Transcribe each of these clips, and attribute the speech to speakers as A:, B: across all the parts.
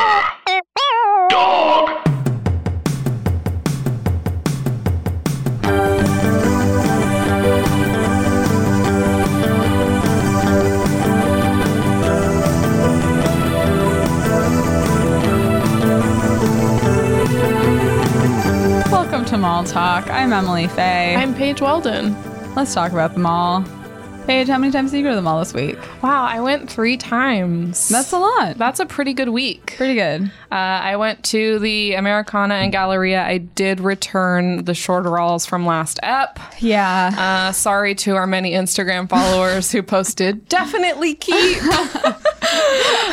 A: Forever. Dog.
B: Welcome to Mall Talk. I'm Emily Faye.
C: I'm Paige Weldon.
B: Let's talk about the mall. Paige, how many times did you go to the mall this week?
C: Wow, I went three times.
B: That's a lot.
C: that's a pretty good week.
B: Pretty good.
C: Uh, I went to the Americana and Galleria. I did return the short rolls from last ep.
B: Yeah.
C: Uh, sorry to our many Instagram followers who posted definitely keep.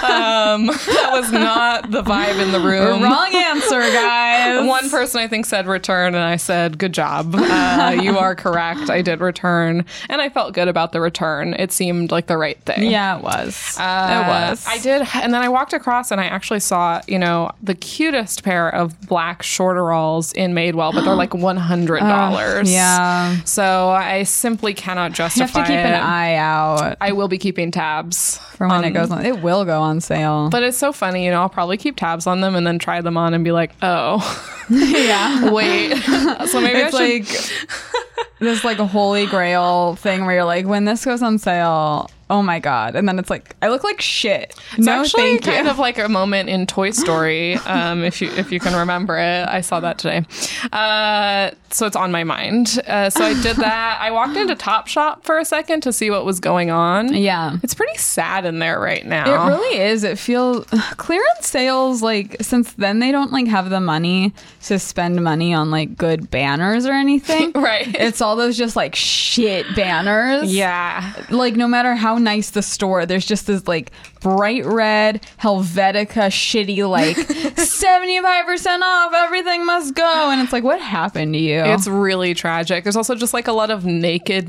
C: um, that was not the vibe in the room.
B: Wrong answer, guys.
C: One person I think said return, and I said, "Good job, uh, you are correct. I did return, and I felt good about the return. It seemed like the right thing."
B: Yeah, it was.
C: Uh,
B: it was.
C: I did, and then I walked across, and I actually saw, you know, the cutest pair of black shorteralls in Madewell, but they're like one hundred dollars.
B: yeah.
C: So I simply cannot
B: You have
C: justify Um,
B: to keep
C: it.
B: an eye out
C: I will be keeping tabs
B: for when it goes on. It will go on sale.
C: But it's so funny, you know, I'll probably keep tabs on them and then try them on and be like, oh,
B: yeah.
C: wait. so maybe
B: It's
C: I should.
B: like this like a holy grail thing where you're like, when this goes on sale, oh my god. And then it's like, I look like shit.
C: it's
B: no,
C: actually
B: thank
C: kind
B: you.
C: of like a moment in Toy Story, um, if you if you can remember it. I saw that today, uh, so it's on my mind. Uh, so I did that. I walked into Top Shop for a second to see what was going on.
B: yeah.
C: it's pretty sad in there right
B: It
C: now.
B: really is. It feels clearance sales like since then they don't like have the money to spend money on like good banners or anything.
C: Right.
B: It's all those just like shit banners.
C: yeah,
B: Like no matter how nice the store, there's just this like bright red Helvetica shitty like 75% off, everything must go and it's like what happened to you?
C: It's really tragic. There's also just like a lot of naked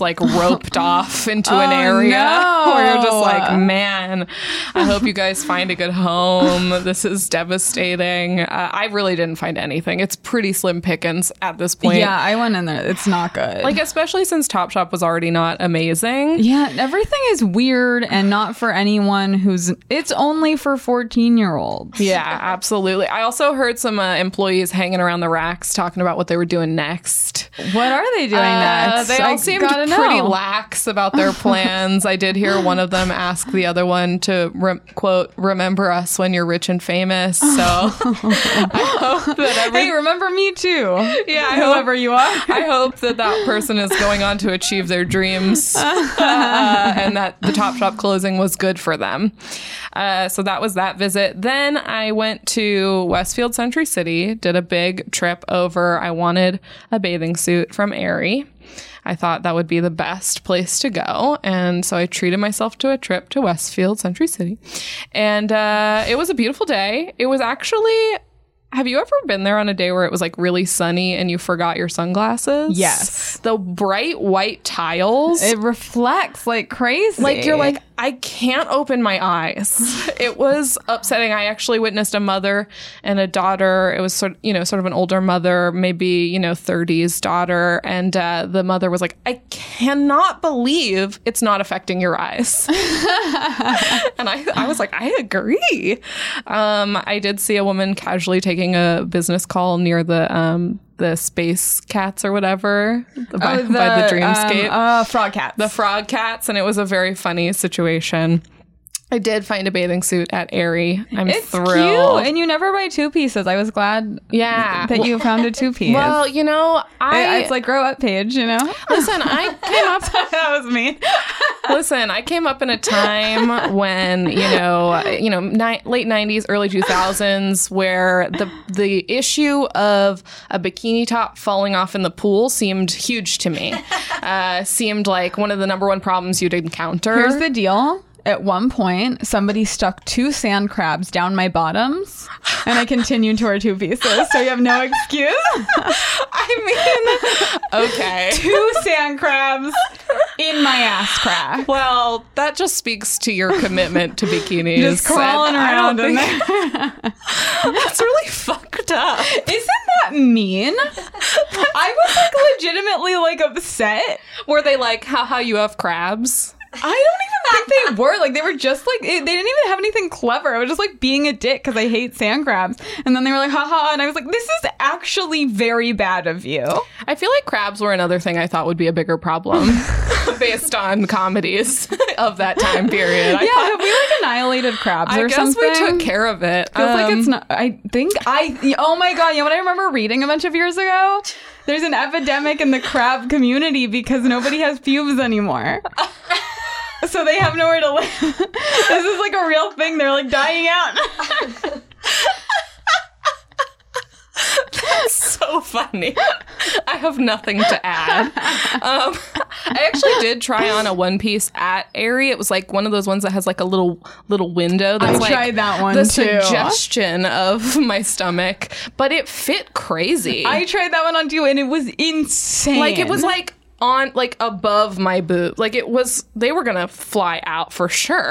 C: like roped off into an
B: Oh,
C: area
B: no.
C: where you're just like, man, I hope you guys find a good home. This is devastating. Uh, I really didn't find anything. It's pretty slim pickings at this point.
B: yeah, I went in there. It's not good.
C: Like especially since Topshop was already not amazing.
B: Yeah, everything is weird and not for anyone who's. It's only for 14 year olds.
C: Yeah, absolutely. I also heard some uh, employees hanging around the racks talking about what they were doing next.
B: What are they doing
C: Uh,
B: next?
C: They all seemed
B: gotta
C: pretty
B: know.
C: lax about their plans. I did hear one of them ask the other one to rem- quote, "Remember us when you're rich and famous." So I hope that every
B: Hey, remember me too.
C: yeah, I hope,
B: Whoever you are.
C: I hope that that person is going on to achieve their dreams, uh, and that the Top Shop closing was good for them. Uh, so that was that visit. Then I went to Westfield Century City, did a big trip over. I wanted a bathing suit from Aerie. I thought that would be the best place to go. And so I treated myself to a trip to Westfield Century City. And uh, it was a beautiful day. It was actually have you ever been there on a day where it was like really sunny and you forgot your sunglasses?
B: Yes.
C: The bright white tiles.
B: It reflects like crazy.
C: like you're like I can't open my eyes. It was upsetting. I actually witnessed a mother and a daughter. It was sort you know sort of an older mother, maybe you know 30s daughter, and uh, the mother was like, I cannot believe it's not affecting your eyes. and I, I was like, I agree. Um, I did see a woman casually taking a business call near the um, the space cats or whatever by, by the dreamscape
B: Oh, Um, uh, frog cats.
C: the frog cats, and it was a very funny situation. I did find a bathing suit at Aerie. I'm
B: it's
C: thrilled.
B: cute, and you never buy two pieces. I was glad
C: yeah.
B: that you found a two piece.
C: well, you know, I
B: it's like grow up, page. You know,
C: listen. I came up.
B: that was me.
C: Listen, I came up in a time when you know, you know, ni- late '90s, early 2000s, where the the issue of a bikini top falling off in the pool seemed huge to me. Uh, seemed like one of the number one problems you'd encounter.
B: Here's the deal. At one point, somebody stuck two sand crabs down my bottoms, and I continued to wear two pieces. So you have no excuse.
C: I mean, okay.
B: two sand crabs in my ass crack.
C: Well, that just speaks to your commitment to bikinis.
B: Just crawling
C: And I don't
B: around in
C: think-
B: there.
C: That's really fucked up.
B: Isn't that mean? I was like legitimately like upset.
C: Were they like, haha, you have crabs?
B: I don't even think they were like they were just like it, they didn't even have anything clever. I was just like being a dick because I hate sand crabs. And then they were like, haha, and I was like, this is actually very bad of you.
C: I feel like crabs were another thing I thought would be a bigger problem based on comedies of that time period. I
B: yeah,
C: thought-
B: have we like annihilated crabs
C: I
B: or
C: guess
B: something?
C: we took care of it.
B: Feels like
C: Um,
B: it's not. I think I. Oh my god! You know what I remember reading a bunch of years ago? There's an epidemic in the crab community because nobody has pubes anymore. So they have nowhere to live. this is like a real thing. They're like dying out.
C: so funny. I have nothing to add. Um, I actually did try on a one piece at Aerie. It was like one of those ones that has like a little little window. That's
B: I
C: like
B: tried that one
C: the
B: too.
C: suggestion of my stomach, but it fit crazy.
B: I tried that one on too, and it was insane.
C: like it was like on like above my boob. Like it was they were gonna fly out for sure.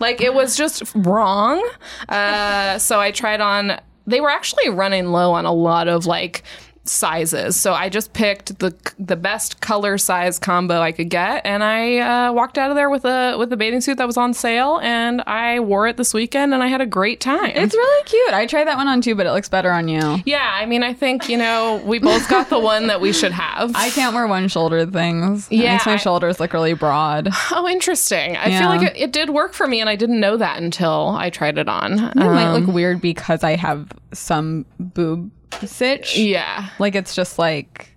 C: like it was just wrong. Uh, so I tried on. They were actually running low on a lot of like sizes. So I just picked the the best color size combo I could get, and I uh, walked out of there with a with a bathing suit that was on sale, and I wore it this weekend, and I had a great time.
B: It's really cute. I tried that one on too, but it looks better on you.
C: yeah, I mean, I think you know we both got the one that we should have.
B: I can't wear one shoulder things. It
C: Yeah,
B: makes my
C: I-
B: shoulders look really broad.
C: Oh, interesting. I
B: Yeah.
C: feel like it, it did work for me, and I didn't know that until I tried it on.
B: It
C: Um,
B: might look weird because I have some boob sitch.
C: yeah.
B: Like it's just like.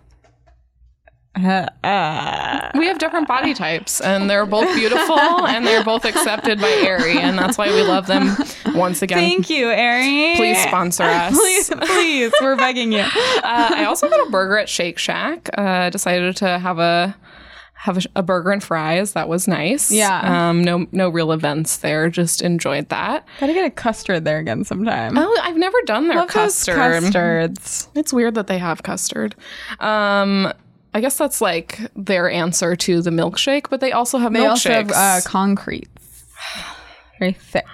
B: uh,
C: We have different body types, and they're both beautiful, and they're both accepted by Aerie, and that's why we love them once again.
B: Thank you, Ari.
C: Please sponsor us.
B: Please, please, we're begging you.
C: Uh, I also got a burger at Shake Shack. Uh, decided to have a have a, a burger and fries. That was nice.
B: Yeah.
C: Um. No. No real events there. Just enjoyed that.
B: Gotta get a custard there again sometime.
C: Oh, I've never done their
B: Love those
C: custard.
B: custards.
C: It's weird that they have custard. Um, I guess that's like their answer to the milkshake, but they also have
B: They
C: milkshakes.
B: also have uh, concretes. Very thick,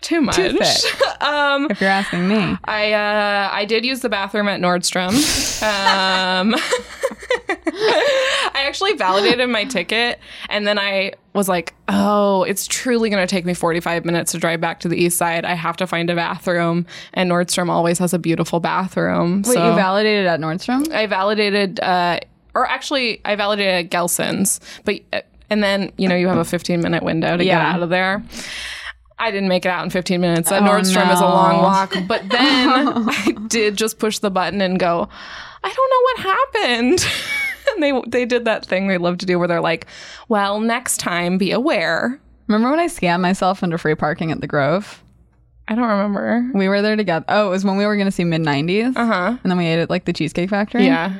C: too much.
B: too thick.
C: Um,
B: if you're asking me.
C: I uh, I did use the bathroom at Nordstrom. Um, I actually validated my ticket, and then I was like, "Oh, it's truly going to take me 45 minutes to drive back to the East Side. I have to find a bathroom, and Nordstrom always has a beautiful bathroom."
B: Wait,
C: so.
B: you validated at Nordstrom?
C: I validated, uh, or actually, I validated at Gelson's, but uh, and then you know you have a 15 minute window to
B: Yeah.
C: get out of there. I didn't make it out in 15 minutes. At
B: Oh,
C: Nordstrom is a
B: no.
C: long walk, but then I did just push the button and go. I don't know what happened. and they they did that thing they love to do where they're like, "Well, next time, be aware."
B: Remember when I scammed myself into free parking at the Grove?
C: I don't remember.
B: We were there together. Oh, it was when we were going to see mid 90s. Uh huh. And then we ate at like the Cheesecake Factory.
C: Yeah.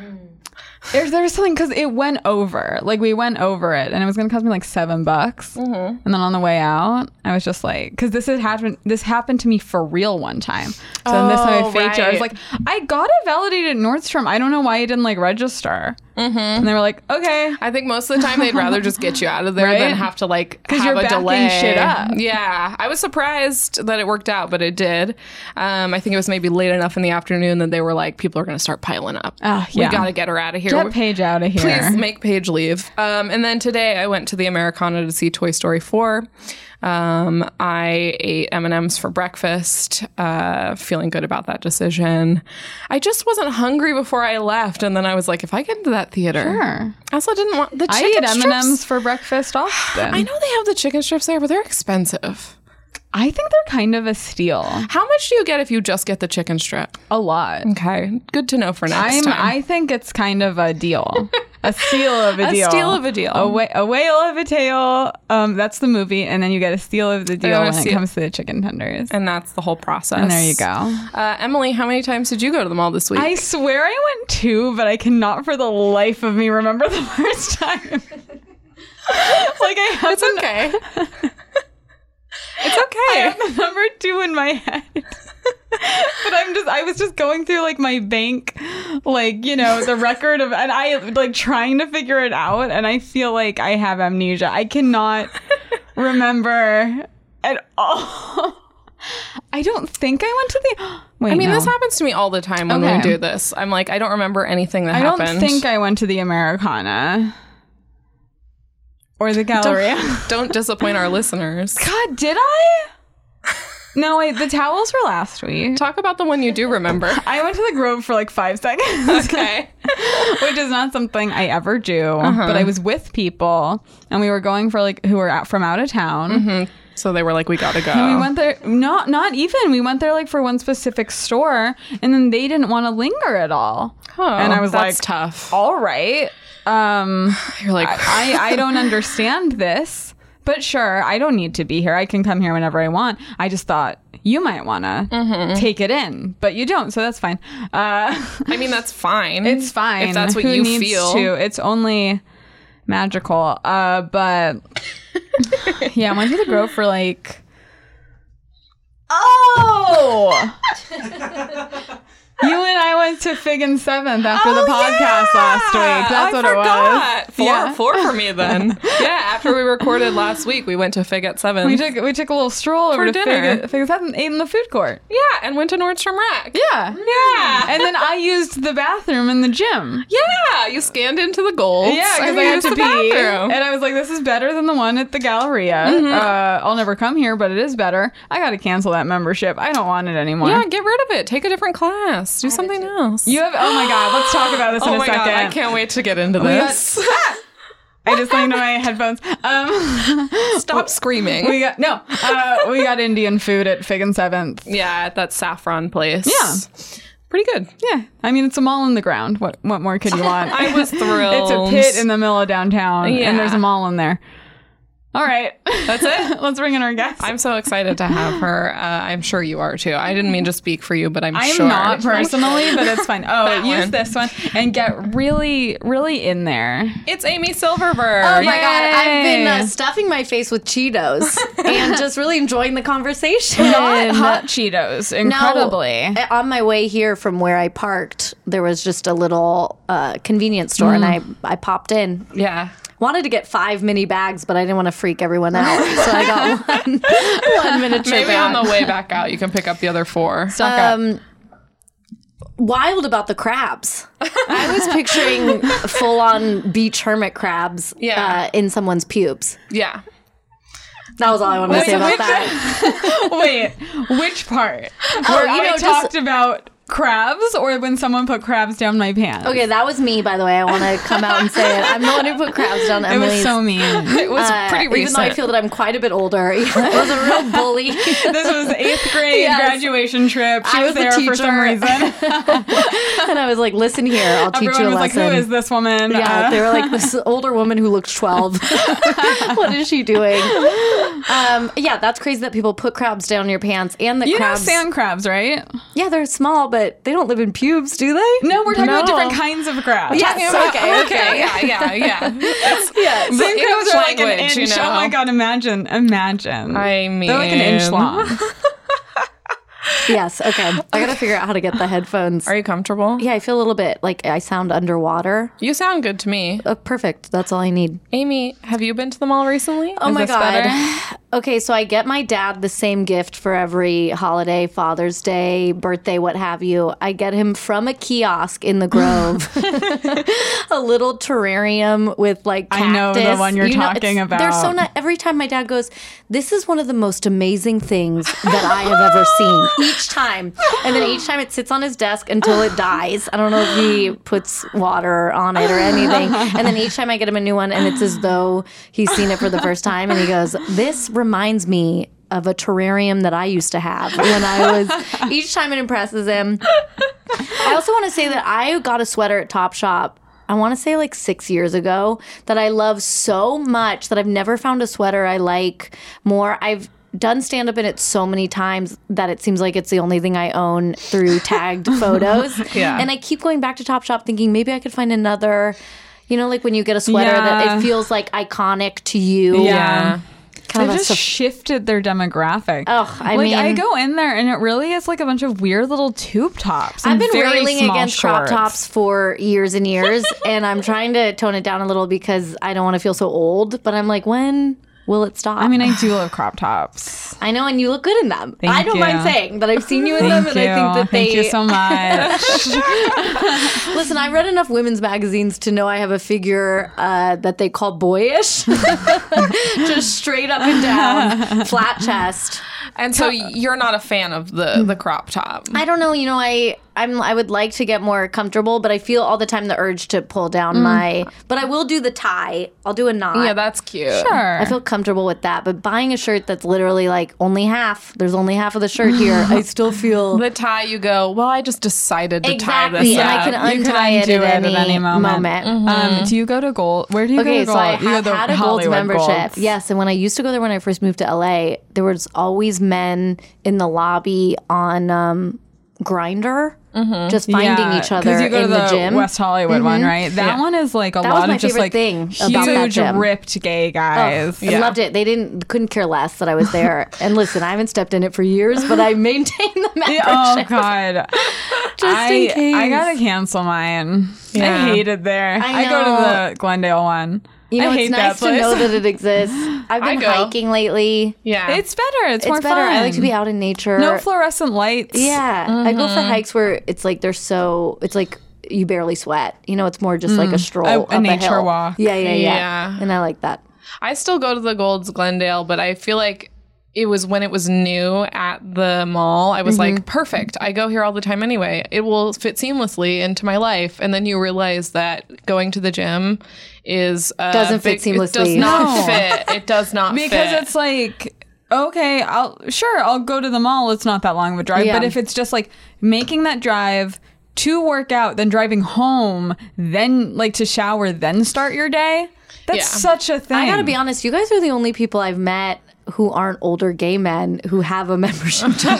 B: There's, there was something because it went over. Like we went over it and it was going to cost me like seven bucks.
C: Mm-hmm.
B: And then on the way out, I was just like, because this had happened, this happened to me for real one time. So then this time I
C: Oh,
B: faked it. I was
C: right.
B: like, I got to validate at Nordstrom. I don't know why you didn't like register. Mm-hmm. And they were like, okay.
C: I think most of the time they'd rather just get you out of there than
B: Right?
C: have to like
B: 'Cause
C: have
B: you're
C: a
B: backing
C: delay.
B: shit up.
C: Yeah, I was surprised that it worked out, but it did. Um, I think it was maybe late enough in the afternoon that they were like, people are going to start piling up.
B: Oh, yeah.
C: We got to get her out of here.
B: Get Paige out of here.
C: Please make Paige leave. Um, and then today I went to the Americana to see Toy Story 4. Um, I ate M&Ms for breakfast, uh, feeling good about that decision. I just wasn't hungry before I left. And then I was like, if I get into that theater,
B: Sure.
C: I also didn't want the
B: I
C: chicken
B: eat
C: strips.
B: M&M's for breakfast often.
C: I know they have the chicken strips there, but they're expensive.
B: I think they're kind of a steal.
C: How much do you get if you just get the chicken strip?
B: A lot.
C: Okay, good to know for next
B: I'm.
C: time.
B: I think it's kind of a deal, a steal of a
C: A
B: deal,
C: steal of a deal.
B: a, wha- a whale of a tail. Um, that's the movie, and then you get a steal of the deal
C: Oh, a
B: when it
C: steal.
B: comes to the chicken tenders.
C: and that's the whole process.
B: And there you go.
C: Uh, Emily, how many times did you go to the mall this week?
B: I swear I went two, but I cannot for the life of me remember the first time. like I have,
C: it's okay. it's okay.
B: I have the number two in my head. But I'm just I was just going through like my bank like, you know, the record of and I like trying to figure it out and I feel like I have amnesia. I cannot remember at all. I don't think I went to the Wait,
C: I mean,
B: no.
C: this happens to me all the time when
B: Okay.
C: we do this. I'm like, I don't remember anything that
B: I don't
C: happened.
B: think I went to the Americana. or the Galleria.
C: Don't disappoint our listeners.
B: God, did I? No, wait, the towels were last week.
C: Talk about the one you do remember.
B: I went to the Grove for like five seconds,
C: Okay.
B: which is not something I ever do. But I was with people, and we were going for like who were out from out of town.
C: So they were like, we gotta go.
B: We went there, not not even. We went there like for one specific store, and then they didn't want to linger at all.
C: Oh,
B: and I was
C: that's
B: like,
C: tough.
B: all right. Um,
C: You're like,
B: I, I don't understand this, but sure, I don't need to be here. I can come here whenever I want. I just thought you might want to take it in, but you don't, so that's fine. Uh,
C: I mean, that's fine.
B: it's fine.
C: If that's what
B: Who
C: you
B: needs
C: feel.
B: To? It's only magical. Uh, but yeah, I went to the Grove for like. Oh! you and I went to Fig and Seventh after
C: Oh,
B: the podcast last week. That's what it was.
C: Four,
B: Yeah.
C: four for me then. yeah, after we recorded last week, we went to Fig at seven.
B: We took we took a little stroll over to
C: For dinner.
B: Fig, Fig and Seventh, and ate in the food court.
C: yeah, and went to Nordstrom Rack.
B: Yeah.
C: Yeah.
B: And then I used the bathroom in the gym.
C: yeah, you scanned into the gold.
B: Yeah, because I, had to pee, and I was like, "This is better than the one at the Galleria."
C: Mm-hmm.
B: Uh, I'll never come here, but it is better. I got to cancel that membership. I don't want it anymore.
C: yeah, get rid of it. Take a different class. Do something else.
B: you have. Oh my god, let's talk about this in
C: oh
B: a
C: my
B: second.
C: god, I can't wait to get into
B: got-
C: this.
B: I just leaned on my headphones. Um,
C: Stop screaming.
B: we got no. Uh, we got Indian food at Fig and Seventh.
C: yeah, at that saffron place.
B: Yeah.
C: Pretty good.
B: Yeah, I mean it's a mall in the ground. What what more could you want?
C: I was
B: it's a
C: thrilled.
B: pit in the middle of downtown,
C: Yeah.
B: and there's a mall in there. All right,
C: That's it.
B: let's bring in our guest.
C: I'm so excited to have her. Uh, I'm sure you are too. I didn't mean to speak for you, but I'm,
B: I'm
C: sure.
B: not personally, but it's fine. Oh, use
C: one.
B: this one and get really, really in there.
C: It's Amy Silverberg.
D: Oh my god, I've been uh,
B: Yay.
D: stuffing my face with Cheetos and just really enjoying the conversation.
B: Not hot Cheetos, incredibly.
D: No, eh, on my way here from where I parked, there was just a little uh, convenience store, and I
B: Mm.
D: I popped in.
C: Yeah.
D: Wanted to get five mini bags, but I didn't want to freak everyone out, so I got one one miniature
C: Maybe
D: bag.
C: on the way back out, you can pick up the other four.
B: Suck up.
D: um, wild about the crabs. I was picturing full on beach hermit crabs
C: Yeah.
D: uh, in someone's pubes.
C: yeah.
D: That was all I wanted to say about
B: which-
D: that. Oh,
B: Wait, which part? Where
D: you
B: I
D: know, just-
B: talked about crabs or when someone put crabs down my pants?
D: Okay, that was me, by the way. I want to come out and say it. I'm the one who put crabs down
B: It was
D: Emily's.
B: so mean.
C: It was
D: uh,
C: pretty
D: Even though
C: recent.
D: I feel that I'm quite a bit older, I was a real bully.
B: This was eighth grade
D: Yes.
B: graduation trip. She
D: I
B: was,
D: was the
B: there for some
D: teacher.
B: reason.
D: and I was like, listen here, I'll teach
B: Everyone
D: you a
B: was like,
D: lesson.
B: "Who is this woman?"
D: yeah,
B: Uh,
D: they were like this older woman who looked 12. what is she doing? Um, yeah, that's crazy that people put crabs down your pants and the
B: you
D: crabs.
B: know sand crabs, right?
D: yeah, they're small, but they don't live in pubes, do they?
B: No, we're talking about
D: No.
B: different kinds of crabs.
D: Yes, okay, okay.
C: yeah, yeah, yeah. It's-
D: Yeah, so
B: Same
C: English
B: crabs are like an
C: language,
B: inch.
C: you know.
B: Oh my god! Imagine, imagine.
C: I mean,
B: They're like an inch long.
D: yes, okay. I gotta figure out how to get the headphones.
C: Are you comfortable?
D: yeah, I feel a little bit like I sound underwater.
C: You sound good to me.
D: Uh, perfect. That's all I need.
C: Amy, have you been to the mall recently?
D: Oh my god. Okay, so I get my dad the same gift for every holiday, Father's Day, birthday, what have you. I get him from a kiosk in the Grove. a little terrarium with like
B: I know the
D: cactus.
B: one you're
D: You know, it's-
B: talking about.
D: They're so not every time my dad goes, "This is one of the most amazing things that I have ever seen." Each time. And then each time it sits on his desk until it dies. I don't know if he puts water on it or anything. And then each time I get him a new one and it's as though he's seen it for the first time and he goes, "This reminds me of a terrarium that I used to have when I was each time it impresses him. I also want to say that I got a sweater at Topshop. I want to say like six years ago that I love so much that I've never found a sweater I like more. I've done stand up in it so many times that it seems like it's the only thing I own through tagged photos.
C: Yeah.
D: And I keep going back to Topshop thinking maybe I could find another. You know, like when you get a sweater that
B: Yeah.
D: it feels like iconic to you.
C: Yeah.
D: Kind
B: They
D: of a
B: just
D: suff-
B: shifted their demographic.
D: Ugh, I
B: like,
D: mean-
B: I go in there and it really is like a bunch of weird little tube tops.
D: I've
B: and
D: been
B: very
D: railing
B: small
D: against crop
B: shorts.
D: tops for years and years, and I'm trying to tone it down a little because I don't want to feel so old. But I'm like, when will it stop?
B: I mean, I do love crop tops.
D: I know, and you look good in them.
B: Thank
D: I don't
B: you.
D: mind saying that I've seen you in them,
B: Thank
D: and
B: you.
D: I think that
B: Thank
D: they.
B: you so much.
D: Listen, I read enough women's magazines to know I have a figure uh, that they call boyish, just straight up and down, flat chest.
C: And so you're not a fan of the
D: Mm.
C: the crop top.
D: I don't know. You know, I I'm I would like to get more comfortable, but I feel all the time the urge to pull
B: Mm.
D: down my. But I will do the tie. I'll do a knot.
C: yeah, that's cute.
D: I feel comfortable with that, but buying a shirt that's literally like only half, there's only half of the shirt here, I still feel
C: The tie, you go. Well, I just decided to tie
D: exactly.
C: this
D: And
C: up.
D: I can
B: You could
D: untie it,
B: undo
D: at, any moment.
B: Um, do you go to gold? Where do you
D: Mm-hmm.
B: go
D: Okay,
B: to
D: so
B: gold?
D: I
B: you go
D: have
B: to
D: had a Gold's
B: Hollywood
D: membership.
B: Gold's.
D: Yes, and when I used to go there when I first moved to LA, there was always men in the lobby on um, Grinder, just finding
B: Mm-hmm. Yeah,
D: each
B: 'cause
D: other
B: you go to
D: in the, gym. Mm-hmm.
B: West Hollywood one, right? That one is like a
D: That was
B: lot
D: my
B: of just
D: favorite
B: like
D: thing about that
B: huge,
D: gym.
B: ripped gay guys.
D: Oh, I loved it. They didn't couldn't care less that I was there. and listen, I haven't stepped in it for years, but I maintain the membership.
B: Oh God! I,
D: in case.
B: I gotta cancel mine. I hate it there. I, go
D: know.
B: to the Glendale one.
D: You know,
B: I hate
D: it's nice
B: that place.
D: to know that it exists. I've been
C: go.
D: hiking lately.
C: yeah,
B: it's better. It's, more
D: It's better.
B: fun.
D: I like to be out in nature.
B: No Mm-hmm. fluorescent lights.
D: Yeah, I go for hikes where it's like they're so it's like you barely sweat. You know, it's more just like a stroll,
B: Mm. A- a
D: up a
B: nature
D: hill.
B: walk.
D: Yeah, yeah, yeah,
C: Yeah.
D: And I like that.
C: I still go to the Gold's Glendale, but I feel like it was when it was new at the mall. I was
D: Mm-hmm.
C: like, perfect. I go here all the time anyway. It will fit seamlessly into my life. And then you realize that going to the gym is uh,
D: Doesn't fit
C: It does
D: seamlessly.
C: not
B: No.
C: fit. It does not
B: because
C: fit.
B: it's like okay i'll sure i'll go to the mall it's not that long of a drive
D: Yeah.
B: but if it's just like making that drive to work out then driving home then like to shower then start your day that's
C: Yeah.
B: such a thing
D: I gotta be honest, you guys are the only people I've met who aren't older gay men who have a membership to Jim.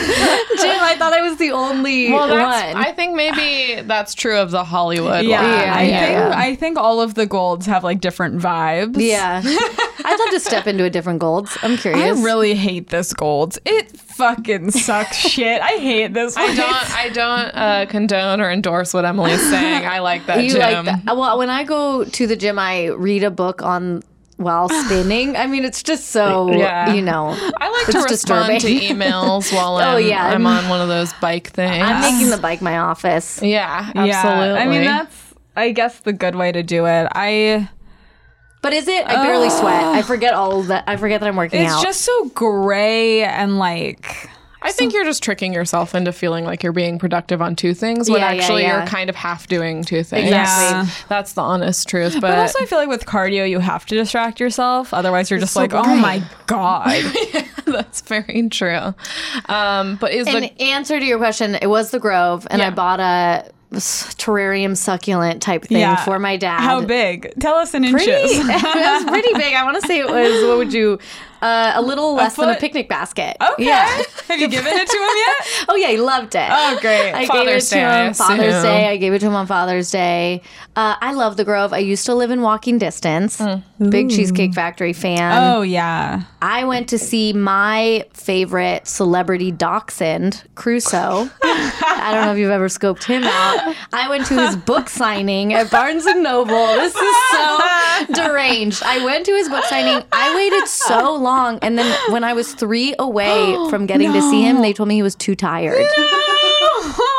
D: I thought I was the only
C: well, that's,
D: one.
C: I think maybe that's true of the Hollywood.
B: yeah,
C: one.
D: Yeah,
B: I
D: yeah,
B: think
D: yeah.
B: I think all of the golds have like different vibes.
D: yeah, I'd love to step into a different Golds. I'm
B: I
D: curious.
B: really hate this golds. It fucking sucks shit. I hate this.
C: I
B: place.
C: don't. I don't uh, condone or endorse what Emily's saying. I like that
D: you
C: gym.
D: like that? Well, when I go to the gym, I read a book on while spinning. I mean, it's just so
C: Yeah.
D: you know.
C: I like to
D: It's
C: respond
D: disturbing. Oh,
C: to emails while I'm,
D: yeah.
C: I'm on one of those bike things.
D: I'm making the bike my office.
C: yeah, absolutely.
B: Yeah, I mean that's I guess the good way to do it. I
D: But is it? I barely sweat. I forget all that. I forget that I'm working
B: It's
D: out.
B: just so gray and like
C: I think you're just tricking yourself into feeling like you're being productive on two things when
D: Yeah, yeah,
C: actually
D: yeah.
C: you're kind of half doing two things.
B: Exactly.
C: That's- That's the honest truth. But,
B: But also I feel like with cardio you have to distract yourself. Otherwise you're just
D: so
B: like, Oh
D: boring.
B: my god.
C: that's very true. Um, but is
D: in
C: the
D: answer to your question, it was the Grove, and I
C: Yeah.
D: bought a s- terrarium succulent type thing
B: Yeah.
D: for my dad.
B: How big? Tell us in
D: Pretty,
B: inches.
D: it was pretty big. I want to say it was. What would you? Uh, a little less than a
B: foot?
D: picnic basket.
B: Okay.
D: Yeah.
B: Have you given it to him yet?
D: Oh yeah, he loved it.
B: Oh great.
D: I
C: Father's
D: gave it to
C: Day, I
D: him Father's
C: assume.
D: Day. I gave it to him on Father's Day. Uh, I love the Grove. I used to live in walking distance.
B: Hmm.
D: Big Cheesecake Factory fan.
B: oh yeah.
D: I went to see my favorite celebrity dachshund, Crusoe. I don't know if you've ever scoped him out. I went to his book signing at Barnes and Noble. This is so deranged. I went to his book signing. I waited so long, and then when I was three away from getting to see him, they told me he was too tired.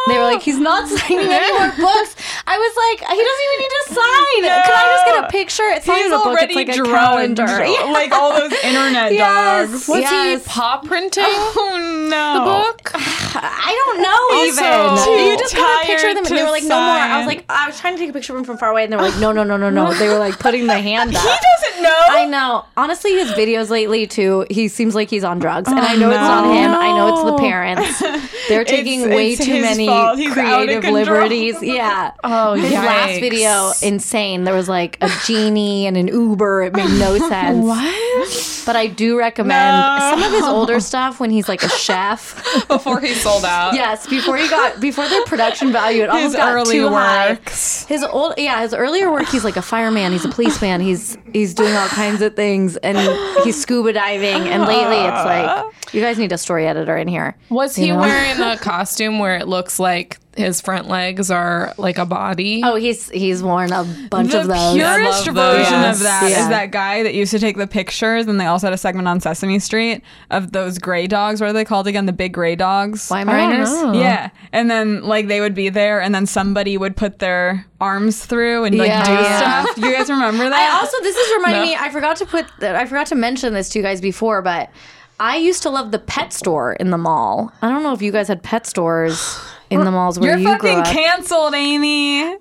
D: They were like, he's not signing any more books. I was like, he doesn't even need to sign. Can I just get a picture? It's not
B: He's
D: even a book.
B: already
D: It's like a
B: drowned,
D: calendar. Yeah.
B: like all those internet
D: Yes.
B: dogs.
C: was
D: yes.
C: he paw printing
B: Oh no!
C: the book?
D: I don't know
B: Also,
D: even.
B: too
D: you just got a picture of them,
B: tired
D: and they
B: to
D: were like, "No more." I
B: sign.
D: was like, I was trying to take a picture of him from far away, and they were like, "No, no, no, no, no." They were like putting the hand up.
B: He doesn't know.
D: I know. Honestly, his videos lately too. He seems like he's on drugs, and I know it's not him. I know it's the parents. They're taking
B: Oh, It's-
D: way
B: it's
D: too
B: his
D: many
B: fault. He's out of
D: creative
B: control.
D: liberties. Yeah. Oh, his last
C: yikes.
D: video, insane. There was like a genie and an Uber. It made no sense.
B: What?
D: But I do recommend
B: No.
D: some of his older stuff when he's like a chef.
C: Before he sold out.
D: Yes, before he got before their production value, it almost
B: His
D: got
B: early
D: too high.
B: works.
D: His old, yeah, his earlier work. He's like a fireman. He's a policeman. He's he's doing all kinds of things, and he's scuba diving. And lately, it's like you guys need a story editor in here.
C: Was he wearing a costume where it looks like his front legs are like a body.
D: Oh, he's he's worn a bunch
B: the
D: of those.
B: purest
C: I love
B: version
C: those.
B: of that is
D: Yes. Yeah.
B: that guy that used to take the pictures, and they also had a segment on Sesame Street of those gray dogs. What are they called again? The big gray dogs.
D: Weimaraners.
C: know.
B: Yeah, and then like they would be there, and then somebody would put their arms through and like
D: Yeah.
B: do
D: Yeah.
B: stuff. Do you guys remember that?
D: I also this is reminding me. I forgot to put. that- I forgot to mention this to you guys before, but I used to love the pet store in the mall. I don't know if you guys had pet stores in the malls where
B: You're
D: you grew
B: fucking
D: up.
B: canceled, Amy.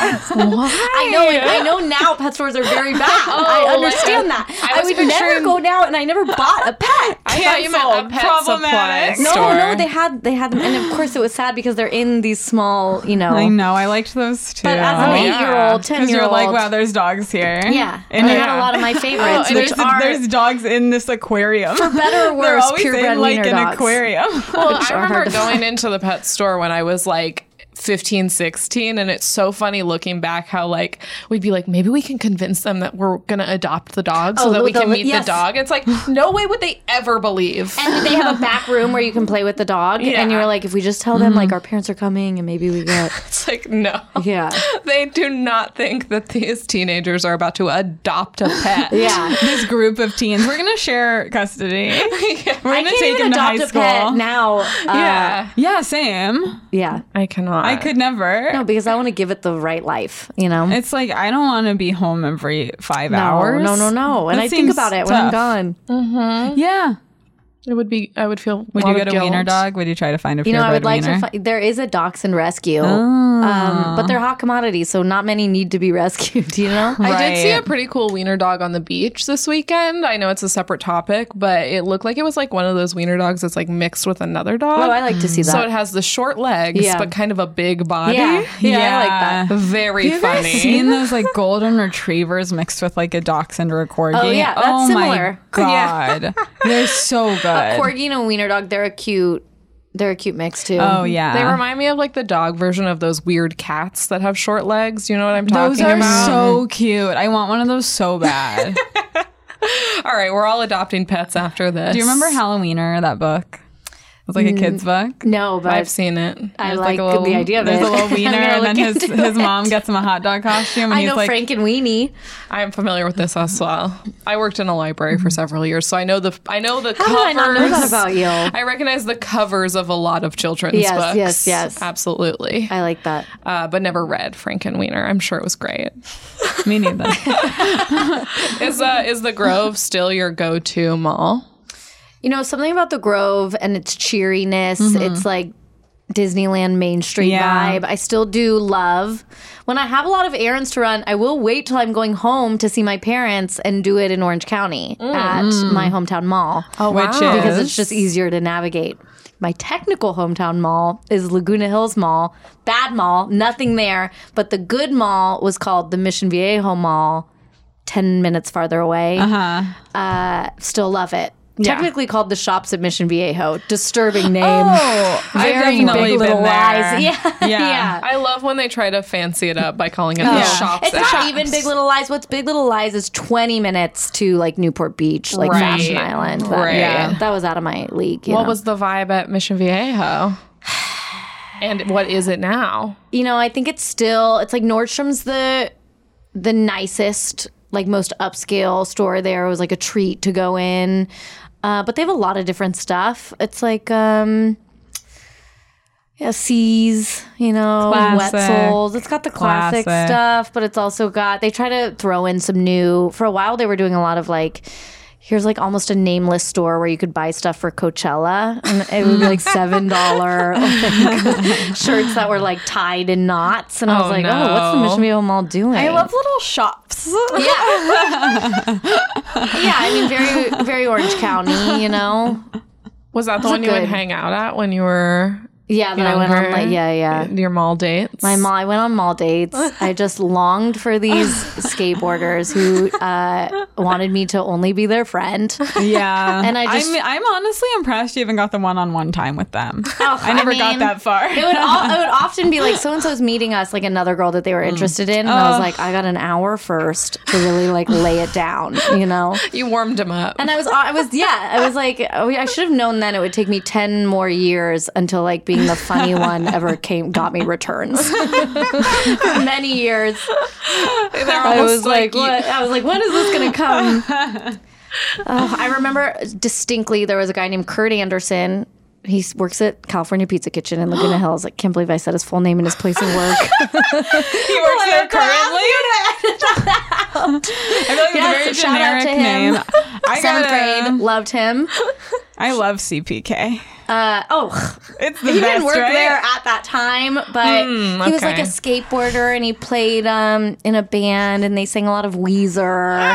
D: I know. and I know now pet stores are very bad.
B: Oh.
D: I understand
C: like-
D: that.
C: I
D: I,
C: was
D: would never
C: picturing-
D: go now, and I never bought a pet.
C: I thought you meant a
B: Canceled.
C: pet
B: Problematic.
C: supply
D: no,
C: store.
D: no, they had they had them, and of course it was sad because they're in these small, you know.
B: I know. I liked those too.
D: But as an
C: Oh, yeah.
D: eight year old, ten
B: because
D: year
B: you're
D: old,
B: like, wow, there's dogs here.
D: yeah,
B: and
D: and I
B: yeah.
D: had a lot of my favorites,
C: and
D: which
B: there's,
D: are
B: there's dogs in this aquarium. For
D: better or
B: They're
D: worse,
B: always
D: purebred
B: in like
D: wiener
B: an
D: dogs.
B: aquarium.
C: Well,
D: which
C: I
D: are hard
C: remember
D: to find.
C: going into the pet store when I was like 15, 16, and it's so funny looking back how like we'd be like, maybe we can convince them that we're gonna adopt the dog so
D: Oh,
C: that we
D: the-
C: can meet
D: yes.
C: the dog. It's like no way would they ever believe.
D: And they have a back room where you can play with the dog.
C: Yeah.
D: And you were like, if we just tell them,
B: Mm-hmm.
D: like, our parents are coming and maybe we get.
C: It's like no.
D: Yeah.
C: They do not think that these teenagers are about to adopt a pet.
D: Yeah.
B: this group of teens. We're gonna share custody. We're
D: I
B: gonna
D: can't
B: take
D: even
B: him to
D: adopt
B: high
D: a
B: school.
D: pet now. Uh, yeah.
C: Yeah.
B: Yeah, same.
C: I cannot.
B: I could never.
D: No, because I want to give it the right life, you know?
B: It's like I don't want to be home every five
D: no,
B: hours.
D: no, no, no. And
B: That
D: I think
B: seems
D: about it when I'm
B: tough.
D: gone.
B: Yeah.
C: It would be. I would feel.
B: Would you
C: lot
B: get
C: of
B: a
C: guilt.
B: wiener dog? Would you try to find a
D: You
B: purebred
D: know, I would like
B: wiener?
D: to find. There is a dachshund rescue, um, but they're hot commodities, so not many need to be rescued, you know?
C: I did see
B: Right.
C: a pretty cool wiener dog on the beach this weekend. I know it's a separate topic, but it looked like it was like one of those wiener dogs that's like mixed with another dog.
D: Oh, I like to see that.
C: So it has the short legs,
D: Yeah.
C: but kind of a big body.
D: yeah. yeah. I like that.
C: Very
B: Have you guys
C: funny.
B: seen those like golden retrievers mixed with like a dachshund or a corgi?
D: Oh, yeah, that's
B: oh
D: similar.
B: my god, they're so good.
D: Corgi and a wiener dog, they're a cute. They're a cute mix too.
B: oh yeah,
C: They remind me of like the dog version of those weird cats that have short legs. You know what I'm talking
B: Those are
C: about?
B: so cute. I want one of those so bad.
C: all right, we're all adopting pets after this.
B: Do you remember Halloweener? That book. It was like a kid's book.
D: No, but
C: I've seen it.
D: I
B: There's
D: like,
B: a little-
D: the idea of
B: there's
D: it.
B: a little wiener,
D: I'm gonna
B: and then
D: look
B: his
D: into
B: his
D: it.
B: mom gets him a hot dog costume, and
D: I
B: he's
D: know
B: like,
D: Frank and Weenie.
C: I'm familiar with this as well. I worked in a library for several years, so I know the I know the
D: How did
C: covers.
D: I not know that about you?
C: I recognize the covers of a lot of children's
D: Yes,
C: books.
D: yes, yes.
C: absolutely.
D: I like that.
C: Uh, but never read Frankenweenie. I'm sure it was great.
B: "Me neither."
C: Is uh, is the Grove still your go-to mall?
D: You know, something about the Grove and its cheeriness. It's like Disneyland Main Street
B: Yeah.
D: vibe. I still do love. When I have a lot of errands to run, I will wait till I'm going home to see my parents and do it in Orange County at my hometown mall.
C: Oh,
B: Which
D: because
B: is-
D: it's just easier to navigate. My technical hometown mall is Laguna Hills Mall. Bad mall, nothing there. But the good mall was called the Mission Viejo Mall, 10 minutes farther away. Uh-huh. still love it. Technically called the shops at Mission Viejo. Disturbing name.
B: Oh, I've
D: Very
B: definitely been
D: big little
B: there.
D: lies. Yeah.
B: Yeah.
C: I love when they try to fancy it up by calling it the
D: Oh, Yeah.
C: shops.
D: It's not
C: at-
D: even Big Little Lies. What's Big Little Lies is 20 minutes to like Newport Beach, like
C: Right.
D: Fashion Island. That,
C: Right.
D: yeah, that was out of my league. you
C: What
D: know.
C: was the vibe at Mission Viejo? And what is it now?
D: you know, I think it's still it's like Nordstrom's the the nicest, like most upscale store there. It was like a treat to go in. Uh, but they have a lot of different stuff. It's like um yeah, C's, you know,
B: Classic.
D: Wetzel's. It's got the classic,
B: Classic.
D: stuff, but it's also got they try to throw in some new for a while they were doing a lot of like here's like almost a nameless store where you could buy stuff for Coachella and it would be like seven dollar shirts that were like tied in knots and I was
C: Oh,
D: like,
C: no.
D: oh, what's the Mission Viejo Mall doing?
B: I love little shops.
D: yeah, yeah. I mean, very very Orange County, you know.
C: Was that the one you would
D: good.
C: hang out at when you were
D: Yeah, that I went
C: younger?
D: on like yeah, yeah.
C: Your mall dates?
D: My mall. I went on mall dates. I just longed for these skateboarders who uh, wanted me to only be their friend.
B: Yeah,
D: And I just-
B: I'm, I'm honestly impressed you even got the one-on-one time with them. I never got
D: Oh, mean,
B: that far.
D: It would, all, it would often be like so and so's meeting us, like another girl that they
B: Mm.
D: were interested in. And I
B: Oh.
D: was like, I got an hour first to really like lay it down, you know?
C: You warmed him up.
D: uh, And I was, I was, yeah, I was like, oh, I should have known then it would take me 10 more years until like being and the funny one ever came got me returns for many years.
C: They're
D: I
C: almost
D: was like,
C: you-
D: what? I was like, when is this gonna come? oh, I remember distinctly there was a guy named Kurt Anderson. He s- works at California Pizza Kitchen in Laguna Hills. I can't believe I said his full name and his place of work.
B: He works there currently. I feel like
D: Yes,
B: it's a
D: shout
B: very
D: out
B: generic
D: to him.
B: name. I
D: Seventh
B: gotta-
D: grade, loved him.
B: I love CPK.
D: Uh, oh,
B: It's the
D: he
B: best,
D: didn't work
B: right?
D: there at that time, but he was like
C: Mm, okay.
D: a skateboarder and he played um, in a band and they sang a lot of Weezer.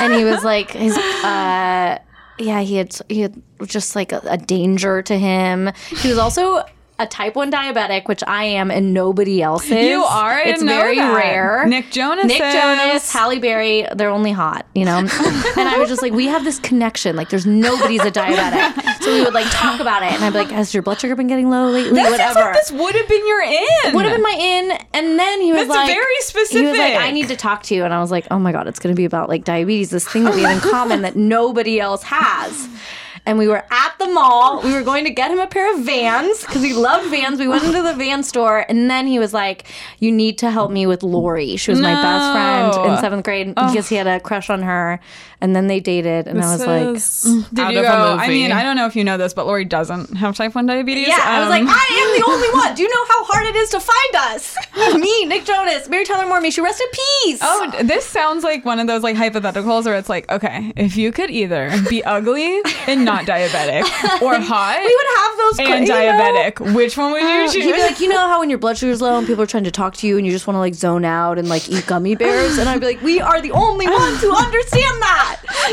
D: and he was like his uh, yeah, he had he had just like a, a danger to him. He was also a type one diabetic, which I am, and nobody else is.
C: You are? I
D: It's
C: didn't know
D: very
C: that.
D: rare.
B: Nick Jonas.
D: Nick
B: is.
D: Jonas, Halle Berry, they're only hot, you know? and I was just like, we have this connection. Like, there's nobody's a diabetic. So we would like talk about it. And I'd be like, has your blood sugar been getting low lately?
B: That sounds
D: Whatever.
B: like this would have been your in.
D: Would have been my in. And then he was
B: That's
D: like,
B: very
D: He was like,
B: specific.
D: I need to talk to you. And I was like, oh my God, it's going to be about like diabetes, this thing that we have in common that nobody else has. And we were at the mall. We were going to get him a pair of vans because he loved vans. We went into the van store, and then he was like, You need to help me with Lori. She was my best friend in seventh grade because he had a crush on her. And then they dated, and I was like,
B: Did
C: out
B: you
C: of
B: go?
C: a movie.
B: I mean, I don't know if you know this, but Lori doesn't have type one diabetes.
D: Yeah, I was like,
B: Um,
D: I am the only one. Do you know how hard it is to find us? Me, Nick Jonas, Mary Tyler Moore, may she rest in peace.
B: Oh, d- this sounds like one of those like hypotheticals where it's like, okay, if you could either be ugly and not diabetic, or hot
D: we would have those
B: and
D: you know? Uh,
B: diabetic, which one would you
D: You'd be
B: choose?
D: like, you know how when your blood sugar's low and people are trying to talk to you and you just want to like zone out and like eat gummy bears? And I'd be like, we are the only ones who understand that.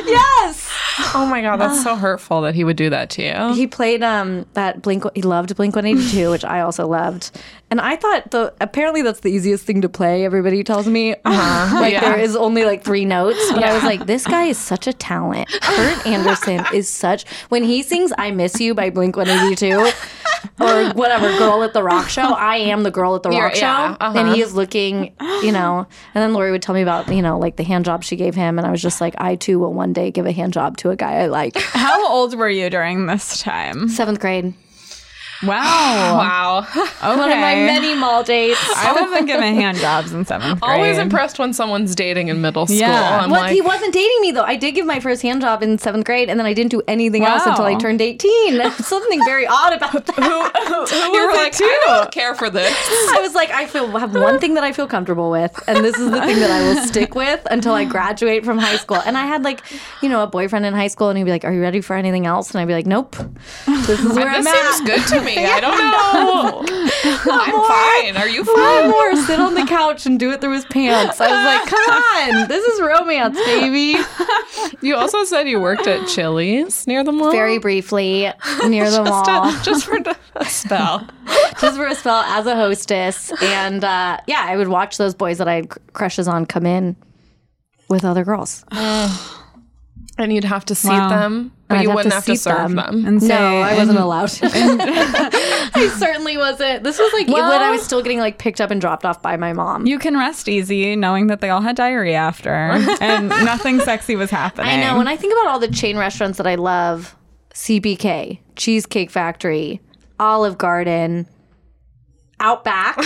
D: Yes.
C: oh my god, that's so hurtful that he would do that to you.
D: He played um that Blink. He loved Blink One Eighty Two, which I also loved. And I thought the apparently that's the easiest thing to play. Everybody tells me like
C: Uh-huh. Yeah.
D: there is only like three notes, but I was like, this guy is such a talent. Kurt Anderson is such. When he sings "I Miss You" by Blink One Eighty Two. Or whatever, girl at the rock show. I am the girl at the rock show,
C: yeah, uh-huh.
D: and he is looking, you know. And then Lori would tell me about, you know, like the hand job she gave him, and I was just like, I too will one day give a hand job to a guy I like.
B: How old were you during this time?
D: Seventh grade.
B: Wow.
C: wow.
B: Okay.
D: One of my many mall dates.
B: I wasn't giving hand jobs in seventh grade.
C: Always impressed when someone's dating in middle school.
B: Yeah.
C: I'm
D: Oh, Well,
C: like,
D: he wasn't dating me though. I did give my first hand job in seventh grade, and then I didn't do anything else
B: Wow.
D: until I turned eighteen. Something very odd about that.
B: Who
C: you were
B: was it
C: like, I don't care for this.
D: I was like, I feel have one thing that I feel comfortable with, and this is the thing that I will stick with until I graduate from high school. And I had like, you know, a boyfriend in high school, and he'd be like, "Are you ready for anything else?" And I'd be like, "Nope, this is where I'm
C: This
D: at."
C: seems good to me. I don't know. I'm fine. Are you
D: One
C: fine?
D: more, sit on the couch and do it through his pants. I was like, "Come on, this is romance, baby."
C: You also said you worked at Chili's near the mall.
D: Very briefly, near the mall.
C: just, to- just for a spell.
D: just for a spell as a hostess. And uh, yeah, I would watch those boys that I had cr- crushes on come in with other girls.
C: And you'd have to seat
B: Wow.
C: them, but
D: I'd
C: you
D: have
C: wouldn't
D: to
C: have to
D: seat
C: serve
D: them.
C: them.
B: And say, "Mm,
D: No, I wasn't allowed. I certainly wasn't. This was like when I was still getting like picked up and dropped off by my mom.
B: You can rest easy knowing that they all had diarrhea after and nothing sexy was happening.
D: I know. When I think about all the chain restaurants that I love, CBK, Cheesecake Factory, Olive Garden, Outback.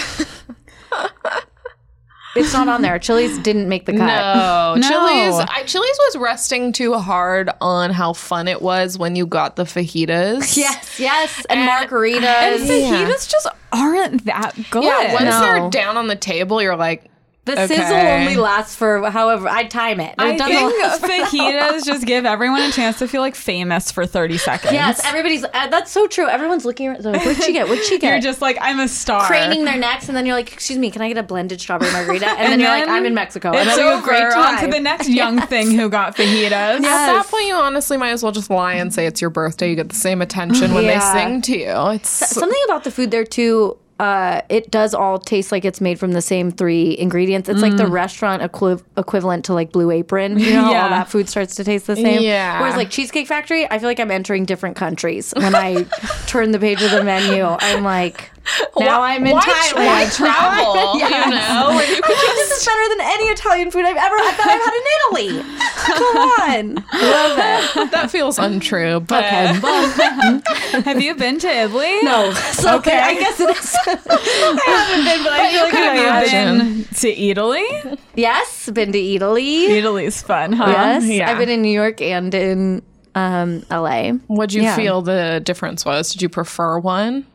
D: it's not on there. Chili's didn't make the cut.
C: No,
B: No.
C: Chili's. I, Chili's was resting too hard on how fun it was when you got the fajitas.
D: Yes, yes, and,
C: And-
D: margaritas.
B: And fajitas just aren't that good.
C: Yeah, once
D: No.
C: they're down on the table, you're like,
D: The sizzle
C: Okay.
D: only lasts for however I time it. It
B: I
D: doesn't last for-
B: think fajitas just give everyone a chance to feel like famous for 30 seconds.
D: yes, everybody's. Uh, that's so true. Everyone's looking around. they're Like, What'd she get? What'd she get?
B: You're just like, I'm a star.
D: craning their necks, and then you're like, "Excuse me, can I get a blended strawberry margarita?" And, then, you're like, "I'm in Mexico."
B: It's
D: And I'm having
B: over.
D: a great
B: on
D: time.
B: to the next young thing who got fajitas.
C: at that point, you honestly might as well just lie and say it's your birthday. You get the same attention when
D: Yeah.
C: they sing to you. It's
D: Something about the food there too. Uh, it does all taste like it's made from the same three ingredients. It's like the restaurant equiv- equivalent to like Blue Apron. You know, how
B: Yeah.
D: all that food starts to taste the same.
C: Yeah.
D: Whereas like Cheesecake Factory, I feel like I'm entering different countries when I turn the page of the menu. I'm like, Now I'm in
C: why,
D: Thailand.
C: why travel?
D: Yes.
C: You know, When you
D: I thought this is better than any Italian food I've ever. I thought I've had in Italy. Come on, love it.
C: could- that feels untrue. But
D: Okay,
B: Have you been to Italy?
D: no. So okay, I guess it is.
B: I feel like
C: could
B: have
C: imagine.
B: been to Italy.
D: yes, been to Italy.
B: Italy's fun, huh?
D: Yes,
C: yeah.
D: I've been in New York and in um, LA.
C: what'd you
D: Yeah.
C: feel the difference was? Did you prefer one?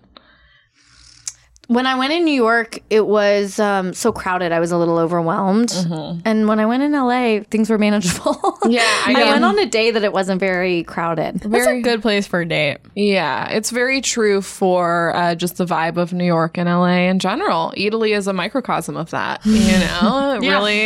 D: When I went in New York, it was um, so crowded. I was a little overwhelmed. And when I went in LA, things were manageable.
C: Yeah, I
D: I,
C: mean-
D: went on a day that it wasn't very crowded.
B: That's a good place for a date.
C: Yeah, it's very true for uh, just the vibe of New York and LA in general. Italy is a microcosm of that, you know? It Really,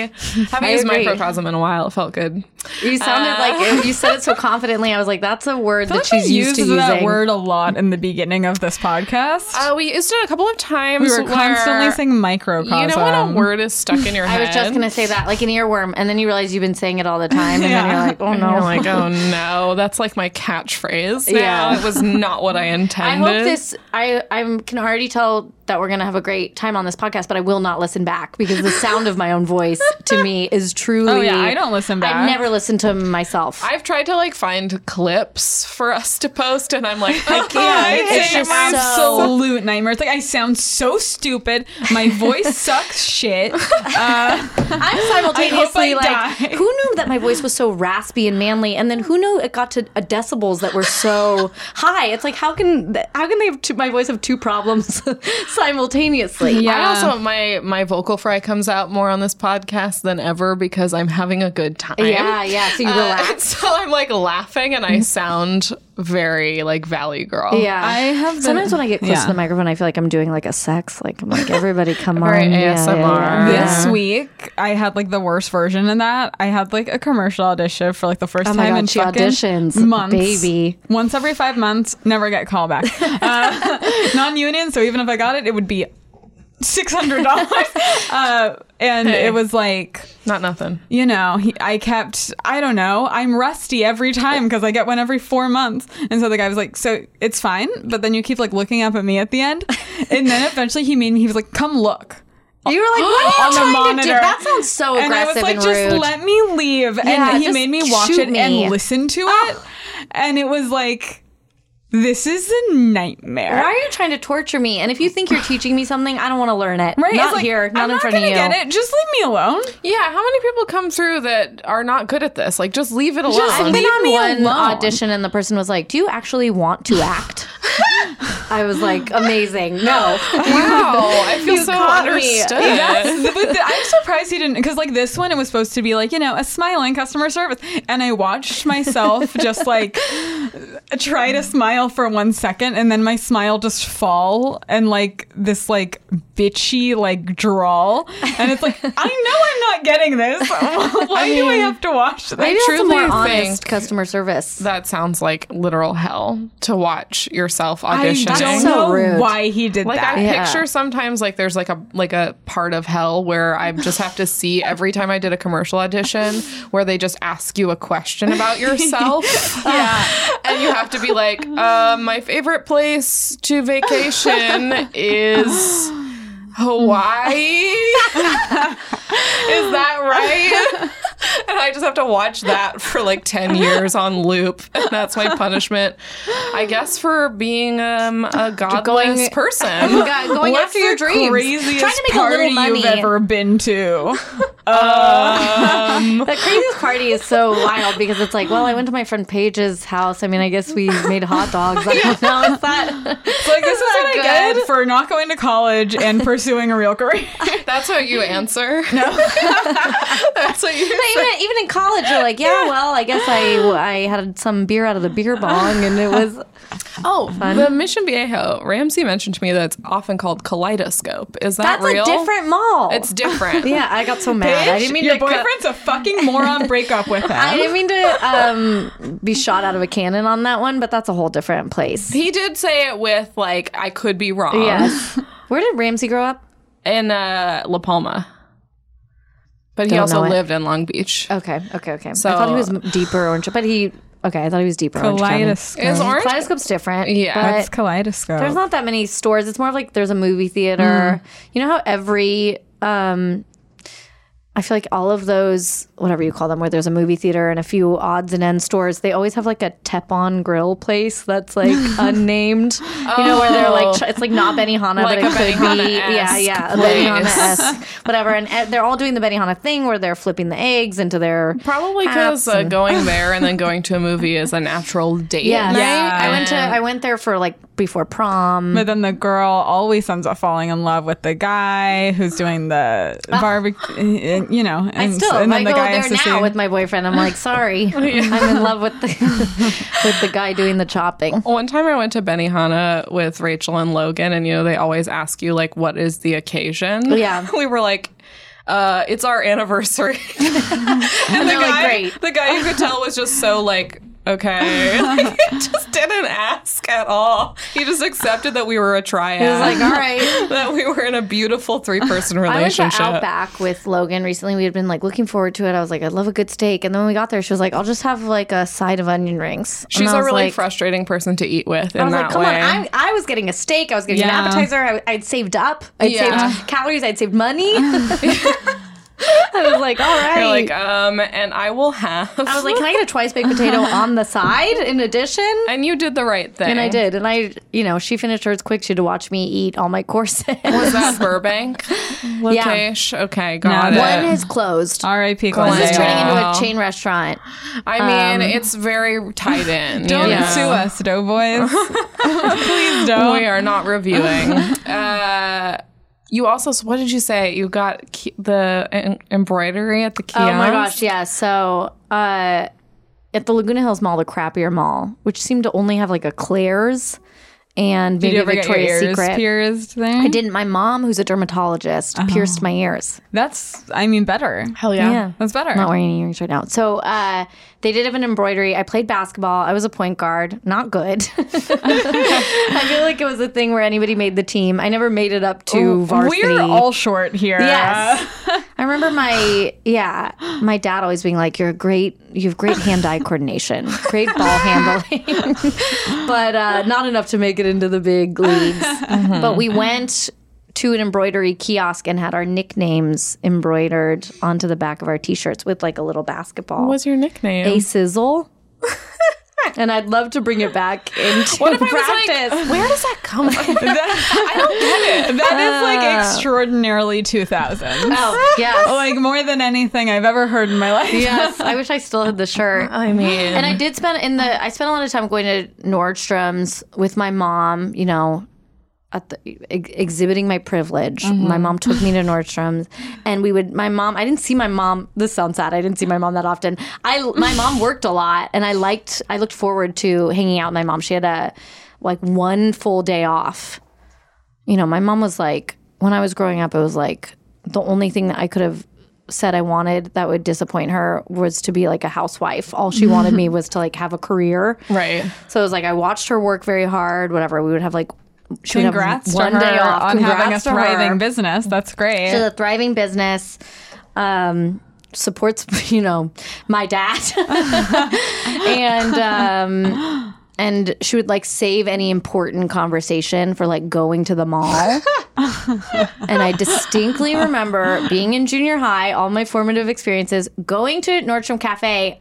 C: haven't
D: I
C: used
D: agree.
C: microcosm in a while. It felt good.
D: You sounded like you said it so confidently. I was like, "That's a word that she's used to using."
B: that word a lot in the beginning of this podcast.
C: Uh, we used it a couple of times.
B: we were constantly
C: where-
B: saying microcosm.
C: You know when a word is stuck in your
D: I
C: head?
D: was just gonna say that, like an earworm, and then you realize you've been saying it all the time, and then
B: Yeah.
D: you're like, "Oh
C: And
D: no!"
C: you're like, oh no, that's like my catchphrase. Now.
D: Yeah.
C: it was not what I
D: I
C: intended.
D: hope this. I I can already tell that we're gonna have a great time on this podcast, but I will not listen back because the sound of my own voice to me is truly.
B: Oh, yeah, I don't listen
D: I
B: back.
D: never listen to myself.
C: I've tried to like find clips for us to post, and I'm like, "Oh, I
D: can't.
C: can't.
D: It's
B: it's
D: just
B: an
D: so-
B: absolute nightmare. It's like I sound so stupid. My voice sucks shit. Uh,
D: I'm simultaneously
B: I hope I
D: like,
B: die.
D: who knew that my voice was so raspy and manly, and then who knew it got to a decibels that were so high? It's like how can th- how can they have two, my voice have two problems simultaneously?
C: I also my my vocal fry comes out more on this podcast than ever because I'm having a good time.
D: yeah, yeah. So you
C: Uh,
D: relax.
C: so Mm-hmm. I'm like laughing and I sound very like Valley Girl.
D: Yeah,
B: I have been-
D: Sometimes when I get close
B: yeah.
D: to the microphone, I feel like I'm doing like a sex. Like I'm like, everybody, come on,
C: Very
D: Yeah, yeah,
C: ASMR.
D: yeah.
B: this week, I had like the worst version of that. I had like a commercial audition for like the first
D: Oh my
B: time
D: God,
B: in
D: she
B: fucking
D: auditions,
B: months.
D: baby.
B: Once every five months, never get called back. Uh, non-union, so even if I got it, it would be six hundred dollars. Uh, and it was like.
C: Not nothing.
B: you know, he, I kept, I don't know, I'm rusty every time because I get one every four months. And so the guy was like, so it's fine. But then you keep like looking up at me at the end. And then eventually he made me, he was like, come look.
D: You were like, what are
B: On
D: you
B: the
D: trying to do?
B: monitor.
D: That sounds so
B: and I
D: aggressive
B: was like,
D: and
B: just
D: rude.
B: let me leave.
D: Yeah,
B: and he
D: just
B: made me watch
D: shoot
B: it
D: me.
B: and listen to it. And it was like, this is a nightmare.
D: Why are you trying to torture me? And if you think you're teaching me something, I don't want to learn it.
B: Right? It's
D: Not
B: like,
D: here, not
B: I'm
D: in
B: not
D: front of
B: gonna
D: you.
B: get it. Just leave me alone.
C: Yeah, how many people come through that are not good at this? Like, just leave it alone.
D: I've been
B: leave
D: on
B: me
D: one
B: alone.
D: audition and the person was like, "Do you actually want to act?" I was like, "Amazing, no."
C: wow, I feel
D: You
C: so
D: caught me.
C: understood.
B: That's, but the, I'm surprised he didn't because like this one, it was supposed to be like you know a smiling customer service, and I watched myself just like try to smile for one second, and then my smile just fall and like this like bitchy like drawl, and it's like I know I'm not getting this. Why do I have to watch this?
D: Maybe that's a
C: truly
D: more honest
C: think-
D: customer service.
C: That sounds like literal hell to watch yourself
B: I
C: auditioning.
B: don't
D: so
B: know
D: rude.
B: why he did
C: like
B: that.
C: I
D: Yeah.
C: picture sometimes like there's like a like a part of hell where I just have to see every time I did a commercial audition where they just ask you a question about yourself. yeah. And you have to be like, uh, my favorite place to vacation is Hawaii. Is that right? and I just have to watch that for like 10 years on loop. And that's my punishment, I guess, for being um, a godless person.
D: Go- going
B: What's
D: after your
B: the
D: dreams,
B: craziest
D: trying to make a
B: party
D: little money.
B: you've ever been to.
D: The craziest party is so wild because it's like, well, I went to my friend Paige's house. I mean, I guess we made hot dogs. I don't know. It's not.
B: Like this is what
D: Isn't that
B: I
D: good?
B: did for not going to college and pursuing a real career.
C: That's what you answer. No. That's what you
D: But even, even in college, you're like, yeah, well, I guess I I had some beer out of the beer bong, and it was
C: Oh, the Mission Viejo. Ramsey mentioned to me that it's often called kaleidoscope. Is that
D: that's
C: real?
D: a different mall.
C: It's different.
D: yeah, I got so mad. I didn't mean
B: your
D: to. cut-
B: boyfriend's a fucking moron. Break up with him.
D: I didn't mean to um, be shot out of a cannon on that one, but that's a whole different place.
C: He did say it with like I could be wrong.
D: Yes. Um, Where did Ramsey grow up?
C: In uh, La Palma. But he
D: Don't
C: also
D: know it. Oh,
C: lived in Long Beach.
D: Okay, okay, okay. I thought he was
C: So-
D: m- deeper orange, but he Okay, I thought it was deeper. Orange County.
B: Kaleidoscope.
C: Is orange?
D: Kaleidoscope's different.
C: Yeah.
D: but
C: That's
B: It's kaleidoscope.
D: there's not that many stores. It's more of like there's a movie theater. You know how every um I feel like all of those whatever you call them where there's a movie theater and a few odds and ends stores, they always have like a Tepon grill place that's like unnamed. You know where they're like tr- it's like not Benihana
C: Like
D: but it
C: a
D: could be yeah,
C: Benihana-esque
D: yeah, a
C: place.
D: Benihana-esque whatever and eh, they're all doing the Benihana thing where they're flipping the eggs into their
C: Probably
D: hats
C: because uh, going there and then going to a movie is a natural date.
D: yeah,
B: Yeah.
D: I went to I went there for like before prom.
B: But then the girl always ends up falling in love with the guy who's doing the barbecue, you know. And,
D: Ah. I still,
B: and
D: I go
B: has
D: there
B: to
D: now
B: say-
D: with my boyfriend. I'm like, sorry, I'm in love with the with the guy doing the chopping.
C: One time I went to Benihana with Rachel and Logan, and you know, they always ask you, like, what is the occasion?
D: Yeah.
C: we were like, uh, it's our anniversary. and the
D: they're like,
C: guy,
D: "Great."
C: the guy you could tell was just so like, okay, like, he just didn't ask at all. He just accepted that we were a triad.
D: He was like, all right.
C: that we were in a beautiful three person
D: I went to
C: relationship.
D: Outback with Logan recently. We had been like looking forward to it. I was like, I love a good steak. And then when we got there, she was like, I'll just have like a side of onion rings. And
C: She's a
D: I was
C: really
D: like,
C: frustrating person to eat with in
D: I was
C: that
D: like, come
C: way.
D: on! I, I was getting a steak. I was getting
B: Yeah.
D: an appetizer. I, I'd saved up. I'd
C: Yeah.
D: saved calories. I'd saved money. I was like, all right.
C: You're like, um, and I will have.
D: I was like, can I get a twice baked potato on the side in addition?
C: and you did the right thing.
D: And I did. And I, you know, she finished hers quick. She had to watch me eat all my courses.
C: Was that Burbank? Location? Okay, got
B: No,
C: it.
D: One is closed.
B: R.I.P.
C: This
D: This
C: Yeah.
D: is turning
B: Glendale.
D: into a chain restaurant.
C: I
D: um,
C: mean, it's very tied in.
B: Don't
C: you know?
B: sue us, doughboys. Please don't.
C: We are not reviewing. uh, you also, what did you say? You got ki- the en- embroidery at the kiosk.
D: Oh my gosh, yeah. So uh, at the Laguna Hills Mall, the crappier mall, which seemed to only have like a Claire's and
B: Did
D: maybe
B: you
D: a
B: ever get your
D: Victoria's
B: ears
D: Secret.
B: pierced Uh-huh. there?
D: I didn't. My mom, who's a dermatologist, pierced my ears.
B: That's, I mean, better.
C: Hell yeah.
B: That's better.
D: Not wearing any earrings right now. So uh, they did have an embroidery. I played basketball. I was a point guard. Not good. I feel like it was a thing where anybody made the team. I never made it up to varsity.
B: Oh, We're all short here.
D: Yes. I remember my yeah, my dad always being like, "You're a great. You have great hand-eye coordination, great ball handling, but uh, not enough to make it into the big leagues."
C: Mm-hmm.
D: But we went to an embroidery kiosk and had our nicknames embroidered onto the back of our t-shirts with like a little basketball.
C: What was your nickname?
D: a sizzle. and I'd love to bring it back into
C: if I was like,
D: practice.
C: Where does that come
B: I don't
C: from?
B: get it. That is like extraordinarily 2000.
D: Ah. oh, yes.
B: Like more than anything I've ever heard in my life.
D: yes. I wish I still had the shirt.
C: I mean,
D: And I did spend in the I spent a lot of time going to Nordstrom's with my mom, you know, at the, ex- exhibiting my privilege.
C: Mm-hmm.
D: My mom took me to Nordstrom's and we would my mom I didn't see my mom this sounds sad. I didn't see my mom that often. I my mom worked a lot and I liked I looked forward to hanging out with my mom. She had a like one full day off. You know, my mom was like when I was growing up it was like the only thing that I could have said I wanted that would disappoint her was to be like a housewife. All she wanted me was to like have a career.
C: right.
D: So it was like I watched her work very hard, whatever. We would have like she would have
B: Congrats
D: one
B: to her
D: day off.
B: on having a
D: Congrats to her.
B: thriving business. That's great.
D: She's a thriving business. Um, supports you know my dad and um and she would like save any important conversation for like going to the mall and i distinctly remember being in junior high all my formative experiences going to nordstrom cafe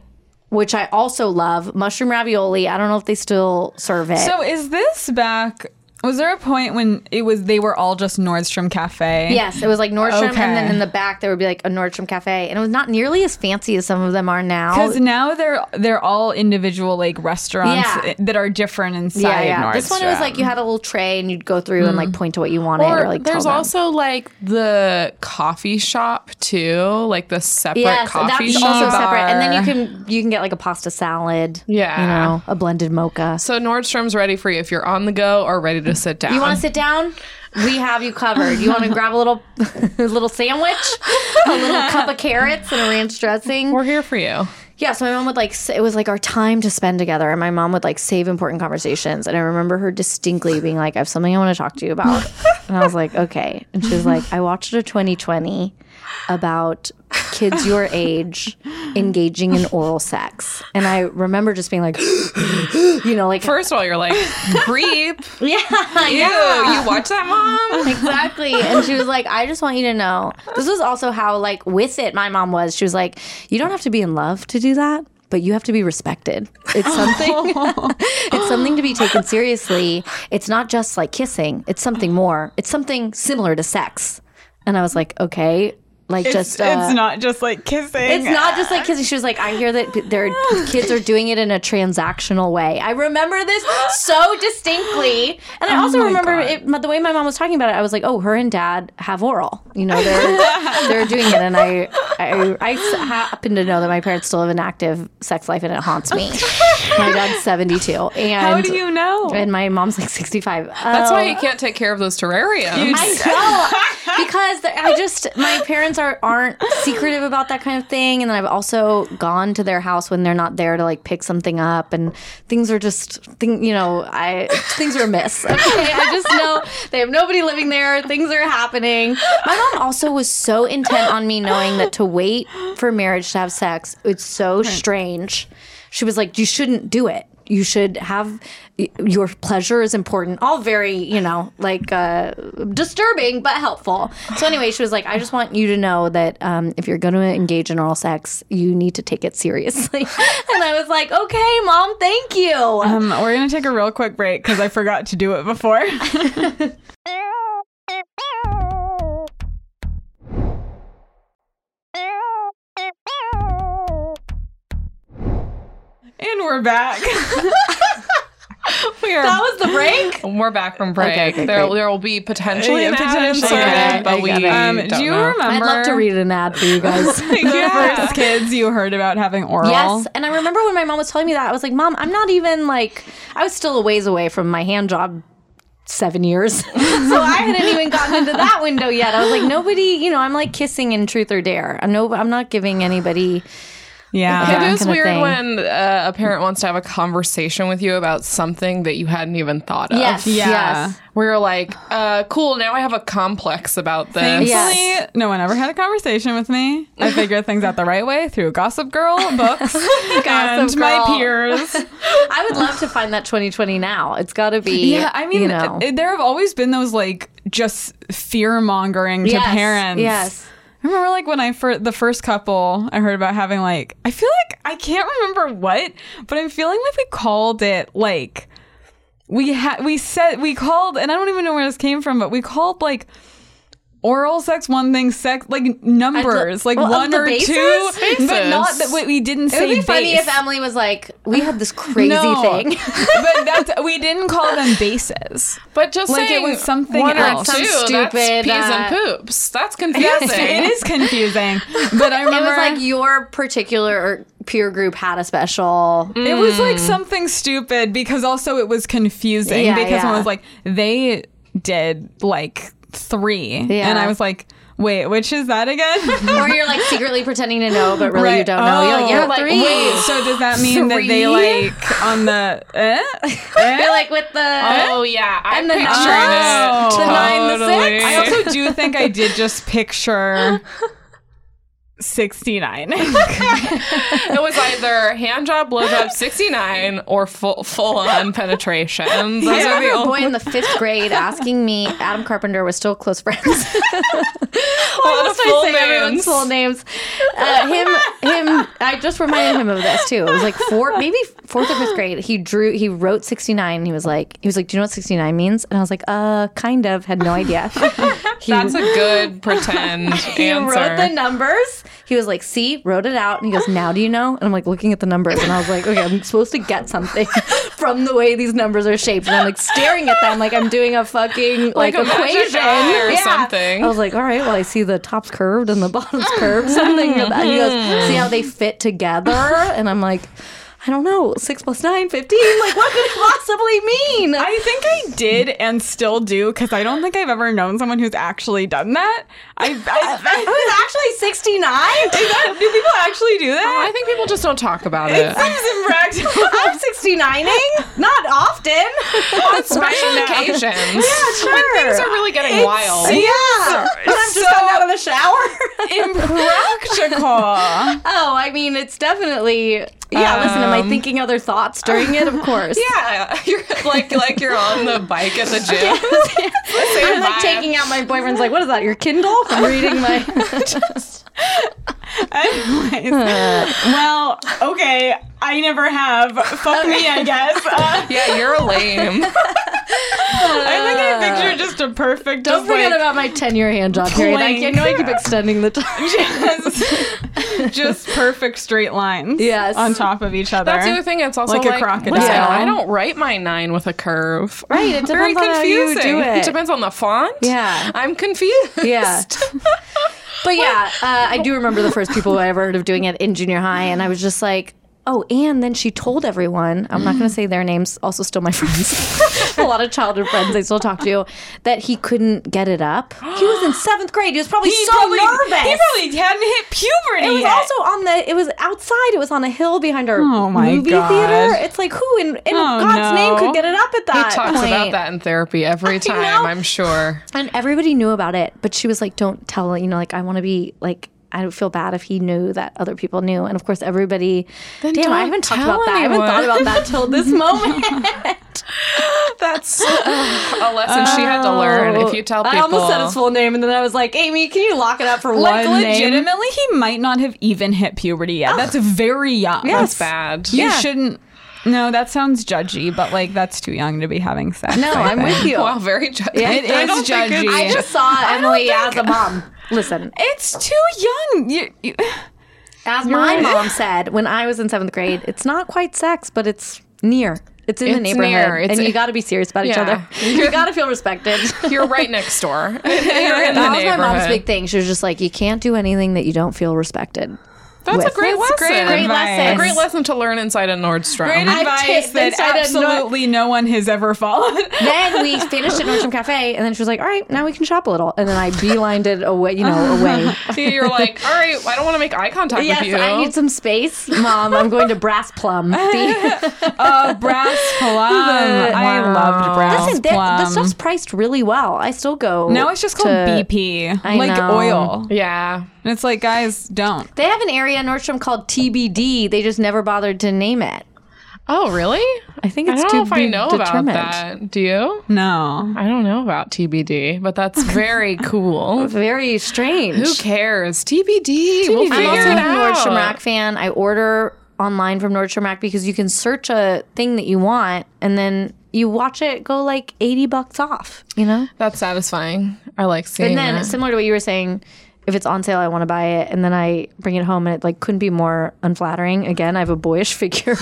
D: which i also love mushroom ravioli i don't know if they still serve it
B: So is this back? Was there a point when it was they were all just Nordstrom Cafe?
D: Yes, it was like Nordstrom,
B: Okay.
D: and then in the back there would be like a Nordstrom cafe, and it was not nearly as fancy as some of them are now.
B: Because now they're they're all individual like restaurants
D: Yeah.
B: that are different inside
D: Yeah, yeah.
B: Nordstrom.
D: This one it was like you had a little tray, and you'd go through and like point to what you wanted, or,
C: Mm. Or
D: like
C: there's
D: tell them.
C: also like the coffee shop too, like the separate
D: Yes,
C: coffee
D: that's
C: shop.
D: also separate, and then
B: bar.
D: you can you can get like a pasta salad,
C: Yeah.
D: you know, a blended mocha.
C: So Nordstrom's ready for you if you're on the go or ready to sit down.
D: You want to sit down? We have you covered. You want to grab a little a little sandwich, a little cup of carrots, and a ranch dressing.
C: We're here for you.
D: Yeah, so my mom would like s- it was like our time to spend together, and my mom would like save important conversations. And I remember her distinctly being like, "I have something I want to talk to you about," and I was like, "Okay." And she was like, "I watched a 2020 about kids your age engaging in oral sex. And I remember just being like, you know, like,
C: First of all, you're like, creep.
D: yeah,
C: Ew,
D: "Ah."
C: you watch that, mom?
D: exactly. And she was like, I just want you to know. This was also how, like, with it, my mom was. She was like, you don't have to be in love to do that, but you have to be respected. It's something. it's something to be taken seriously. It's not just like kissing. It's something more. It's something similar to sex. And I was like, okay, like
B: It's,
D: just. Uh,
B: it's not just like kissing.
D: it's not just like kissing. She was like, I hear that p- their kids are doing it in a transactional way. I remember this so distinctly, and I
B: Oh
D: also remember it, the way my mom was talking about it. I was like, oh, her and dad have oral. You know, they're they're doing it, and I, I I s- happen to know that my parents still have an active sex life, and it haunts me. my dad's seventy two, and
B: How do you know?
D: And my mom's like sixty five.
C: That's why you can't take care of those terrariums.
D: I know because the- I just my parents are aren't secretive about that kind of thing, and then I've also gone to their house when they're not there to like pick something up, and things are just thing you know I things are amiss. Okay, I just know they have nobody living there. Things are happening. My mom also was so intent on me knowing that to wait for marriage to have sex, it's so strange. She was like, you shouldn't do it you should have your pleasure is important all very you know like uh, disturbing but helpful so anyway she was like i just want you to know that um, if you're going to engage in oral sex you need to take it seriously and i was like okay mom thank you
B: Um, we're gonna take a real quick break because I forgot to do it before. And we're back.
C: We are,
D: that was the break
C: we're back from break.
D: okay,
C: there,
D: great.
C: there will be potentially
B: Yeah,
C: an ad
B: potentially.
C: inserted,
D: Okay, I
C: but we
D: got it.
B: Um,
C: don't
B: do you
C: know.
B: remember?
D: i'd love to read an ad for you guys
B: the
C: Yeah.
B: first kids you heard about having oral.
D: Yes, and I remember when my mom was telling me that I was like, "Mom, I'm not even like I was still a ways away from my hand job." Seven years, so I hadn't even gotten into that window yet. I was like, nobody, you know, I'm like kissing in truth or dare. I'm no, I'm not giving anybody.
B: Yeah.
D: that
C: It is
D: kinda
C: weird
D: thing.
C: when uh, a parent wants to have a conversation with you about something that you hadn't even thought of.
D: Yes,
B: Yeah.
D: yes,
C: Where you're like, uh, cool, now I have a complex about this.
D: Yeah.
B: Thankfully, no one ever had a conversation with me. I figure things out the right way through Gossip Girl books and
D: Gossip
B: my
D: Girl.
B: peers.
D: I would love to find that 2020 now. It's got to be.
B: Yeah, I mean,
D: you know,
B: uh, there have always been those like just fear mongering to
D: Yes,
B: parents.
D: yes.
B: I remember like when I first the first couple I heard about having like I feel like I can't remember what, but I'm feeling like we called it like we had we said we called and I don't even know where this came from, but we called like oral sex one thing sex like numbers like
D: well, of
B: one
D: the
B: or
D: bases?
B: two but not
C: Bases.
B: that we, we didn't
D: it
B: say
D: would be funny
B: base.
D: if Emily was like, "We had this crazy thing."
B: but that's we didn't call them bases.
C: But just
B: Like it
C: saying
B: was something
C: one
B: else.
C: Or
D: Some
C: two, that's
D: stupid,
C: peas
D: uh,
C: and poops. That's confusing.
B: it is confusing. But I
D: It
B: remember
D: was like your particular peer group had a special.
B: it was like something stupid because also it was confusing
D: Hmm. Yeah,
B: because
D: yeah.
B: one was like they did like three,
D: Yeah.
B: and I was like, wait, which is that again?
D: or you're like secretly pretending to know, but really you
B: Right.
D: don't know. You're like,
B: Oh.
D: yeah,
B: Like,
D: three.
B: Wait, so does that mean that
D: Three?
B: they like on the? Eh?
D: You're
B: Eh?
D: like with the.
C: Oh, yeah. I'm
D: the
C: picturing
B: numbers.
C: it.
B: The
D: nine, the
C: Totally.
D: six.
B: I also do think I did just picture sixty nine.
C: It was either hand job, blowjob, sixty nine, or full full on penetration. Those
D: I
C: are the
D: remember a
C: only
D: boy in the fifth grade asking me, Adam Carpenter was still close friends. Why
C: lot of
D: must I
C: full
D: say everyone's
C: names.
D: full names? Uh, him, him. I just reminded him of this too. It was like four, maybe fourth or fifth grade. He drew, he wrote sixty nine. and He was like, he was like, do you know what sixty nine means? And I was like, uh, kind of. Had no idea. He
C: That's a good pretend
D: He
C: answer.
D: wrote the numbers. He was like, "See, wrote it out," and he goes, "Now do you know?" And I'm like looking at the numbers, and I was like, "Okay, I'm supposed to get something from the way these numbers are shaped." And I'm like staring at them like I'm doing a fucking
C: Like
D: like,
C: a magic
D: equation
C: eye or
D: Yeah.
C: something.
D: I was like, "All right, well, I see the tops curved and the bottoms curved, something." about-" He goes, "See how they fit together?" And I'm like. I don't know, six plus nine, 15. Like, what could it possibly mean?
B: I think I did and still do because I don't think I've ever known someone who's actually done that. I, I,
D: it was actually 69.
B: Is that- do people actually do that?
C: I think people just don't talk about it.
B: Oh, It seems impractical.
D: I'm 69ing. Not often.
C: Special occasions.
D: sure.
C: Things are really getting wild.
D: yeah. When I'm
B: so-
D: just gotten out of the shower.
B: impractical.
D: Oh, I mean, it's definitely. Yeah, listen, am I thinking other thoughts during it? Of course.
C: Yeah, you're like like you're on the bike at the gym. Same
D: I'm like
C: vibe.
D: taking out my boyfriend's like, what is that, your Kindle? I'm reading my.
B: Anyways, well, okay. I never have. Fuck me, I guess. Uh,
C: Yeah, you're a lame.
B: I think I picture just a perfect. just
D: Don't forget
B: like,
D: about my 10 year hand job period. I, I
B: Plank.
D: know I keep extending the time.
B: just, just perfect straight lines.
D: Yes.
B: on top of each other.
C: That's the other thing. It's also
B: Like
C: like,
B: a crocodile.
C: listen,
D: Yeah.
C: I don't write my nine with a curve.
D: Right, it
C: Very
D: depends on how you
C: confusing.
D: do it.
C: depends on the font.
D: Yeah.
C: I'm confused.
D: Yeah. but yeah, uh, I do remember the first people I ever heard of doing it in junior high, and I was just like, oh, and then she told everyone, I'm not going to say their names, also still my friends, a lot of childhood friends I still talk to, that he couldn't get it up. He was in seventh grade. He was probably so nervous.
B: He probably hadn't hit puberty.
D: it was
B: yet.
D: also on the. It was outside. It was on a hill behind our
B: Oh my
D: movie
B: God.
D: theater. It's like who in, in
B: no.
D: God's name could get it up at that
C: He talks
D: point?
C: about that in therapy every time,
D: know.
C: I'm sure.
D: And everybody knew about it, but she was like, "Don't tell." You know, like I want to be like. I don't feel bad if he knew that other people knew, and of course everybody. damn, I
C: don't
D: haven't talked
C: tell
D: about that. I
C: anyone.
D: haven't thought about that till this moment.
C: That's a lesson she had to learn. If you tell people,
D: Oh. I almost said his full name, and then I was like, "Amy, can you lock it up for
B: Like
D: one name?"
B: legitimately, he might not have even hit puberty yet. That's very young.
C: that's bad.
B: You
D: Yeah.
B: shouldn't. No, that sounds judgy, but like that's too young to be having sex.
D: No,
B: I
D: I'm
B: think.
D: with you.
C: Wow, very judgy.
D: Yeah,
B: It
D: I
B: is
D: don't
C: think it's-
B: judgy.
D: I just saw Emily as a mom. Listen,
B: it's too young. You, you,
D: as my mom said when I was in seventh grade, it's not quite sex, but it's near. It's in the
C: It's
D: neighborhood,
C: near. It's-
D: and you got to be serious about each
C: Yeah.
D: other. You got to feel respected.
C: You're right next door. You're in the
D: that was my mom's
C: neighborhood.
D: big thing. She was just like, you can't do anything that you don't feel respected.
C: That's
D: with.
C: a great
B: That's great
C: lesson.
B: Great advice. lesson.
C: A great lesson to learn inside a Nordstrom.
B: great
D: I've
B: advice
D: ta-
B: that
D: decided not-
B: absolutely no one has ever followed.
D: Then we finished at Nordstrom Cafe, and then she was like, all right, now we can shop a little. And then I beelined it away, you know, away.
C: You're like, all right, I don't want to make eye contact
D: yes,
C: with you.
D: I need some space. Mom, I'm going to Brass Plum. The-
B: Uh, brass plum. I loved brass
D: Listen, the,
B: plum.
D: the stuff's priced really well. I still go.
B: now it's just called
D: to-
B: BP,
D: I
B: like
D: know.
B: oil.
C: yeah.
B: And it's like, guys, don't.
D: They have an area in Nordstrom called TBD. They just never bothered to name it.
C: Oh, really?
D: I think
C: I
D: it's
C: don't
D: too
C: know if I
D: be
C: know about
D: determined.
C: that. Do you?
B: No.
C: I don't know about TBD, but that's very cool.
D: Very strange.
C: Who cares? TBD. We'll
D: I'm
C: figure
D: also
C: it
D: a
C: out.
D: Nordstrom Rack fan. I order online from Nordstrom Rack because you can search a thing that you want and then you watch it go like 80 bucks off, you know?
C: That's satisfying. I like seeing
D: And then
C: that.
D: similar to what you were saying, if it's on sale, I want to buy it, and then I bring it home, and it like couldn't be more unflattering. Again, I have a boyish figure,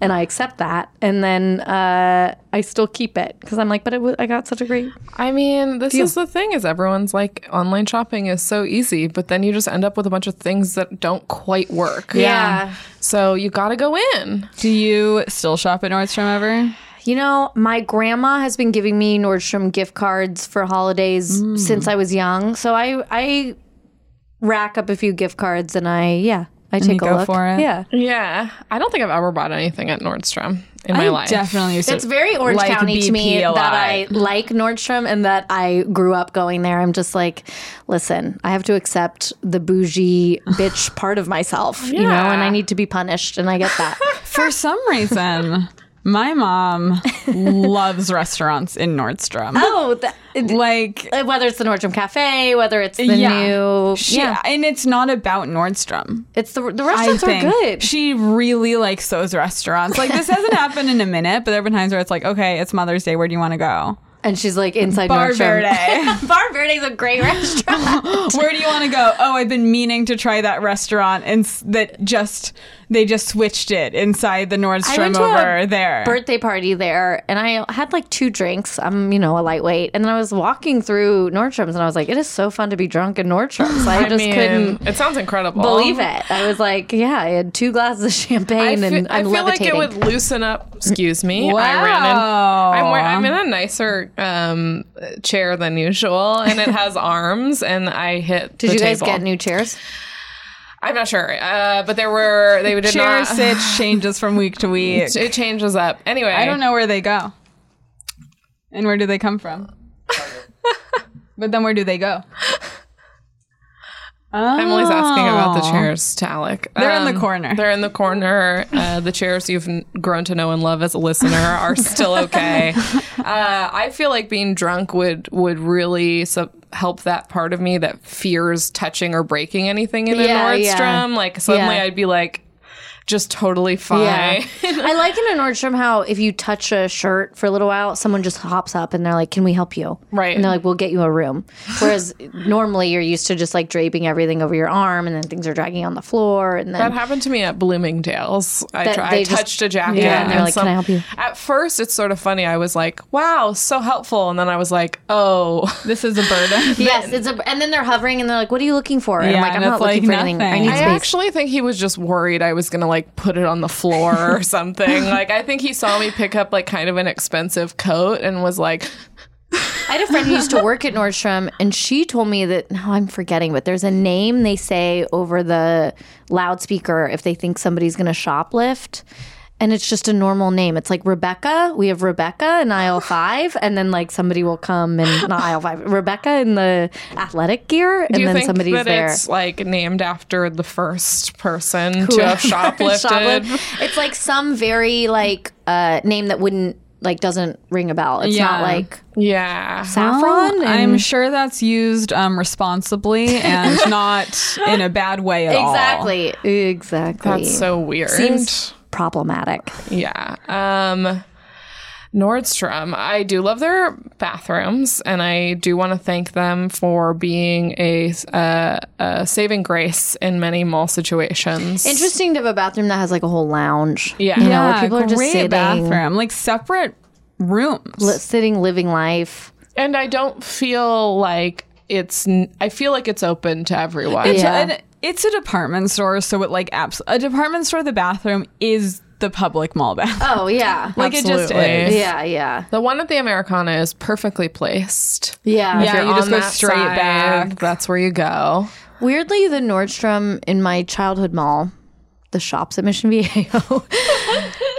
D: and I accept that, and then uh, I still keep it because I'm like, but it w- I got such a great
C: I mean, this is the thing is everyone's like online shopping is so easy, but then you just end up with a bunch of things that don't quite work.
D: Yeah.
C: So you got to go in.
B: Do you still shop at Nordstrom ever?
D: You know, my grandma has been giving me Nordstrom gift cards for holidays
B: Mm.
D: since I was young. So I I rack up a few gift cards and I yeah, I take
B: you
D: a
B: go
D: look.
B: for it?
D: Yeah.
C: Yeah. I my life. I don't think I've ever bought anything at Nordstrom in my
B: I
C: life.
B: definitely used to.
D: It's very Orange
B: like
D: County to me
B: BP a
D: that
B: lot.
D: I like Nordstrom and that I grew up going there. I'm just like, listen, I have to accept the bougie bitch part of myself, you know,
C: Yeah.
D: and I need to be punished and I get that.
B: For some reason, my mom loves restaurants in Nordstrom.
D: oh, the,
B: Like,
D: whether it's the Nordstrom Cafe, whether it's the
B: yeah.
D: new
B: She-
D: yeah,
B: And it's not about Nordstrom.
D: it's the the
B: I
D: restaurants are
B: think.
D: good.
B: She really likes those restaurants. Like, this hasn't happened in a minute, but there have been times where it's like, okay, it's Mother's Day. Where do you want to go?
D: And she's like inside
B: Bar
D: Nordstrom.
B: Verde.
D: Bar Verde's a great restaurant.
B: Where do you want to go? Oh, I've been meaning to try that restaurant and s- that just they just switched it inside the Nordstrom over there.
D: birthday party there, and I had like two drinks. I'm, you know, a lightweight, and then I was walking through Nordstrom's, and I was like, it is so fun to be drunk in Nordstrom's. I, just
C: mean,
D: couldn't
C: It sounds incredible.
D: believe it. I was like, yeah, I had two glasses of
C: I,
D: champagne,
C: fe-
D: and
C: I
D: I'm
C: feel
D: levitating.
C: like it would loosen up. Excuse me. I ran in. I'm, wear- I'm in a nicer um, chair than usual, and it has arms. And I hit.
D: Did
C: the
D: you guys
C: table.
D: get new chairs?
C: I'm not sure, uh, but there were they did
B: Chair
C: not.
B: sits changes from week to week.
C: It changes up anyway.
B: I don't know where they go, and where do they come from. but then where do they go?
C: Emily's asking about the
B: Oh.
C: chairs to Alec. Um,
B: They're in the corner.
C: They're in the corner. Uh, the chairs you've n- grown to know and love as a listener are still okay. uh, I feel like being drunk would would really su- help that part of me that fears touching or breaking anything in
D: Yeah,
C: a
D: yeah.
C: Nordstrom. Like suddenly
D: Yeah.
C: I'd be like, just totally fine.
D: I like in a Nordstrom how if you touch a shirt for a little while, someone just hops up and they're like, "Can we help you?"
C: Right.
D: And they're like, "We'll get you a room." Whereas normally you're used to just like draping everything over your arm, and then things are dragging on the floor, and
C: That
D: then
C: happened to me at Bloomingdale's. I,
D: That
C: tr- I
D: they just-
C: touched a jacket.
D: Yeah, and they're like, "Can I help you?"
C: At first, it's sort of funny. I was like, wow, so helpful. And then I was like, oh.
B: This is a burden.
D: yes, it's a, and then they're hovering and they're like, "What are you looking for?" And
B: Yeah,
D: I'm like, "I'm
B: and
D: not
B: it's
D: looking
B: like
D: for anything. I
B: nothing.
D: need
B: I
D: space."
C: I actually think he was just worried I was gonna like put it on the floor or something. like I think he saw me pick up like kind of an expensive coat and was like,
D: I had a friend who used to work at Nordstrom, and she told me that now I'm forgetting, but there's a name they say over the loudspeaker if they think somebody's going to shoplift. And it's just a normal name. It's like Rebecca. We have Rebecca in aisle five, and then like somebody will come and not aisle five, Rebecca in the athletic gear,
C: Do
D: and
C: you
D: then
C: think
D: somebody's
C: that
D: there.
C: it's like named after the first person to have shoplifted?
D: Shoplift. It's like some very like uh, name that wouldn't like doesn't ring a bell. It's
B: Yeah.
D: not like
C: Yeah.
D: saffron. and-
B: I'm sure that's used um, responsibly and not in a bad way at all.
D: exactly, exactly.
C: That's so weird.
D: Seems problematic.
C: Yeah. Um Nordstrom, I do love their bathrooms, and I do want to thank them for being a, uh, a saving grace in many mall situations.
D: Interesting to have a bathroom that has like a whole lounge.
C: Yeah.
D: you know,
B: Yeah,
D: where people are
B: great
D: just sitting,
B: bathroom, like separate rooms.
D: li- sitting, living life.
C: And I don't feel like it's. n- I feel like it's open to everyone.
D: Yeah.
B: And it's a department store, so it like apps a department store. The bathroom is the public mall bathroom.
D: Oh yeah,
B: like it just
C: absolutely.
B: is.
D: yeah, yeah,
C: The one at the Americana is perfectly placed.
D: yeah,
B: Yeah.
C: You're
B: you just
C: on
B: go
C: that
B: straight
C: side,
B: back.
C: That's where you go.
D: Weirdly, the Nordstrom in my childhood mall, the shops at Mission Viejo,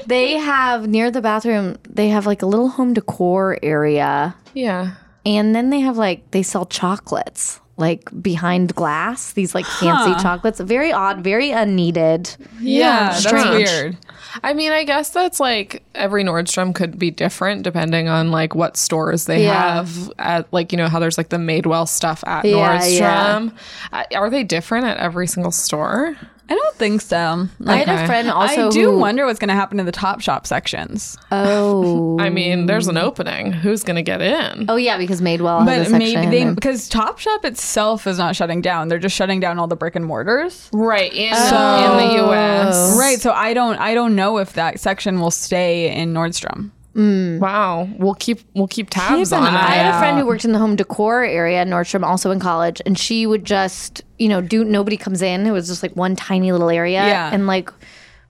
D: they have near the bathroom. They have like a little home decor area,
C: Yeah.
D: and then they have like they sell chocolates. Like behind glass, these like fancy chocolates, very odd, very unneeded.
B: Yeah, that's
D: strange.
B: weird.
C: I mean, I guess that's like every Nordstrom could be different depending on like what stores they
D: Yeah.
C: have at like you know how there's like the Madewell stuff at
D: Yeah,
C: Nordstrom. Uh, Are they different at every single store?
B: I don't think so.
D: I
B: Like,
D: had a friend also
B: I do
D: who,
B: wonder what's going to happen to the top shop sections.
D: Oh,
C: I mean, there's
B: Mm.
C: an opening. Who's going to get in?
D: Oh yeah, because Madewell has
B: But
D: a section.
B: maybe they
D: and-
B: because Top Shop itself is not shutting down. They're just shutting down all the brick and mortars.
C: Right in, in the
D: Oh.
C: U.S.
B: Right. So I don't I don't know if that section will stay in Nordstrom.
C: Wow, we'll keep we'll keep tabs
B: Keep an
C: on it.
B: eye
D: I had a friend who worked in the home decor area at Nordstrom, also in college, and she would just, you know, do nobody comes in. It was just like one tiny little area,
B: Yeah.
D: and like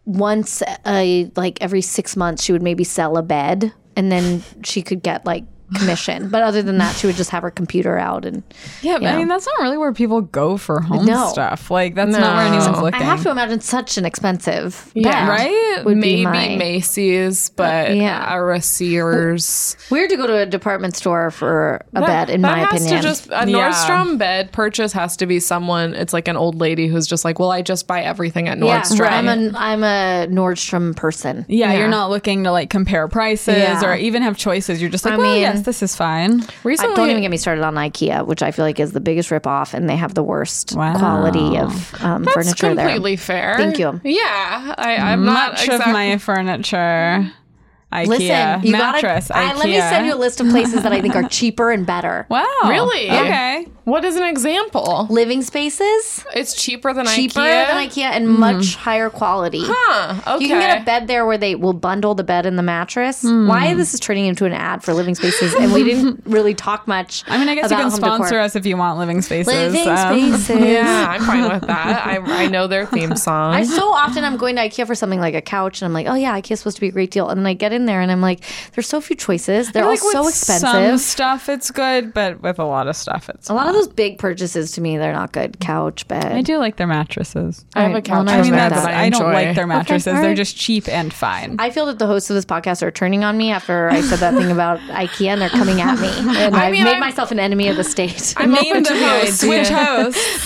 D: once, uh, like every six months, she would maybe sell a bed, and then she could get like commission. but other than that, she would just have her computer out, and
B: Yeah, but
D: Yeah.
B: I mean that's not really where people go for home
D: No.
B: stuff. Like that's not where
C: No.
B: anyone's looking.
D: I have to imagine such an expensive, bed
B: right?
D: Would
C: Maybe
D: be my,
C: Macy's, but
D: yeah.
C: yeah, or a Sears.
D: weird to go to a department store for a bed, in
C: that
D: my
C: has
D: opinion.
C: to just a
B: Yeah.
C: Nordstrom bed purchase has to be someone. It's like an old lady who's just like, well, I just buy everything at
D: yeah,
C: Nordstrom.
D: I'm a I'm a Nordstrom person.
B: yeah, you're not looking to like compare prices
D: Yeah.
B: or even have choices. You're just like,
D: I
B: well,
D: mean-
B: yes, this is fine.
D: I-
C: Recently,
D: don't even get me started on IKEA, which I feel like is the biggest ripoff, and they have the worst quality of um,
C: It's
D: furniture there.
C: completely fair.
D: Thank you.
C: Yeah, I, I'm not
B: Much
C: exactly.
B: of my furniture, IKEA
D: Listen, you
B: mattress.
D: gotta. I,
B: IKEA.
D: let me send you a list of places that I think are cheaper and better.
B: Wow.
C: Really?
B: Okay.
C: What is an example?
D: Living spaces
C: It's cheaper than
D: cheaper
C: IKEA.
D: than IKEA and
B: Mm-hmm.
D: much higher quality.
C: Huh, okay.
D: You can get a bed there where they will bundle the bed and the mattress.
B: Hmm.
D: Why this is turning into an ad for living spaces, and we didn't really talk much.
B: I mean, I guess you can
D: about home decor.
B: sponsor us if you want Living Spaces.
D: Living
B: um,
D: spaces.
C: Yeah, I'm fine with that. I, I know their theme song.
D: I so often I'm going to IKEA for something like a couch, and I'm like, oh yeah, IKEA's supposed to be a great deal, and then I get in there and I'm like, there's so few choices. They're all
B: like
D: so
B: with Some
D: expensive.
B: stuff it's good, but with a lot of stuff it's.
D: a lot of those big purchases to me, they're not good. Couch, bed.
B: I do like their mattresses.
C: I have a
D: Alright, well,
C: couch.
D: now
B: I
D: I
B: mean,
D: respect
B: that's,
D: that.
B: I, don't
C: enjoy.
B: like their mattresses. They're
D: alright.
B: just cheap and fine.
D: I feel that the hosts of this podcast are turning on me after I said that thing about IKEA, and they're coming at me, and
C: I
D: I've
C: mean,
D: made
C: I'm-
D: myself an enemy of the state.
B: Name the host.
C: idea.
B: Which host?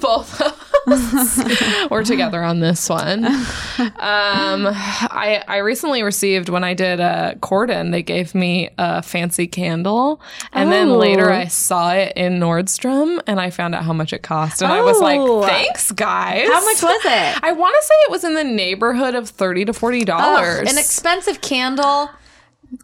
C: both of us were together on this one. Um, I I recently received when I did a cordon, they gave me a fancy candle, and then
D: Oh.
C: later I saw it in Nordstrom, and I found out how much it cost, and I was
D: Oh.
C: like, "Thanks, guys."
D: How much was it? Oh,
C: I want to say it was in the neighborhood of thirty to forty
D: Ugh,
C: dollars.
D: an expensive candle.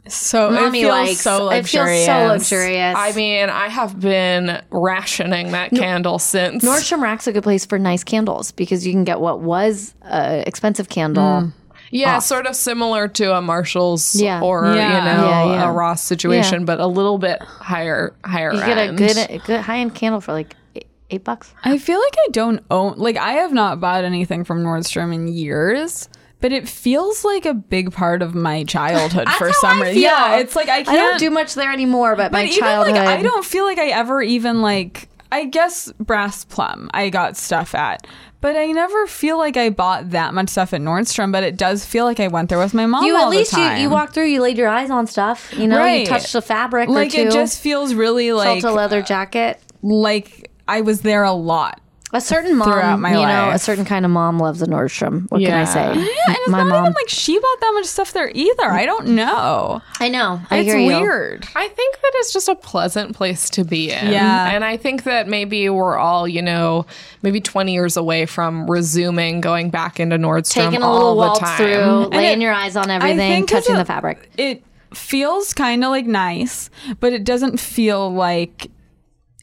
B: So
D: Mommy
B: it feels
D: likes.
B: so
D: it
B: luxurious.
D: feels so luxurious.
C: I mean, I have been rationing that candle since.
D: Nordstrom Rack's a good place for nice candles because you can get what was a expensive candle.
B: Mm,
C: Yeah, sort of similar to a Marshalls
D: Yeah.
C: or
B: Yeah.
C: you know
D: Yeah, yeah.
C: a Ross situation,
D: Yeah.
C: but a little bit higher higher
D: You get a
C: end.
D: good, a good high end candle for like eight, eight bucks.
B: I feel like I don't own. Like I have not bought anything from Nordstrom in years. But it feels like a big part of my childhood for
D: That's how
B: some
D: I
B: reason.
D: feel.
B: Yeah, it's like I can't
D: I don't do much there anymore, but, my
B: But even
D: childhood.
B: like I don't feel like I ever even like I guess brass plum I got stuff at. But I never feel like I bought that much stuff at Nordstrom, but it does feel like I went there with my mom.
D: You at
B: all the
D: least you,
B: time.
D: you walked through, you laid your eyes on stuff. You know,
B: Right.
D: you touched the fabric or
B: like
D: two.
B: it just feels really like uh,
D: felt a leather jacket.
B: like I was there a lot.
D: A certain mom,
B: throughout my
D: you know,
B: life.
D: a certain kind of mom loves a Nordstrom. What can I
C: Yeah.
D: say?
B: And it's
D: my
B: not
D: mom.
B: even like she bought that much stuff there either. I don't know.
D: I know. I
B: it's
D: hear you.
B: weird.
C: I think that it's just a pleasant place to be in.
B: Yeah.
C: And I think that maybe we're all, you know, maybe 20 years away from resuming going back into Nordstrom
D: Taking a
C: all
D: little waltz
C: the time.
D: through,
B: it-
D: laying your eyes on
B: I
D: everything,
B: think 'cause
D: touching
B: it-
D: the fabric.
B: It feels kind of like nice, but it doesn't feel like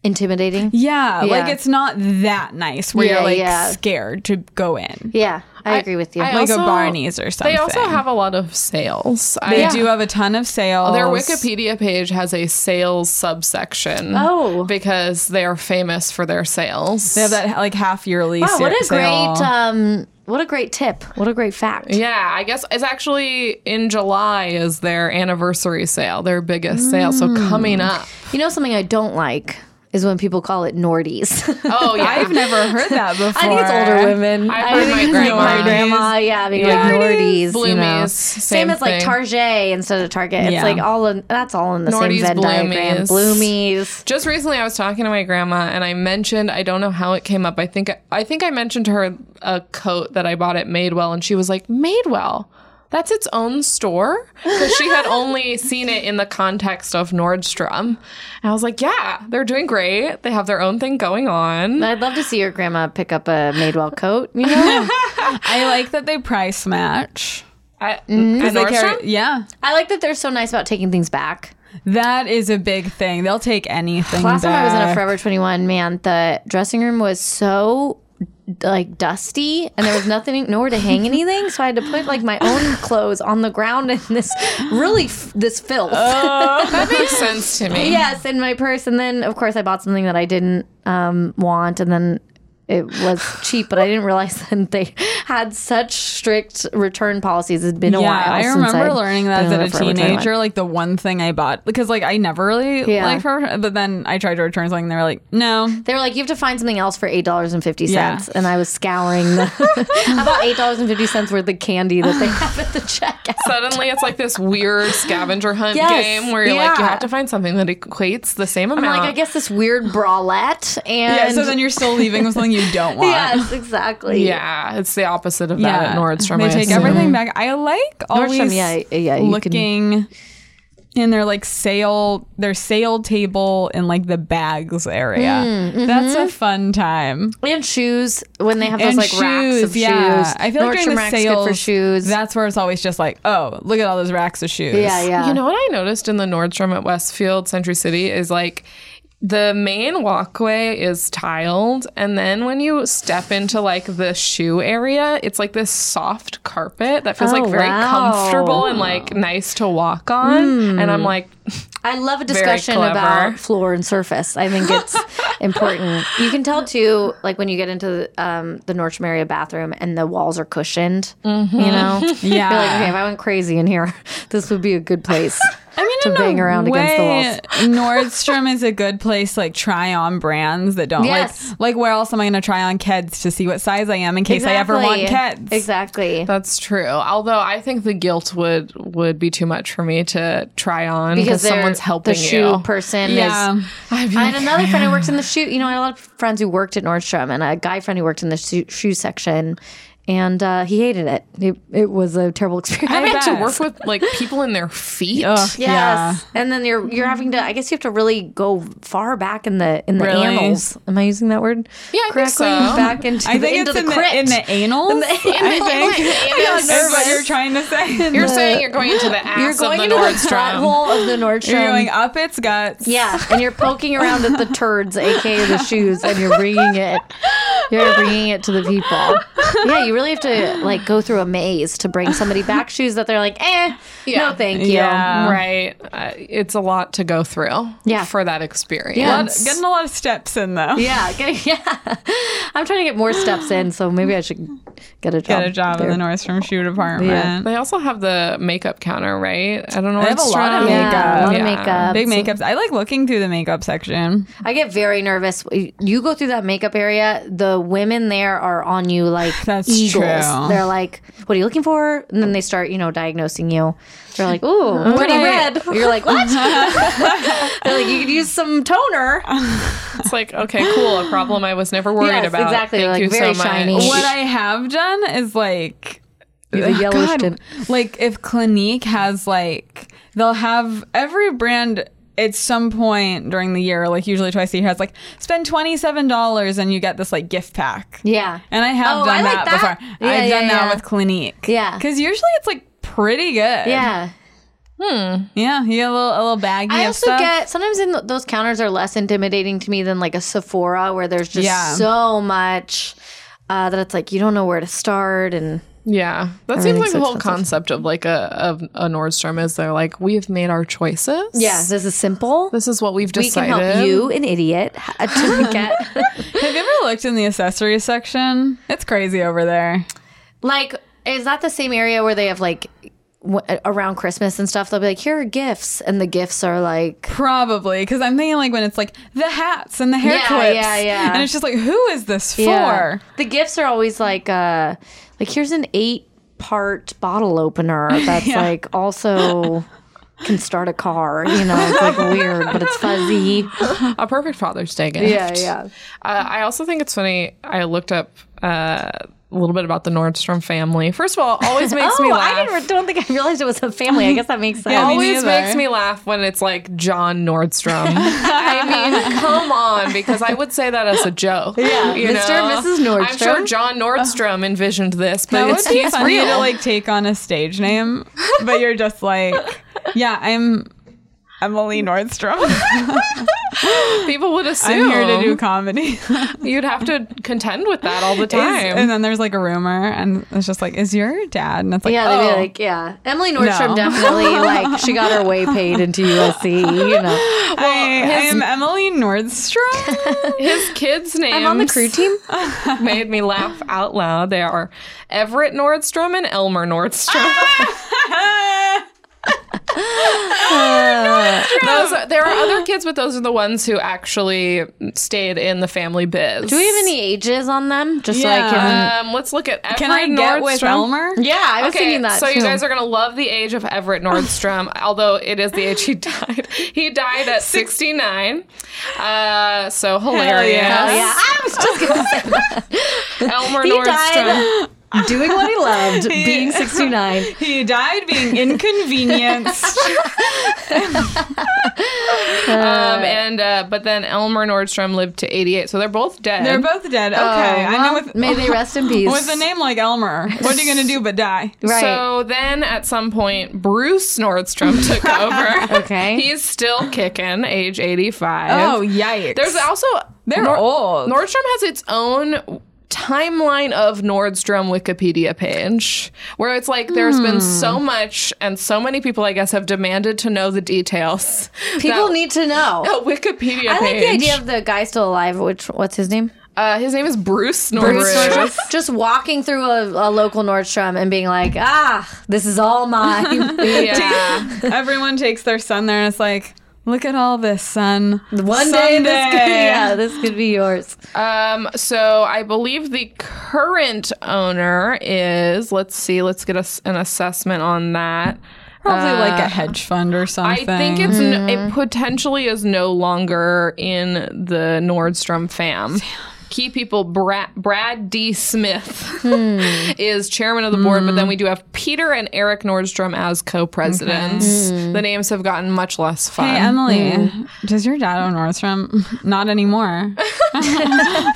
D: Intimidating.
B: Yeah, like
D: Yeah.
B: it's not that nice where
D: Yeah,
B: you're like
D: yeah.
B: scared to go in.
D: Yeah, I, agree with you.
C: I
B: Like
C: Also,
B: a Barney's or something.
C: They also have a lot of sales.
B: They
C: I,
B: do have a ton of sales.
C: Their Wikipedia page has a sales subsection.
D: Oh.
C: Because they are famous for their sales.
B: They have that like half yearly
D: Wow, what a
B: sale.
D: great um, what a great tip. What a great fact.
C: Yeah, I guess it's actually in July is their anniversary sale, their biggest sale. So coming up.
B: Mm.
D: You know something I don't like is when people call it Nordies.
C: Oh yeah.
B: I've never heard that before.
D: I think it's older women.
C: I've heard my
D: it's like
C: grandma.
D: my grandma, yeah, being
C: Yeah.
D: like
C: Nordies,
D: Nordies, you know.
C: Bloomies,
D: Same,
C: same
D: as like
C: thing.
D: Target instead of Target. It's
B: Yeah.
D: like all in, that's all in the
C: Nordies,
D: same Venn diagram.
C: Bloomies.
D: Bloomies.
C: Just recently, I was talking to my grandma, and I mentioned I don't know how it came up. I think I think I mentioned to her a coat that I bought at Madewell, and she was like, "Madewell." That's its own store because she had only seen it in the context of Nordstrom. And I was like, yeah, they're doing great. They have their own thing going on.
D: I'd love to see your grandma pick up a Madewell coat. You know,
B: I like that they price match.
C: At, at
B: 'Cause Mm. they carry-
C: Nordstrom?
B: yeah,
D: I like that they're so nice about taking things back.
B: that is a big thing. They'll take anything.
D: Last time I was in a
B: back.
D: Forever 21, man, the dressing room was so like dusty and there was nothing nowhere to hang anything so i had to put like my own clothes on the ground in this really f- this filth
B: Oh.
C: That makes sense to me.
D: yes in my purse and then of course i bought something that i didn't um, want and then it was cheap but i didn't realize then they had such strict return policies it's been a
B: yeah,
D: while
B: I
D: since
B: remember
D: I'd
B: learning
D: been
B: that as
D: over
B: a
D: Forever 21.
B: teenager. Like the one thing I bought because like I never really
D: Yeah.
B: liked Forever, but then I tried to return something. and They were like, no,
D: They were like, you have to find something else for eight dollars and fifty
B: Yeah.
D: cents, and I was scouring the I bought eight dollars and fifty cents worth of candy that they have at the checkout.
C: Suddenly, it's like this weird scavenger hunt
D: Yes,
C: game where you're like, you
D: yeah.
C: have to find something that equates the same amount.
D: I'm like, I guess this weird bralette and
B: Yeah, so then you're still leaving with something you don't want.
D: yes, exactly.
C: Yeah, it's the opposite of that
B: Yeah.
C: at Nordstrom.
B: They
C: I
B: take
C: assume.
B: everything back. I like always
D: Nordstrom, yeah, yeah, you can.
B: looking in their like sale their sale table in like the bags area.
D: Hmm,
B: That's a fun time.
D: And shoes when they have mm-hmm. those
B: And
D: like
B: shoes,
D: racks of
B: yeah.
D: shoes.
B: I feel like during
D: Nordstrom
B: the
D: racks
B: sales,
D: good for shoes.
B: that's where it's always just like, oh, look at all those racks of shoes.
D: yeah, yeah.
C: You know what I noticed in the Nordstrom at Westfield Century City is like The main walkway is tiled, and then when you step into like the shoe area, it's like this soft carpet that feels
D: Oh,
C: like very
D: wow.
C: comfortable and like nice to walk on. And
D: Hmm.
C: I'm like,
D: I love a discussion
C: clever.
D: about floor and surface. I think it's important. You can tell too, like when you get into the, um, the Nordstrom area bathroom and the walls are cushioned. You know,
B: Mm-hmm. Yeah.
D: You're like, okay, if I went crazy in here, this would be a good place.
B: I mean,
D: to
B: in
D: bang
B: a
D: around against the
B: way, Nordstrom is a good place to like try on brands that don't
D: Yes.
B: like. Like, where else am I going to try on Keds to see what size I am in case I ever want Keds?
D: Exactly.
C: that's true. Although I think the guilt would would be too much for me to try on because
D: they're-
C: someone's helping
D: the shoe
C: you.
D: person
B: Yeah.
D: is
C: I'd be
D: I
C: like,
D: had another friend who worked in the shoe. You know, I had a lot of friends who worked at Nordstrom, and a guy friend who worked in the shoe, shoe section, and uh, he hated it. it. It was a terrible experience.
C: I've had
B: bet.
C: to work with like people in their feet.
B: Ugh,
D: yes, and then you're you're having to. I guess you have to really go far back in the in the
B: Really?
D: annals. Am I using that word?
C: Yeah, I think
D: correctly.
C: so.
D: Back into
B: I
D: the,
B: think
D: into
B: it's
D: the
B: in, the,
D: crypt.
B: in the anal. I think.
D: I'm
B: That's what you're
D: nervous.
B: trying to say.
C: You're saying you're going into the ass
D: You're going
C: of
D: into
C: the
D: the
C: Nordstrom.
D: hole of the Nordstrom.
B: You're going up its guts.
D: Yeah, and you're poking around at the turds, aka the shoes, and you're bringing it. You're bringing it to the people. Yeah, you really have to like go through a maze to bring somebody back shoes that they're like, eh,
C: Yeah.
D: no, thank you.
B: Yeah.
C: right. Uh, it's a lot to go through
D: Yeah.
C: for that experience.
D: Yeah.
B: Lot- Getting a lot of steps in though.
D: Yeah, get- yeah. I'm trying to get more steps in, so maybe I should get a job.
B: Get a job in
D: there.
B: the Nordstrom shoe department.
D: Yeah.
C: They also have the makeup counter, right? I don't know.
B: have a lot of
D: Yeah,
B: Makeup.
D: a lot of
C: Yeah.
D: makeup.
B: Big makeups. I like looking through the makeup section.
D: I get very nervous. You go through that makeup area, the women there are on you like
B: That's
D: eagles.
B: true.
D: They're like, "What are you looking for?" And then they start, you know, diagnosing you. They're like, "Ooh, pretty
B: Right.
D: red." You're like, "What?" They're like, "You could use some toner."
C: It's like, okay, cool. A problem I was never worried
D: Yes,
C: about.
D: exactly.
C: Thank
D: Like,
C: you
D: very
C: so
D: shiny.
C: much.
B: What I have done is like
D: Use a yellowish tint.
B: like if Clinique has like they'll have every brand at some point during the year, like usually twice a year, has like spend twenty seven dollars and you get this like gift pack.
D: Yeah.
B: And I have
D: Oh,
B: done
D: I
B: that,
D: like that.
B: before.
D: Yeah,
B: I've
D: yeah,
B: done
D: yeah.
B: that with Clinique.
D: Yeah.
B: Because usually it's like pretty good.
D: Yeah.
B: Yeah. You get a little a little baggy.
D: I
B: of
D: also
B: stuff.
D: get sometimes in th- those counters are less intimidating to me than like a Sephora where there's just
B: Yeah.
D: so much uh, that it's like you don't know where to start and
C: yeah. That seems like
D: Everything's
C: the
D: so
C: whole
D: expensive.
C: concept of like a, a, a Nordstrom is they're like, we've made our choices.
D: yeah, this is simple.
C: This is what we've
D: we can
C: decided.
D: help you, an idiot, uh, to get
B: Have you ever looked in the accessories section? It's crazy over there.
D: like. Is that the same area where they have like w- around Christmas and stuff? They'll be like, here are gifts, and the gifts are like,
B: Probably, because I'm thinking like when it's like the hats and the hair
D: Yeah,
B: clips,
D: yeah, yeah.
B: and it's just like, who is this for?
D: yeah. The gifts are always like, uh, like here's an eight part bottle opener that's like also can start a car. You know, it's like weird, but it's fuzzy.
C: A perfect Father's Day gift.
D: yeah.
C: Uh, I also think it's funny. I looked up uh, a little bit about the Nordstrom family. First of all, always makes
D: Oh,
C: me laugh.
D: I didn't, don't think I realized it was a family. I guess that makes sense.
B: Yeah, me
C: always
B: neither.
C: makes me laugh when it's like John Nordstrom. I mean, come on, because I would say that as a joke. Yeah,
D: Mr. and Mrs.
C: I'm sure
D: Nordstrom.
C: John Nordstrom envisioned this, but
B: That
C: it's,
B: would be
C: he's
B: funny
C: real.
B: to like take on a stage name, but you're just like, yeah, I'm Emily Nordstrom.
C: People would
B: I'm
C: assume
B: here to do comedy,
C: You'd have to contend with that all the time.
B: and then there's like a rumor, and it's just like, is your dad? And it's like,
D: Yeah, they'd
B: oh.
D: be like, yeah. Emily Nordstrom
B: No.
D: definitely like she got her way paid into USC, you know.
B: I, I am Emily Nordstrom.
C: His kids' names.
D: I'm on the crew team.
C: made me laugh out loud. They are Everett Nordstrom and Elmer Nordstrom. those are, there are other kids, but those are the ones who actually stayed in the family biz.
D: Do we have any ages on them? Just so I can.
C: Um, let's look at Everett
B: Can I get with
C: Nordstrom.
B: Elmer?
D: Yeah, I was thinking that.
C: so
D: too.
C: you guys are gonna love the age of Everett Nordstrom, although it is the age he died. He died at 69. Uh, so hilarious.
B: yeah.
D: Oh, yeah, I was just gonna say
C: Elmer
D: he
C: Nordstrom.
D: died doing what he loved, being 69.
B: He died being inconvenienced.
C: Um, and uh, but then Elmer Nordstrom lived to 88, so they're both dead.
B: They're both dead. Okay,
D: Oh,
B: I know.
D: well,
B: With
D: may they rest in peace.
B: with a name like Elmer, what are you gonna do but die?
D: Right.
C: So then at some point, Bruce Nordstrom took over.
D: Okay.
C: He's still kicking, age 85.
B: Oh yikes!
C: There's also.
B: They're old.
C: Nordstrom has its own timeline of Nordstrom Wikipedia page where it's like there's been
D: Hmm.
C: so much and so many people I guess have demanded to know the details.
D: People
C: that-
D: need to know.
C: a Wikipedia
D: I like
C: page.
D: the idea of the guy still alive, which, what's his name?
C: uh, his name is Bruce Nordstrom.
D: Bruce Nordstrom. Just walking through a, a local Nordstrom and being like, ah, this is all mine.
C: Yeah.
B: Everyone takes their son there, and it's like, look at all this, son.
D: One day this could, yeah, this could be yours.
C: Um, so I believe the current owner is, let's see, let's get us an assessment on that.
B: Probably
D: Uh,
B: like a hedge fund or
C: I
B: something.
C: think it's n
D: Mm-hmm.
C: it potentially is no longer in the Nordstrom fam. Key people Brad, Brad D. Smith
D: Hmm.
C: is chairman of the board, but then we do have Peter and Eric Nordstrom as co-presidents.
D: Hmm.
C: The names have gotten much less fun.
B: Hey Emily,
D: Mm.
B: does your dad own Nordstrom? Not anymore.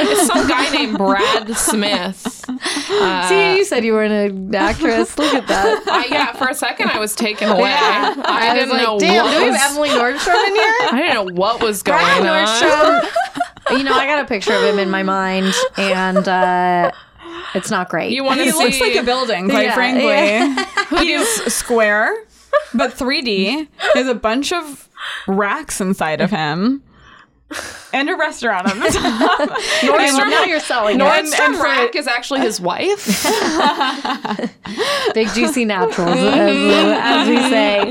C: It's some guy named Brad Smith. Uh,
D: See, you said you were an actress. Look at that.
C: I, yeah, for a second I was taken away. I,
D: was
C: didn't
D: like,
C: know
D: damn,
C: what
D: do we
C: was-
D: have Emily Nordstrom in here?
C: I didn't know what was going
D: Brad
C: on.
D: Nordstrom. you know, I got a picture of him in my mind, and uh, it's not great.
C: You want to
B: He
C: see?
B: looks like a building, quite
D: Yeah,
B: frankly. He's square, but 3D. There's a bunch of racks inside of him. And a restaurant on the top.
D: Nordstrom, now you're selling it.
C: Nordstrom Rack is actually his wife.
D: Big juicy naturals, as, as we say.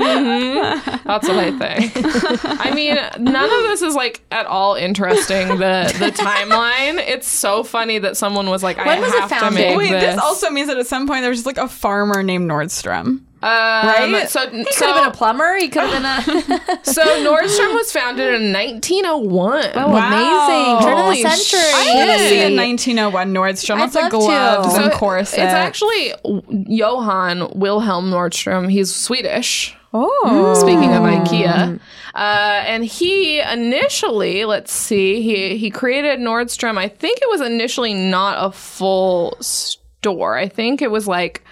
C: That's what I think. I mean, none of this is like at all interesting. The the timeline. It's so funny that someone was like, I
D: When was it
C: have to
D: founded?
C: make
B: Wait, this
C: this.
B: also means that at some point there was just like a farmer named Nordstrom.
C: Um,
B: right?
C: So
D: He could
C: so,
D: have been a plumber. He could have been a
C: so Nordstrom was founded in 1901.
D: oh, amazing turn
C: Holy
D: of the century.
B: I want to see a
C: Hey.
B: 1901 Nordstrom. Lots
D: I'd
B: of
D: love to.
B: gloves
D: So
B: and
C: it-
B: corsets.
C: It's actually Johann Wilhelm Nordstrom. He's Swedish.
B: oh,
C: Speaking of IKEA, uh, and he initially, let's see, he he created Nordstrom. I think it was initially not a full store. I think it was like,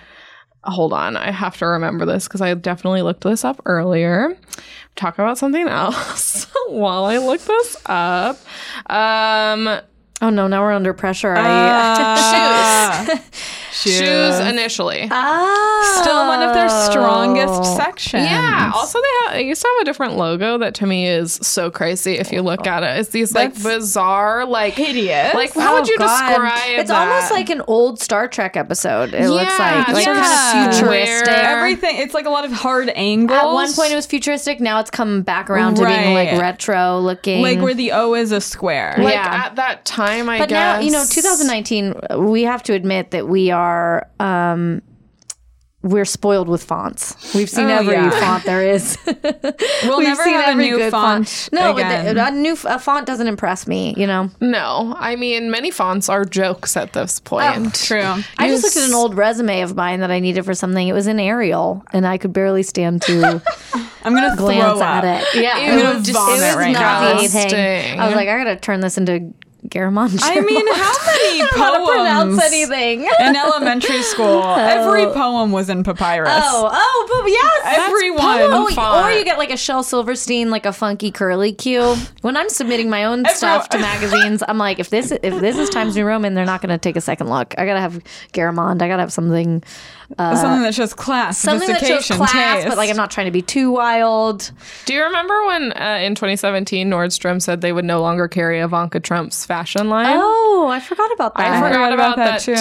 C: hold on, I have to remember this because I definitely looked this up earlier. Talk about something else while I look this up. Um,
D: Oh no, now we're under pressure. I,
B: Ah. shoes.
C: shoes initially.
D: Ah.
B: Still one of their strongest sections.
C: Yeah. Also, they, have, they used to have a different logo that to me is so crazy if you look at it. It's these like
B: That's
C: bizarre, like
B: hideous.
C: Like, how would
D: Oh,
C: you
D: God.
C: describe?
D: It's almost
C: that?
D: like an old Star Trek episode. It looks like like
B: yeah.
D: kind of futuristic.
C: Where-
B: Everything. It's like a lot of hard angles.
D: At one point, it was futuristic. Now it's come back around to being
B: Right.
D: like retro looking.
B: like where the O is a square.
C: Like,
D: yeah.
C: at that time, I
D: uh, but
C: guess.
D: now you know, 2019. We have to admit that we are. Um, we're spoiled with fonts. We've seen
B: Oh,
D: every
B: yeah.
D: font there is.
B: we'll
D: We've
B: never
D: seen
B: have a
D: every
B: new
D: good
B: font.
D: No, but
B: again.
D: the, a new f- a font doesn't impress me. You know,
C: No, I mean many fonts are jokes at this point.
B: True.
D: I just looked at an old resume of mine that I needed for something. It was in Arial, and I could barely stand to
B: I'm gonna
D: glance
B: throw
D: at
B: up.
D: it. Yeah,
C: I'm gonna vomit
D: it was
B: right now.
D: nauseating. I was
C: Disgusting.
D: like, I gotta turn this into Garamancho.
B: I mean, how many
D: don't pronounce
B: poems
D: anything.
B: in elementary school? Every poem was in papyrus.
D: Oh, oh, but yes,
B: Everyone.
D: Oh,
C: Font.
D: or you get like a Shel Silverstein, like a funky curly Q. When I'm submitting my own stuff to magazines, I'm like, if this if this is Times New Roman, they're not going to take a second look. I gotta have Garamond. I gotta have something
B: something that shows class,
D: something that shows
B: sophistication,
D: class,
B: taste.
D: but like I'm not trying to be too wild.
C: Do you remember when uh, in 2017 Nordstrom said they would no longer carry Ivanka Trump's fashion line?
D: Oh, I forgot about that.
C: I forgot about, that, too. Good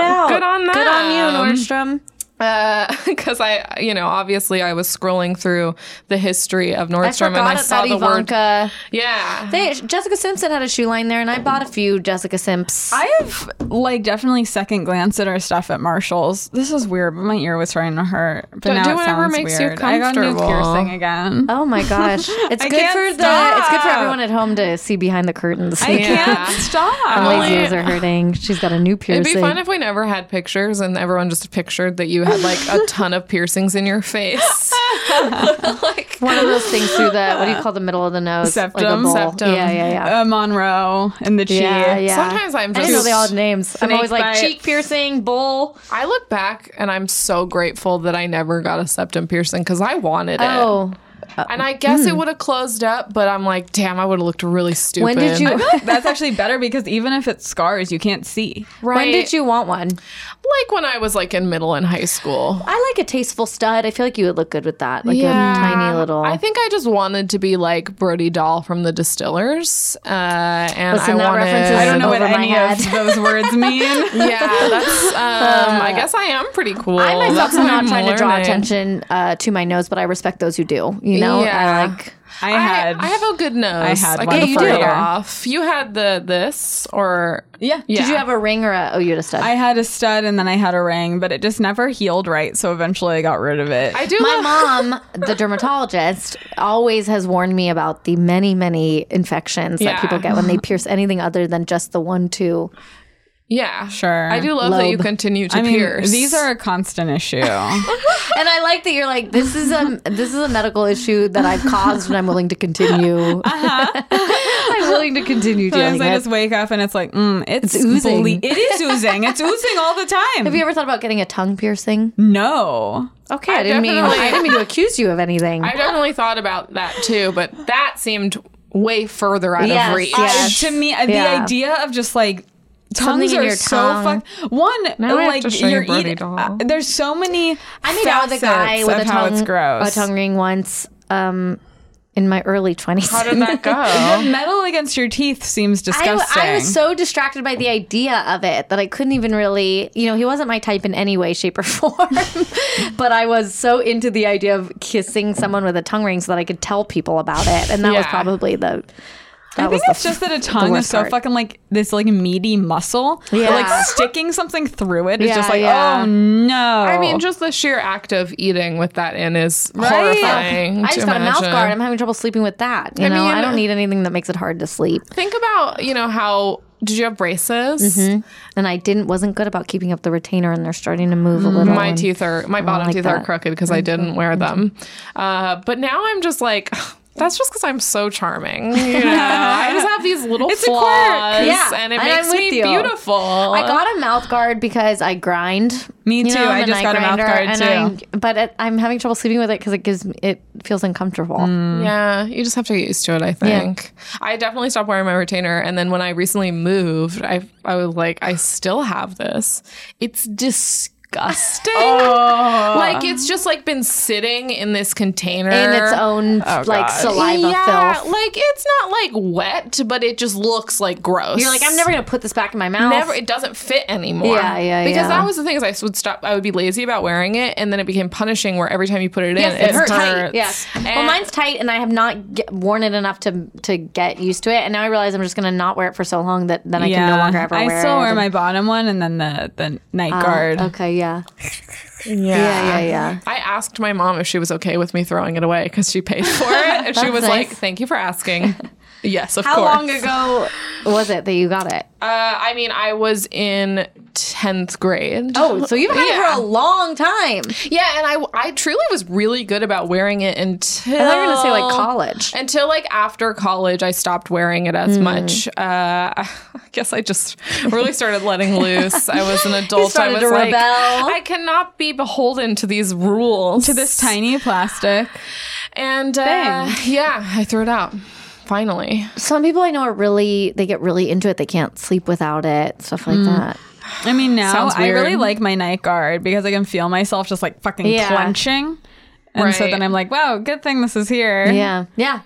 C: on,
D: out.
C: Good on that.
D: Good on you, Nordstrom.
C: because Uh, I, you know, obviously I was scrolling through the history of
D: I
C: Nordstrom and
D: forgot
C: I
D: about
C: saw the word.
D: Ivanka.
C: Yeah.
D: They, Jessica Simpson had a shoe line there, and I bought a few Jessica Simps.
B: I have like definitely second glance at our stuff at Marshalls. This is weird, but my ear was starting to hurt. But
C: Do-
B: now
C: do
B: it
C: whatever
B: sounds
C: makes you
B: weird. I got new
C: comfortable.
B: piercing again.
D: oh my gosh, it's
B: I
D: good
B: can't
D: for the it's good for
B: stop.
D: everyone at home to see behind the curtains.
B: I can't
C: Yeah.
D: Her
B: stop.
D: lazy ears are hurting. She's got a new piercing.
C: It'd be fun if we never had pictures and everyone just pictured that you had like a ton of piercings in your face. like,
D: one of those things through the what do you call the middle of the nose? like a
B: Septum.
D: bowl.
C: Septum. Oh,
D: Yeah, yeah, yeah.
B: Uh, Monroe and the chi.
D: yeah, yeah.
C: Sometimes I'm
D: I didn't know
C: just-
D: they all had names. I'm
B: Snake
D: always like
B: bite.
D: cheek piercing, bowl.
C: I look back and I'm so grateful that I never got a septum piercing because I wanted it.
D: Oh, hmm.
C: And I guess it would have closed up, but I'm like, damn, I would have looked really stupid.
D: when did you?
B: That's actually better because even if it scars, you can't see.
C: Right.
D: When did you want one?
C: Like when I was like in middle and high school.
D: I like a tasteful stud. I feel like you would look good with that, like a tiny little.
C: I think I just wanted to be like Brody Doll from the Distillers, uh, and
D: Listen,
C: I
D: that
C: wanted.
D: reference is-
B: I don't know what
D: Over my
B: any
D: head.
B: of those words mean.
C: yeah, that's. Um, I guess I am pretty cool.
D: I myself
C: That's
D: am
C: what
D: not
C: I'm
D: trying to draw
C: learning.
D: attention uh, to my nose, but I respect those who do. You know,
C: Yeah.
D: I like.
B: I
C: I,
B: had.
C: I have a good nose.
B: I had
C: I
B: one
C: can
B: before
C: pull it
B: here.
C: off. You had the this or
B: yeah.
C: Yeah.
D: Did you have a ring or a? Oh, you had a stud.
B: I had a stud and then I had a ring, but it just never healed right. So eventually I got rid of it.
C: I do
D: my
C: love
D: mom, the dermatologist, always has warned me about the many, many infections
C: Yeah.
D: that people get when they pierce anything other than just the one two.
C: Yeah,
B: Sure.
C: I do love that you
D: Lobe.
C: continue to
B: I mean,
C: pierce.
B: these are a constant issue.
D: And I like that you're like, this is a this is a medical issue that I've caused, and I'm willing to continue.
C: Uh-huh.
D: I'm willing to continue dealing
B: Sometimes I
D: with.
B: just wake up and it's like, mm, it's,
D: It's oozing.
B: ble- it is oozing. It's oozing all the time.
D: Have you ever thought about getting a tongue piercing?
B: no.
D: Okay, I, didn't mean
C: Mm, definitely-
D: I didn't mean to accuse you of anything.
C: I definitely thought about that too, but that seemed way further out
D: Yes,
C: of reach.
D: yes.
B: to me uh,
D: Yeah.
B: the idea of just like
D: Something
B: tongues
D: in
B: are
D: your
B: so
D: tongue.
B: fuck one
C: Now I have
B: like
C: to show you
B: you're
C: Birdie
B: eating
C: Doll.
B: uh, there's so many
D: I made out with a guy
B: facets
D: with
B: of
D: a
B: how
D: tongue,
B: it's gross
D: a tongue ring once um, in my early 20s.
C: How did that
B: the
C: go?
B: metal against your teeth seems disgusting
D: I, I was so distracted by the idea of it that I couldn't even really, you know, he wasn't my type in any way, shape, or form. but I was so into the idea of kissing someone with a tongue ring so that I could tell people about it. And that was
C: Yeah.
D: probably the. That
B: I think
D: was the
B: it's just that a tongue is
D: worst
B: so
D: part.
B: fucking like this like meaty muscle. Yeah.
D: Yeah.
B: like sticking something through it is
D: Yeah,
B: just like,
D: yeah.
B: oh no.
C: I mean, just the sheer act of eating with that in is
B: Right?
C: horrifying.
D: I
C: to
D: just got a mouth
C: imagine.
D: guard. I'm having trouble sleeping with that. You
C: I
D: know,
C: mean-
D: I don't need anything that makes it hard to sleep.
C: Think about you know how did you have braces?
D: Mm-hmm. And I didn't wasn't good about keeping up the retainer, and they're starting to move a
B: Mm,
D: little.
C: My
D: and-
C: teeth are my bottom
D: Oh, like
C: teeth are
D: that. Mm-hmm.
C: crooked because I didn't wear them. Uh, but now I'm just like. That's just because I'm so charming. You know? I just have these little
B: It's a quirk.
C: flaws,
D: Yeah,
C: and it
D: and
C: makes
D: I'm with
C: me
D: you.
C: beautiful.
D: I got a mouth guard because I grind.
B: Me too. I
D: I'm a
B: just
D: night
B: got a mouth guard
D: and
B: too.
D: I, but it, I'm having trouble sleeping with it because it gives me, it feels uncomfortable.
C: Yeah, you just have to get used to it, I think. I definitely stopped wearing my retainer. And then when I recently moved, I, I was like, I still have this. It's disgusting. Like, it's just like been sitting in this container.
D: Oh. In its own like
B: God.
D: saliva
C: yeah,
D: filth.
C: like it's not like wet, but it just looks like gross.
D: You're like, I'm never gonna put this back in my mouth.
C: Never, it doesn't fit anymore.
D: Yeah, yeah,
C: Because
D: yeah.
C: that was the thing is I would stop. I would be lazy about wearing it, and then it became punishing. Where every time you put it in,
D: Yes, it,
C: it's
D: hurts.
C: tight.
D: Yes. well,
C: And-
D: mine's tight, and I have not get, worn it enough to to get used to it. And now I realize I'm just gonna not wear it for so long that then I can no longer ever
B: I
D: wear it.
B: still wear
D: And-
B: my bottom one and then the the night guard.
D: Okay. Yeah. Yeah. Yeah. Yeah.
C: I asked my mom if she was okay with me throwing it away because she paid for it. And she
D: That's
C: was
D: nice.
C: like, thank you for asking. yes, of
D: How
C: course.
D: long ago was it that you got it?
C: Uh, I mean, I was in 10th grade.
D: Oh, so you've had it
C: Yeah.
D: for a long time.
C: Yeah, and I, I truly was really good about wearing it until.
D: I thought you were gonna say like college. Hmm.
C: Until like after college, I stopped wearing it as much. Uh, I guess I just really started letting loose. I was an adult.
D: started
C: I was
D: to
C: like,
D: rebel.
C: I cannot be beholden to these rules.
B: To this tiny plastic.
C: And uh, yeah, I threw it out. Finally.
D: Some people I know are really they get really into it. They can't sleep without it, stuff like that.
B: I mean, now
C: Sounds
B: I really
C: weird.
B: like my night guard because I can feel myself just like fucking
D: Yeah.
B: clenching. And so
C: Right.
B: then I'm like, wow, good thing this is here.
D: Yeah, yeah.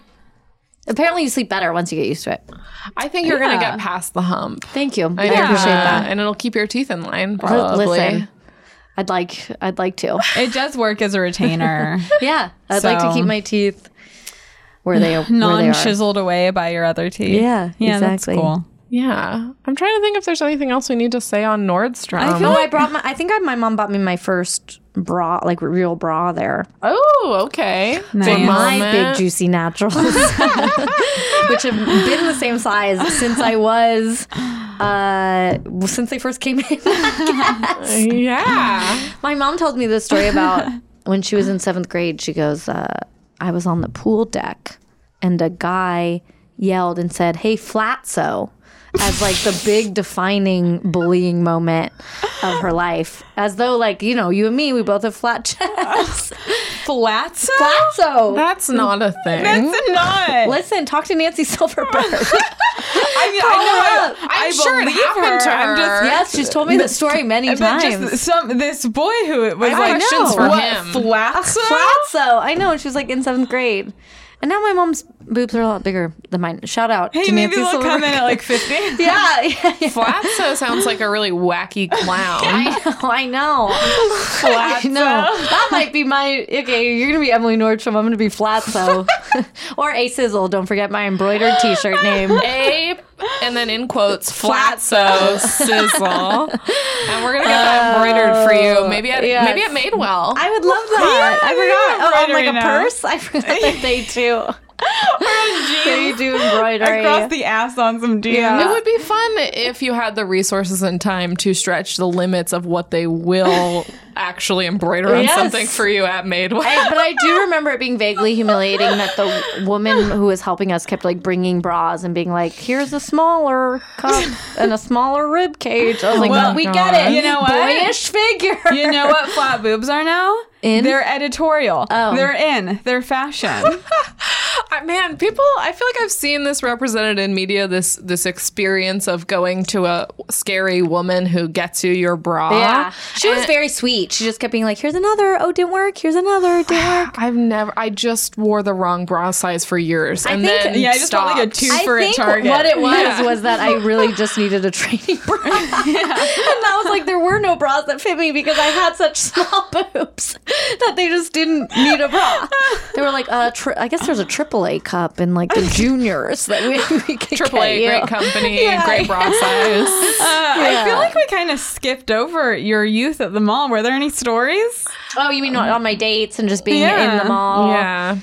D: Apparently, you sleep better once you get used to it.
C: I think you're gonna
B: Yeah.
C: get past the hump.
D: Thank you. I
C: Yeah.
D: appreciate that.
C: And it'll keep your teeth in line
D: L-
C: probably.
D: Listen, I'd like I'd like to.
B: It does work as a retainer,
D: Yeah, I'd like to
B: So-
D: keep my teeth where they where they
B: non
D: are.
B: chiseled away by your other teeth.
D: Yeah,
B: yeah,
D: exactly.
B: that's cool.
C: Yeah. I'm trying to think if there's anything else we need to say on Nordstrom.
D: I feel I brought my. I think I, my mom bought me my first bra, like real bra there.
C: oh, okay.
D: For
B: Nice.
D: my big
C: moment.
D: juicy naturals, which have been the same size since I was, uh, well, since they first came in.
C: Yeah.
D: My mom told me this story about when she was in seventh grade. She goes, uh, I was on the pool deck and a guy yelled and said, Hey, Flatso, as like the big defining bullying moment of her life. As though, like, you know, you and me, we both have flat chests.
B: Flats?
D: Flatso.
C: That's not a thing.
B: That's not.
D: Listen, talk to Nancy Silverberg.
B: I mean, I know. I,
C: I'm
B: I
C: sure it
B: believe
C: happened
B: her.
C: to
B: I'm just-
C: her.
D: yes, she's told me this story many
B: but
D: times.
B: just some this boy who it was
C: have
B: like
C: questions for
B: what,
C: him.
B: Flatso?
D: Flatso. I know. She was like in seventh grade. And now my mom's boobs are a lot bigger than mine. Shout out
B: Hey,
D: to
B: maybe
D: Nancy
B: we'll
D: Silverberg.
B: come in at like fifty.
D: yeah, yeah, yeah.
C: Flatso sounds like a really wacky clown.
D: I know. I know. That might be my okay. You're gonna be Emily Nordstrom. I'm gonna be Flatso, or A Sizzle. Don't forget my embroidered T-shirt name.
C: A and then in quotes Flatso sizzle, Oh, and we're gonna get that embroidered for you. Maybe at
D: yes.
C: maybe at Madewell.
D: I would love that.
B: Yeah,
D: I
B: you're
D: forgot. Oh, I'm like a
B: embroidering now.
D: purse. I forgot that they do. they do embroidery.
B: Across the ass on some jeans.
C: it would be fun if you had the resources and time to stretch the limits of what they will actually embroider on
D: Yes.
C: something for you at Madewell.
D: I, but I do remember it being vaguely humiliating that the woman who was helping us kept like bringing bras and being like, "Here's a smaller cup and a smaller rib cage." I was like, "Oh
B: Well,
D: "We
B: God.
D: get it,
B: You know what?
D: boyish figure."
B: You know what flat boobs are now?
D: In?
B: They're editorial.
D: Oh.
B: They're in. They're fashion. Uh,
C: I- man, people, I feel like I've seen this represented in media. This this experience of going to a scary woman who gets you your bra.
D: Yeah, she was very sweet. Uh-huh. She just kept being like, "Here's another. Oh, didn't work. Here's another. Didn't work."
C: I've never. I just wore the wrong bra size for years, and
D: think-
C: then
B: yeah, I just
C: stopped.
B: got like a two for
D: I think
B: a target.
D: what it was was that I really just needed a training bra, and that was like there were no bras that fit me because I had such small boobs that they just didn't need a bra. They were like, uh, tri- I guess there's a AAA cup in like the juniors that we, we could
C: Triple
D: get
C: A,
D: you.
C: great company, great bra size.
B: Uh, I feel like we kind of skipped over your youth at the mall. Were there any stories?
D: Oh, you mean on my dates and just being in
B: Yeah.
D: the mall?
C: yeah.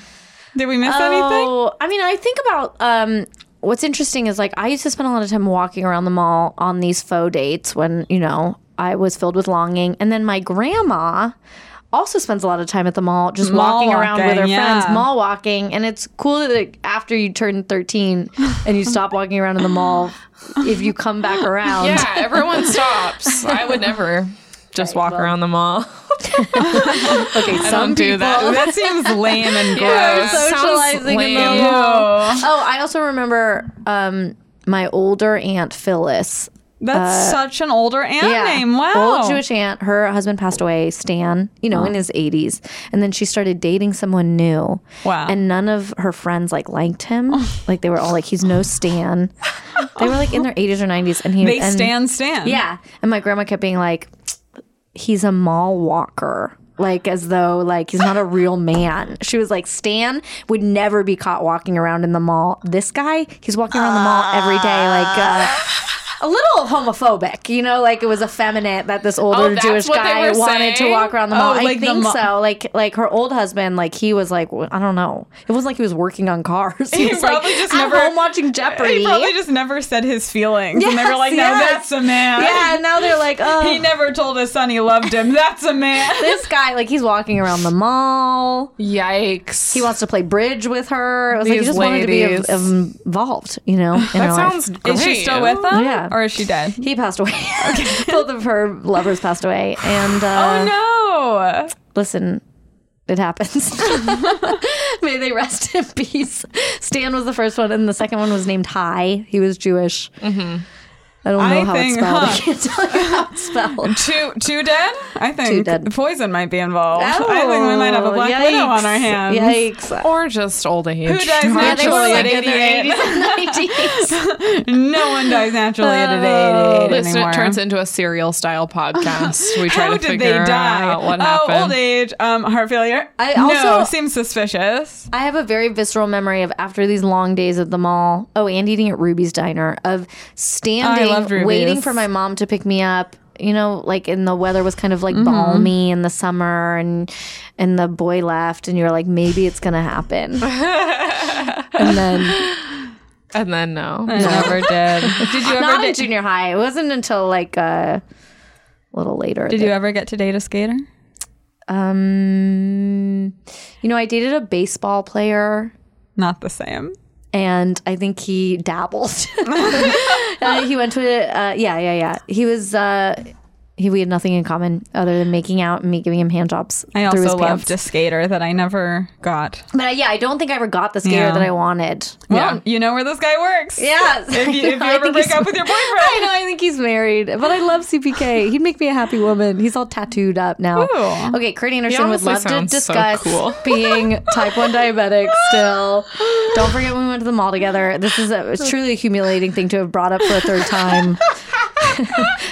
B: Did we miss anything?
D: Oh, I mean, I think about um, what's interesting is like I used to spend a lot of time walking around the mall on these faux dates when you know I was filled with longing, and then my grandma also spends a lot of time at the mall just
B: Mall
D: walking around with her
B: walking,
D: friends
B: yeah.
D: mall walking and it's cool that like, after you turn 13 and you stop walking around in the mall if you come back around
C: Yeah, everyone stops. I would never just walk around the mall.
D: okay
C: I
D: some
C: don't do
D: people
C: that.
B: Uh, That seems lame and gross.
C: Yeah,
D: We're
C: sounds
D: socializing in the
C: lame.
B: Oh,
D: oh i also remember um my older aunt phyllis
B: that's such an older aunt name. Wow.
D: Uh, Old Jewish aunt. Her husband passed away, Stan, you know, in his 80s. And then she started dating someone new.
B: Wow. Oh.
D: And none of her friends like liked him. like they were all like, he's no Stan. They were like in their 80s or 90s. And he
B: They
D: and,
B: stand stand.
D: Yeah. And my grandma kept being like, he's a mall walker. Like as though like he's not a real man. She was like, Stan would never be caught walking around in the mall. This guy, he's walking around the mall every day, like uh,
B: Ah.
D: a little homophobic, you know, like it was effeminate that this older
C: that's
D: Jewish
C: what they
D: guy
C: were
D: wanted to
C: saying?
D: walk around the mall.
B: Oh,
D: I
B: like the
D: think
B: mo-
D: so. Like like her old husband, like he was like well, I don't know. It was like he was working on cars. He, was like,
B: probably just
D: at
B: never-
D: home watching Jeopardy.
B: He probably just never said his feelings. and they were
D: Yes,
B: like, no,
D: yes.
B: that's a man.
D: yeah, and now they're like, oh,
B: He never told his son he loved him. That's a man.
D: this guy, like, he's walking around the mall.
C: Yikes.
D: He wants to play bridge with her. It was like, he
C: These
D: just wanted
C: ladies.
D: to be in- involved, you know? In
C: That
D: her life.
C: sounds great.
B: Is she still with him?
D: Yeah.
B: Or is she dead?
D: He passed away. Both of her lovers passed away. And
C: Oh,
D: uh,
B: oh no.
D: listen, it happens. May they rest in peace. Stan was the first one, and the second one was named Hi. He was Jewish. I don't know
B: Mm-hmm. I
D: how
B: think,
D: it's spelled.
B: huh.
D: I can't tell you how it's spelled.
B: Two two dead? I think
D: Two dead.
B: poison might be involved. I think we might have a black
D: yikes.
B: widow on our hands.
D: Yikes.
C: Or just old age.
B: Who dies
D: Yeah,
B: naturally
D: were
B: at
D: like in their
B: 88?
D: 80s and 90s.
B: no one dies naturally
D: Oh.
B: at an eight, eight, eight
C: This
B: anymore.
C: turns into a serial style podcast. We try
B: How
C: to
B: did
C: figure
B: they die?
C: out what
B: oh,
C: happened.
B: old age, um, heart failure.
D: I
B: no,
D: also-
B: seems suspicious.
D: I have a very visceral memory of after these long days at the mall. Oh, and eating at Ruby's Diner of standing,
B: loved Ruby's.
D: waiting for my mom to pick me up. You know, like and the weather was kind of
B: Mm-hmm.
D: like balmy in the summer, and and the boy left, and you're like, maybe it's gonna happen, and then
C: and then no.
B: Never did. Did you ever?
D: not in
B: Did,
D: junior high. It wasn't until like uh, a little later.
B: did you ever get to date a skater?
D: Um, you know, I dated a baseball player.
B: Not the same.
D: and I think he dabbled. Uh, he went to a uh, yeah, yeah, yeah. He was uh, he. We had nothing in common other than making out and me giving him hand jobs
B: I
D: through his
B: also loved
D: pants.
B: a skater that I never got.
D: but uh, yeah, I don't think I ever got the skater
B: Yeah.
D: that I wanted.
B: Well, you know where this guy works.
D: Yes.
B: If you, if you
D: I
B: ever
D: think
B: break
D: he's-
B: up with your
D: I
B: boyfriend.
D: know. I think he's married, but I love CPK. He'd make me a happy woman. He's all tattooed up now.
B: Ooh.
D: Okay, Kurt Anderson would
C: honestly
D: love to
C: sounds so
D: discuss
C: cool.
D: being type one diabetic. Still, don't forget when we went to the mall together. This is a, it's truly a humiliating thing to have brought up for a third time.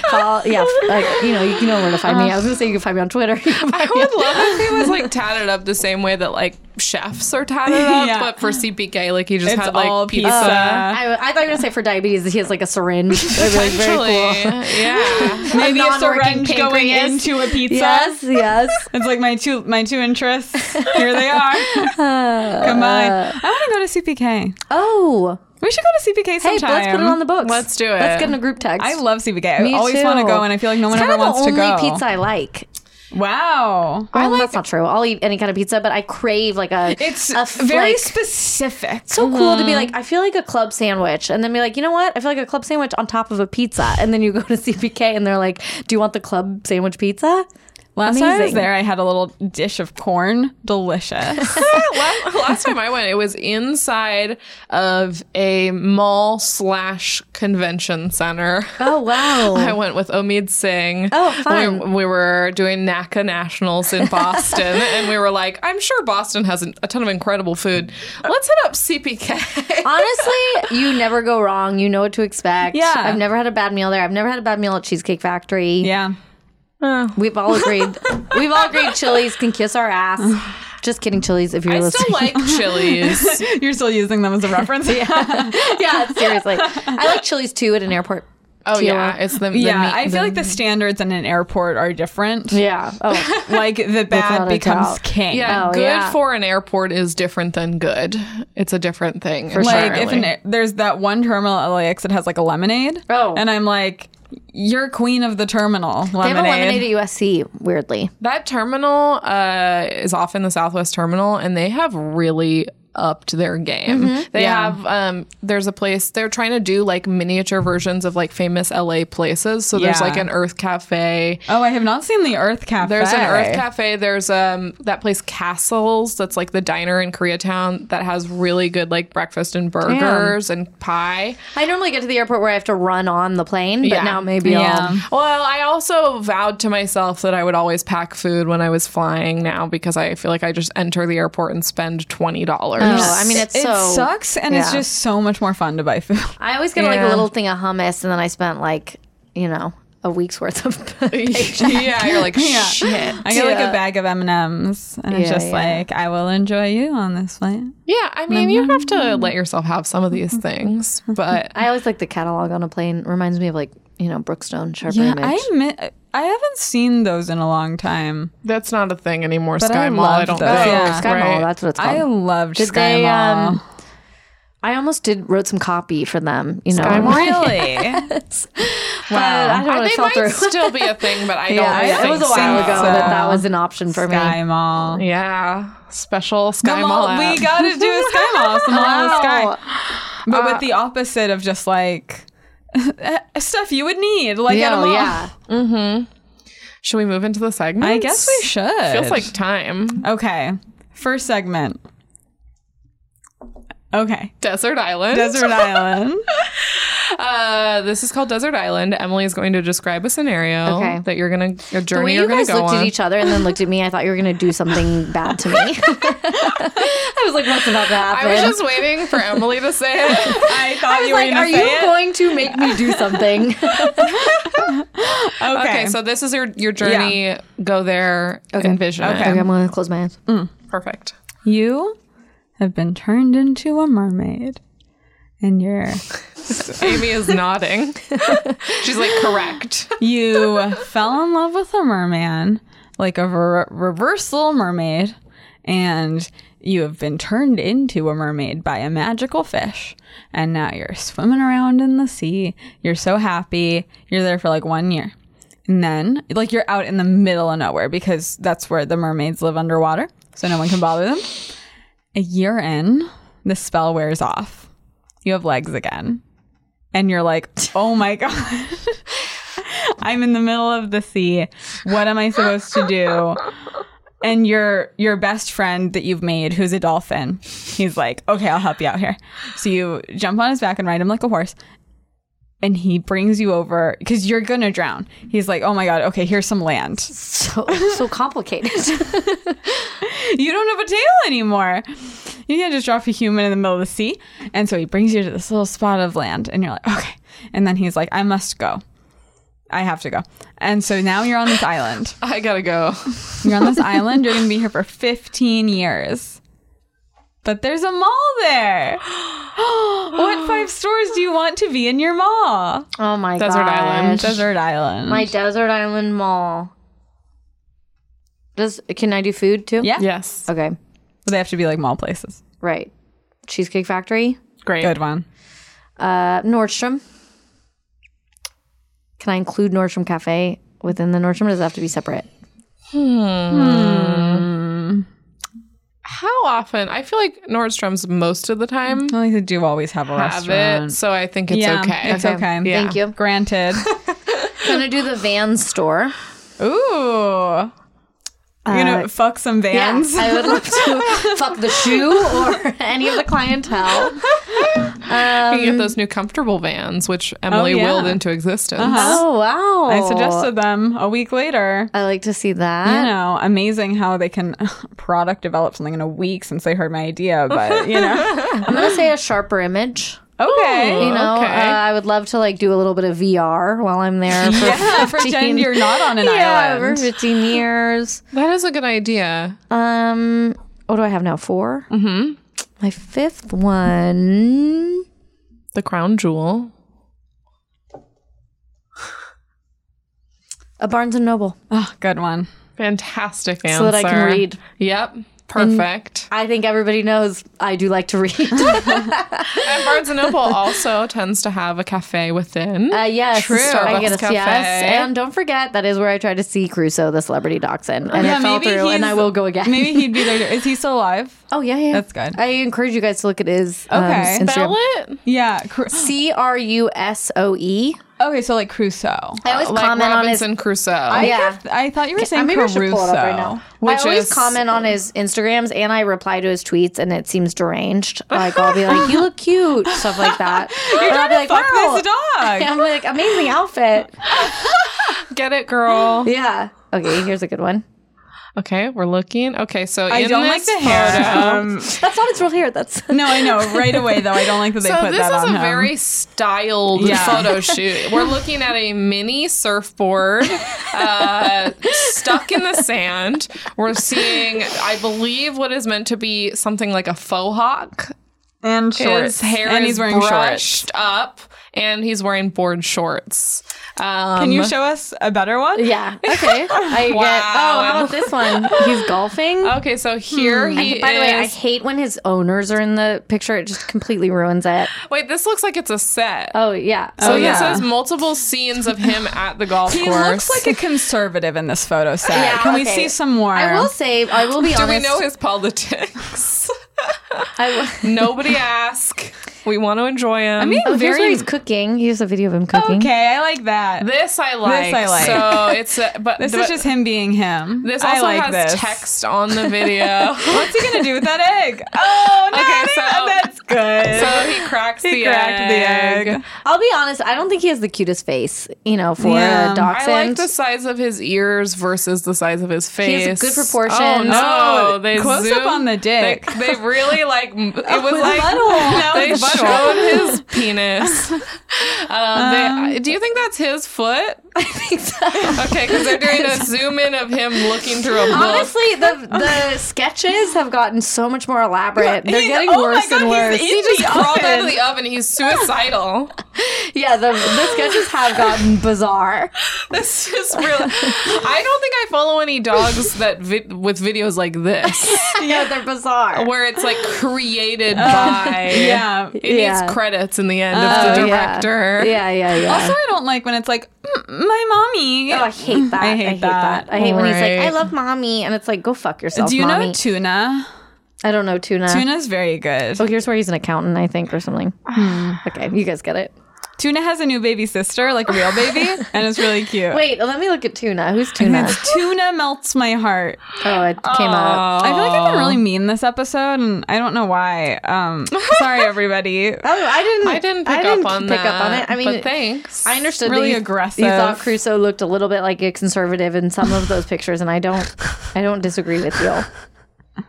D: Follow- yeah, like, you know, you know where to find me. I was gonna say you can find me on Twitter. You can
C: I
D: find me
C: would love if he was like tatted up the same way that like chefs are tatted up,
B: Yeah.
C: but for CPK, like he just
B: It's
C: had like
B: all
C: pizza.
B: pizza.
D: I, I thought you were gonna say for diabetes that he has like a syringe. That'd be, like, very
C: Potentially,
D: cool.
C: yeah.
B: Maybe a
D: non-working
B: syringe going
D: pancreas.
B: into a pizza.
D: Yes, yes.
B: It's like my two my two interests. Here they are. Combined. I want to go to CPK.
D: Oh,
B: We should go to CPK
D: hey,
B: sometime.
D: let's put it on the books.
C: Let's do
D: Let's
C: it.
D: get in a group text.
B: I love CPK. I
D: Me
B: always
D: too.
B: want to go, and I feel like no one
D: it's
B: ever
D: kind of
B: wants
D: the
B: to go.
D: only pizza I like.
B: Wow.
D: Well, that's not true. I'll eat any kind of pizza, but I crave like a.
B: It's
D: a f-
B: very Mm-hmm.
D: like-
B: specific.
D: so cool to be like. I feel like a club sandwich, and then be like, you know what? I feel like a club sandwich on top of a pizza, and then you go to CPK, and they're like, "Do you want the club sandwich pizza?"
B: Last time I was
D: amazing.
B: there, I had a little dish of corn. Delicious.
C: last, last time I went, it was inside of a mall slash convention center.
D: Oh
C: I
D: wow!
C: went with Omid Singh.
D: Oh, fun.
C: We, we were doing NACA Nationals in Boston, and we were like, I'm sure Boston has an- a ton of incredible food. Let's hit up CPK.
D: Honestly, you never go wrong. You know what to expect.
B: Yeah.
D: I've never had a bad meal there. I've never had a bad meal at Cheesecake Factory.
B: yeah.
D: We've all agreed. We've all agreed. Chili's can kiss our ass. Just kidding, Chili's. If you're
C: I
D: listening,
C: still like chilies.
B: You're still using them as a reference.
D: yeah, seriously. I like Chili's too at an airport.
C: Oh,
D: Teal.
C: yeah. It's the, the
B: Yeah,
C: meat-
B: I feel
C: the-
B: like the standards in an airport are different.
D: Yeah. Oh,
B: Like the
D: Without
B: bad
D: a
B: becomes
D: doubt.
B: king.
C: Yeah,
D: Oh,
C: good
D: yeah.
C: for an airport is different than good. It's a different thing.
B: Like if
C: entirely.
B: an, there's that one terminal at LAX that has like a lemonade.
D: Oh.
B: And I'm like, you're queen of the terminal lemonade.
D: they have a lemonade at USC. Weirdly,
C: that terminal uh, is often the Southwest terminal, and they have really upped their game.
B: Mm-hmm.
C: They have um, there's a place they're trying to do like miniature versions of like famous LA places. So there's
B: Yeah.
C: like an Earth Cafe.
B: Oh, I have not seen the Earth Cafe.
C: There's an Earth Cafe. There's um that place Castles. That's like the diner in Koreatown that has really good like breakfast and burgers and pie.
D: I normally get to the airport where I have to run on the plane, but
C: Yeah.
D: now maybe
B: Yeah.
C: Well, I also vowed to myself that I would always pack food when I was flying now because I feel like I just enter the airport and spend $20.
D: I'll. No, Oh, I mean it's
B: It
D: so.
B: sucks, and it's
D: yeah.
B: just so much more fun to buy food.
D: I always get like a
C: Yeah.
D: little thing of hummus, and then I spent like you know a week's worth of.
C: yeah, you're like, shit.
B: I get like
D: Yeah.
B: a bag of M and M's, and it's
D: Yeah,
B: just
D: yeah.
B: like I will enjoy you on this flight.
C: Yeah, I mean, you have to let yourself have some of these things, but
D: I always like the catalog on a plane. Reminds me of like you know Brookstone Sharper
B: Yeah,
D: Image.
B: I mi- I haven't seen those in a long time.
C: that's not a thing anymore. Sky
B: I
C: Mall, I
B: loved
C: don't
B: those.
C: think.
B: Yeah.
D: Sky Mall,
C: right?
D: that's what it's
B: I
D: called.
B: loved
D: Did
B: Sky
D: they,
B: Mall.
D: um, I, almost did wrote some copy for them. You know,
B: really?
D: but I don't know.
C: I
D: It
C: think
D: fell
C: might
D: through.
C: still be a thing, but I don't
B: I-
C: think
D: it was a
C: so.
D: while ago
B: so.
D: that that was an option for me.
B: Sky Mall.
C: Yeah, special Sky
B: The
C: Mall.
B: mall- we
C: app.
B: gotta do a Sky Mall. It's the mall of the
D: Wow.
B: sky. But
D: Uh,
B: with the opposite of just like eh, stuff you would need, like at a
D: Yeah, oh,
B: mall.
D: yeah.
C: Should we move into the segment?
B: I guess we should.
C: Feels like time.
B: okay. First segment. Okay.
C: Desert Island.
B: Desert Island.
C: Uh, this is called Desert Island. Emily is going to describe a scenario
D: Okay.
C: that you're gonna a
D: The
C: journey
D: way
C: you're
D: you
C: gonna
D: guys
C: go
D: looked
C: on.
D: at each other and then looked at me, I thought you were going to do something bad to me. I was like, what's about to happen?
C: I was just waiting for Emily to say it.
B: I thought
D: I was
B: you were
D: like,
B: gonna
D: are you
B: say it.
D: going to make me do something?
B: Okay.
C: Okay, so this is your your journey. Go there, envision. it.
D: okay, I'm going to close my eyes.
C: perfect.
B: you have been turned into a mermaid, and you're
C: Amy is nodding. She's like, correct.
B: you fell in love with a merman, like a ver- reversal mermaid, and you have been turned into a mermaid by a magical fish. And now you're swimming around in the sea. You're so happy. You're there for like one year. And then, like, you're out in the middle of nowhere because that's where the mermaids live underwater. So no one can bother them. A year in, the spell wears off. You have legs again. And you're like, oh my God. I'm in the middle of the sea. What am I supposed to do? And your your best friend that you've made, who's a dolphin, he's like, okay, I'll help you out here. So you jump on his back and ride him like a horse. And he brings you over because you're gonna drown. He's like, oh my god, okay, here's some land.
D: So, so complicated.
B: you don't have a tail anymore. You can't just drop a human in the middle of the sea. And so he brings you to this little spot of land, and you're like, okay. And then he's like, I must go. I have to go. And so now you're on this island.
C: I gotta go.
B: You're on this island. You're going to be here for 15 years. But there's a mall there. what five stores do you want to be in your mall?
D: Oh my god.
C: Desert Island.
B: Desert Island.
D: My desert island mall. Does can I do food too?
B: yeah.
C: Yes.
D: Okay.
B: They have to be like mall places.
D: Right. Cheesecake Factory.
C: Great.
B: Good one.
D: Uh, Nordstrom. Can I include Nordstrom Cafe within the Nordstrom? Or does it have to be separate?
C: How often? I feel like Nordstrom's most of the time
B: I like they do always have a
C: have
B: restaurant.
C: it, so I think it's
B: Yeah,
C: okay.
B: it's okay.
C: Yeah.
D: Thank you.
B: Granted.
D: Gonna do the van store.
B: Ooh. You're gonna fuck some vans.
D: Uh, I would love to fuck the shoe or any of the clientele.
C: you get those new comfortable vans, which Emily
B: yeah.
C: willed into existence.
D: Oh wow.
B: I suggested them a week later.
D: I like to see
B: You
D: that.
B: know, amazing how they can product develop something in a week since they heard my idea, but you know.
D: I'm gonna say a sharper image.
B: Okay.
D: You know,
C: Okay.
D: uh, I would love to like do a little bit of VR while I'm there. For
B: Yeah,
D: 15
B: pretend you're not on an
D: yeah,
B: island.
D: for 15 years.
C: That is a good idea.
D: Um, what do I have now? 4 Mm-hmm. My fifth one.
C: The crown jewel.
D: A Barnes and Noble.
B: Oh, good one.
C: Fantastic answer.
D: So that I can read.
C: Yep. Perfect.
D: I think everybody knows I do like to read.
C: and Barnes and Noble also tends to have a cafe within.
D: Uh, yes,
C: True.
D: I get
C: Starbucks
D: a yes.
C: Cafe.
D: And don't forget, that is where I tried to see Crusoe, the celebrity dachshund, and
B: Yeah,
D: it fell
B: maybe
D: through. And
B: he's-
D: I will go again.
B: Maybe he'd be there. Is he still alive?
D: oh yeah, yeah,
B: That's good.
D: I encourage you guys to look at his um,
B: Okay.
D: Instagram.
C: Spell it.
B: Yeah. Cru-
D: C R U S O E.
B: okay, so like Crusoe.
D: I always
C: Like
D: comment on his
C: Robinson Crusoe.
D: yeah.
B: I thought you were saying
D: maybe I
B: Caruso.
D: should pull it up right now.
C: Which
D: I always
C: is-
D: comment on his Instagrams and I reply to his tweets, and it seems deranged. Like I'll be like, "You look cute," stuff like that. and I'll be like,
B: Fuck
D: "Wow."
B: this dog.
D: And I'm like, "Amazing outfit."
C: Get it, girl.
D: Yeah. Okay, here's a good one.
C: Okay, we're looking. Okay, so
B: I
C: in
B: don't like
C: this
B: the hair. Um,
D: That's not his real hair. That's
B: no, I know. Right away, though, I don't like that they
C: So
B: put
C: this
B: that
C: is
B: on
C: a
B: him.
C: very styled
B: Yeah.
C: photo shoot. We're looking at a mini surfboard uh, stuck in the sand. We're seeing, I believe, what is meant to be something like a faux hawk.
B: and shorts.
C: His hair
B: and
C: is
B: he's wearing shorts.
C: brushed up, and he's wearing board shorts. Um,
B: Can you show us a better one?
D: yeah. Okay. I get. Oh, how about this one? He's golfing.
C: Okay, so here Oh,
B: Hmm.
C: he
D: By the way, I
C: is.
D: hate when his owners are in the picture. It just completely ruins it.
C: Wait, this looks like it's a set.
D: Oh yeah.
C: so
D: oh
C: this
B: yeah.
C: is multiple scenes of him at the golf
B: He
C: course.
B: looks like a conservative in this photo set.
D: Yeah,
B: Can we
D: okay.
B: see some more?
D: I will say. I will be
C: Do we
D: honest.
C: know his politics?
D: I will-
C: Nobody ask. We want to enjoy him. I
B: mean,
D: Oh, here's
B: very
D: where he's cooking. Here's a video of him cooking.
B: okay. I like that. This,
C: this I like.
B: I like.
C: So it's a, but but
B: is just him being him.
C: This
B: I
C: also
B: like
C: has
B: this.
C: text on the video.
B: What's he gonna do with that egg? Oh, no,
C: Okay,
B: okay,
C: so-
B: that's good.
C: so he cracks
B: he
C: the
B: cracked
C: egg.
B: the egg.
D: I'll be honest. I don't think he has the cutest face, you know, for
B: Yeah.
D: a
C: I
D: dachshund.
C: like the size of his ears versus the size of his
D: He
C: face.
D: has good proportions.
C: Oh no!
B: Oh,
C: they
B: close
C: zoomed-
B: up on the dick.
C: They, they really like m- it was
B: With
C: like
B: butthole. Now
C: they
B: it's butthole.
C: showed his penis. Um, they-
B: Um,
C: I- do you think that's his foot?
D: I think so.
C: Okay, because they're doing a zoom in of him looking through a book.
D: Honestly, the the sketches have gotten so much more elaborate. They're
B: He's-
D: getting
B: oh my
D: worse
B: God,
D: and
B: he's
D: worse.
B: in
C: he just
B: the
C: crawled out of
B: oven.
C: the oven. He's suicidal.
D: Yeah, the, the sketches have gotten bizarre.
C: This is really. I don't think I follow any dogs that vi- with videos like this,
D: Yeah, they're bizarre.
C: where it's like created by.
B: Uh, yeah.
C: It
D: Yeah.
C: needs credits in the end of
D: Oh,
C: the
D: yeah.
C: director.
D: Yeah, yeah, yeah.
B: Also, I don't like when it's like "Mm, my mommy.
D: Oh, I hate that. I hate, that. I hate when he's like,
C: Right.
D: "I love mommy," and it's like, "Go fuck yourself,
B: Do you
D: mommy."
B: know tuna?
D: I don't know tuna.
B: Tuna's very good.
D: Oh, here's where he's an accountant, I think, or something.
C: Hmm.
D: okay, you guys get it.
B: Tuna has a new baby sister, like a real baby, and it's really cute.
D: Wait, let me look at tuna. Who's tuna?
B: Tuna melts my heart.
D: oh, it came up.
B: I feel like I've been really mean this episode, and I don't know why. Um, sorry, everybody.
D: Oh, I didn't.
C: I didn't pick up on
D: pick
C: that.
D: up on it. I mean,
C: but thanks.
D: I understood. that
B: Really
D: you-
B: aggressive.
D: You thought Crusoe looked a little bit like a conservative in some of those pictures, and I don't. I don't disagree with you.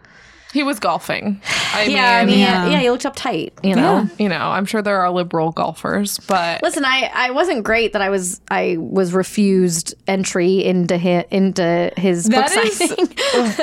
C: he was golfing. I
D: Yeah, I
C: mean,
D: mean,
B: Yeah.
D: yeah, he looked uptight. You know.
C: you know, I'm sure there are liberal golfers, but
D: Listen, I, I wasn't great that I was I was refused entry into his, into his
B: That
D: book
B: is-
D: signing.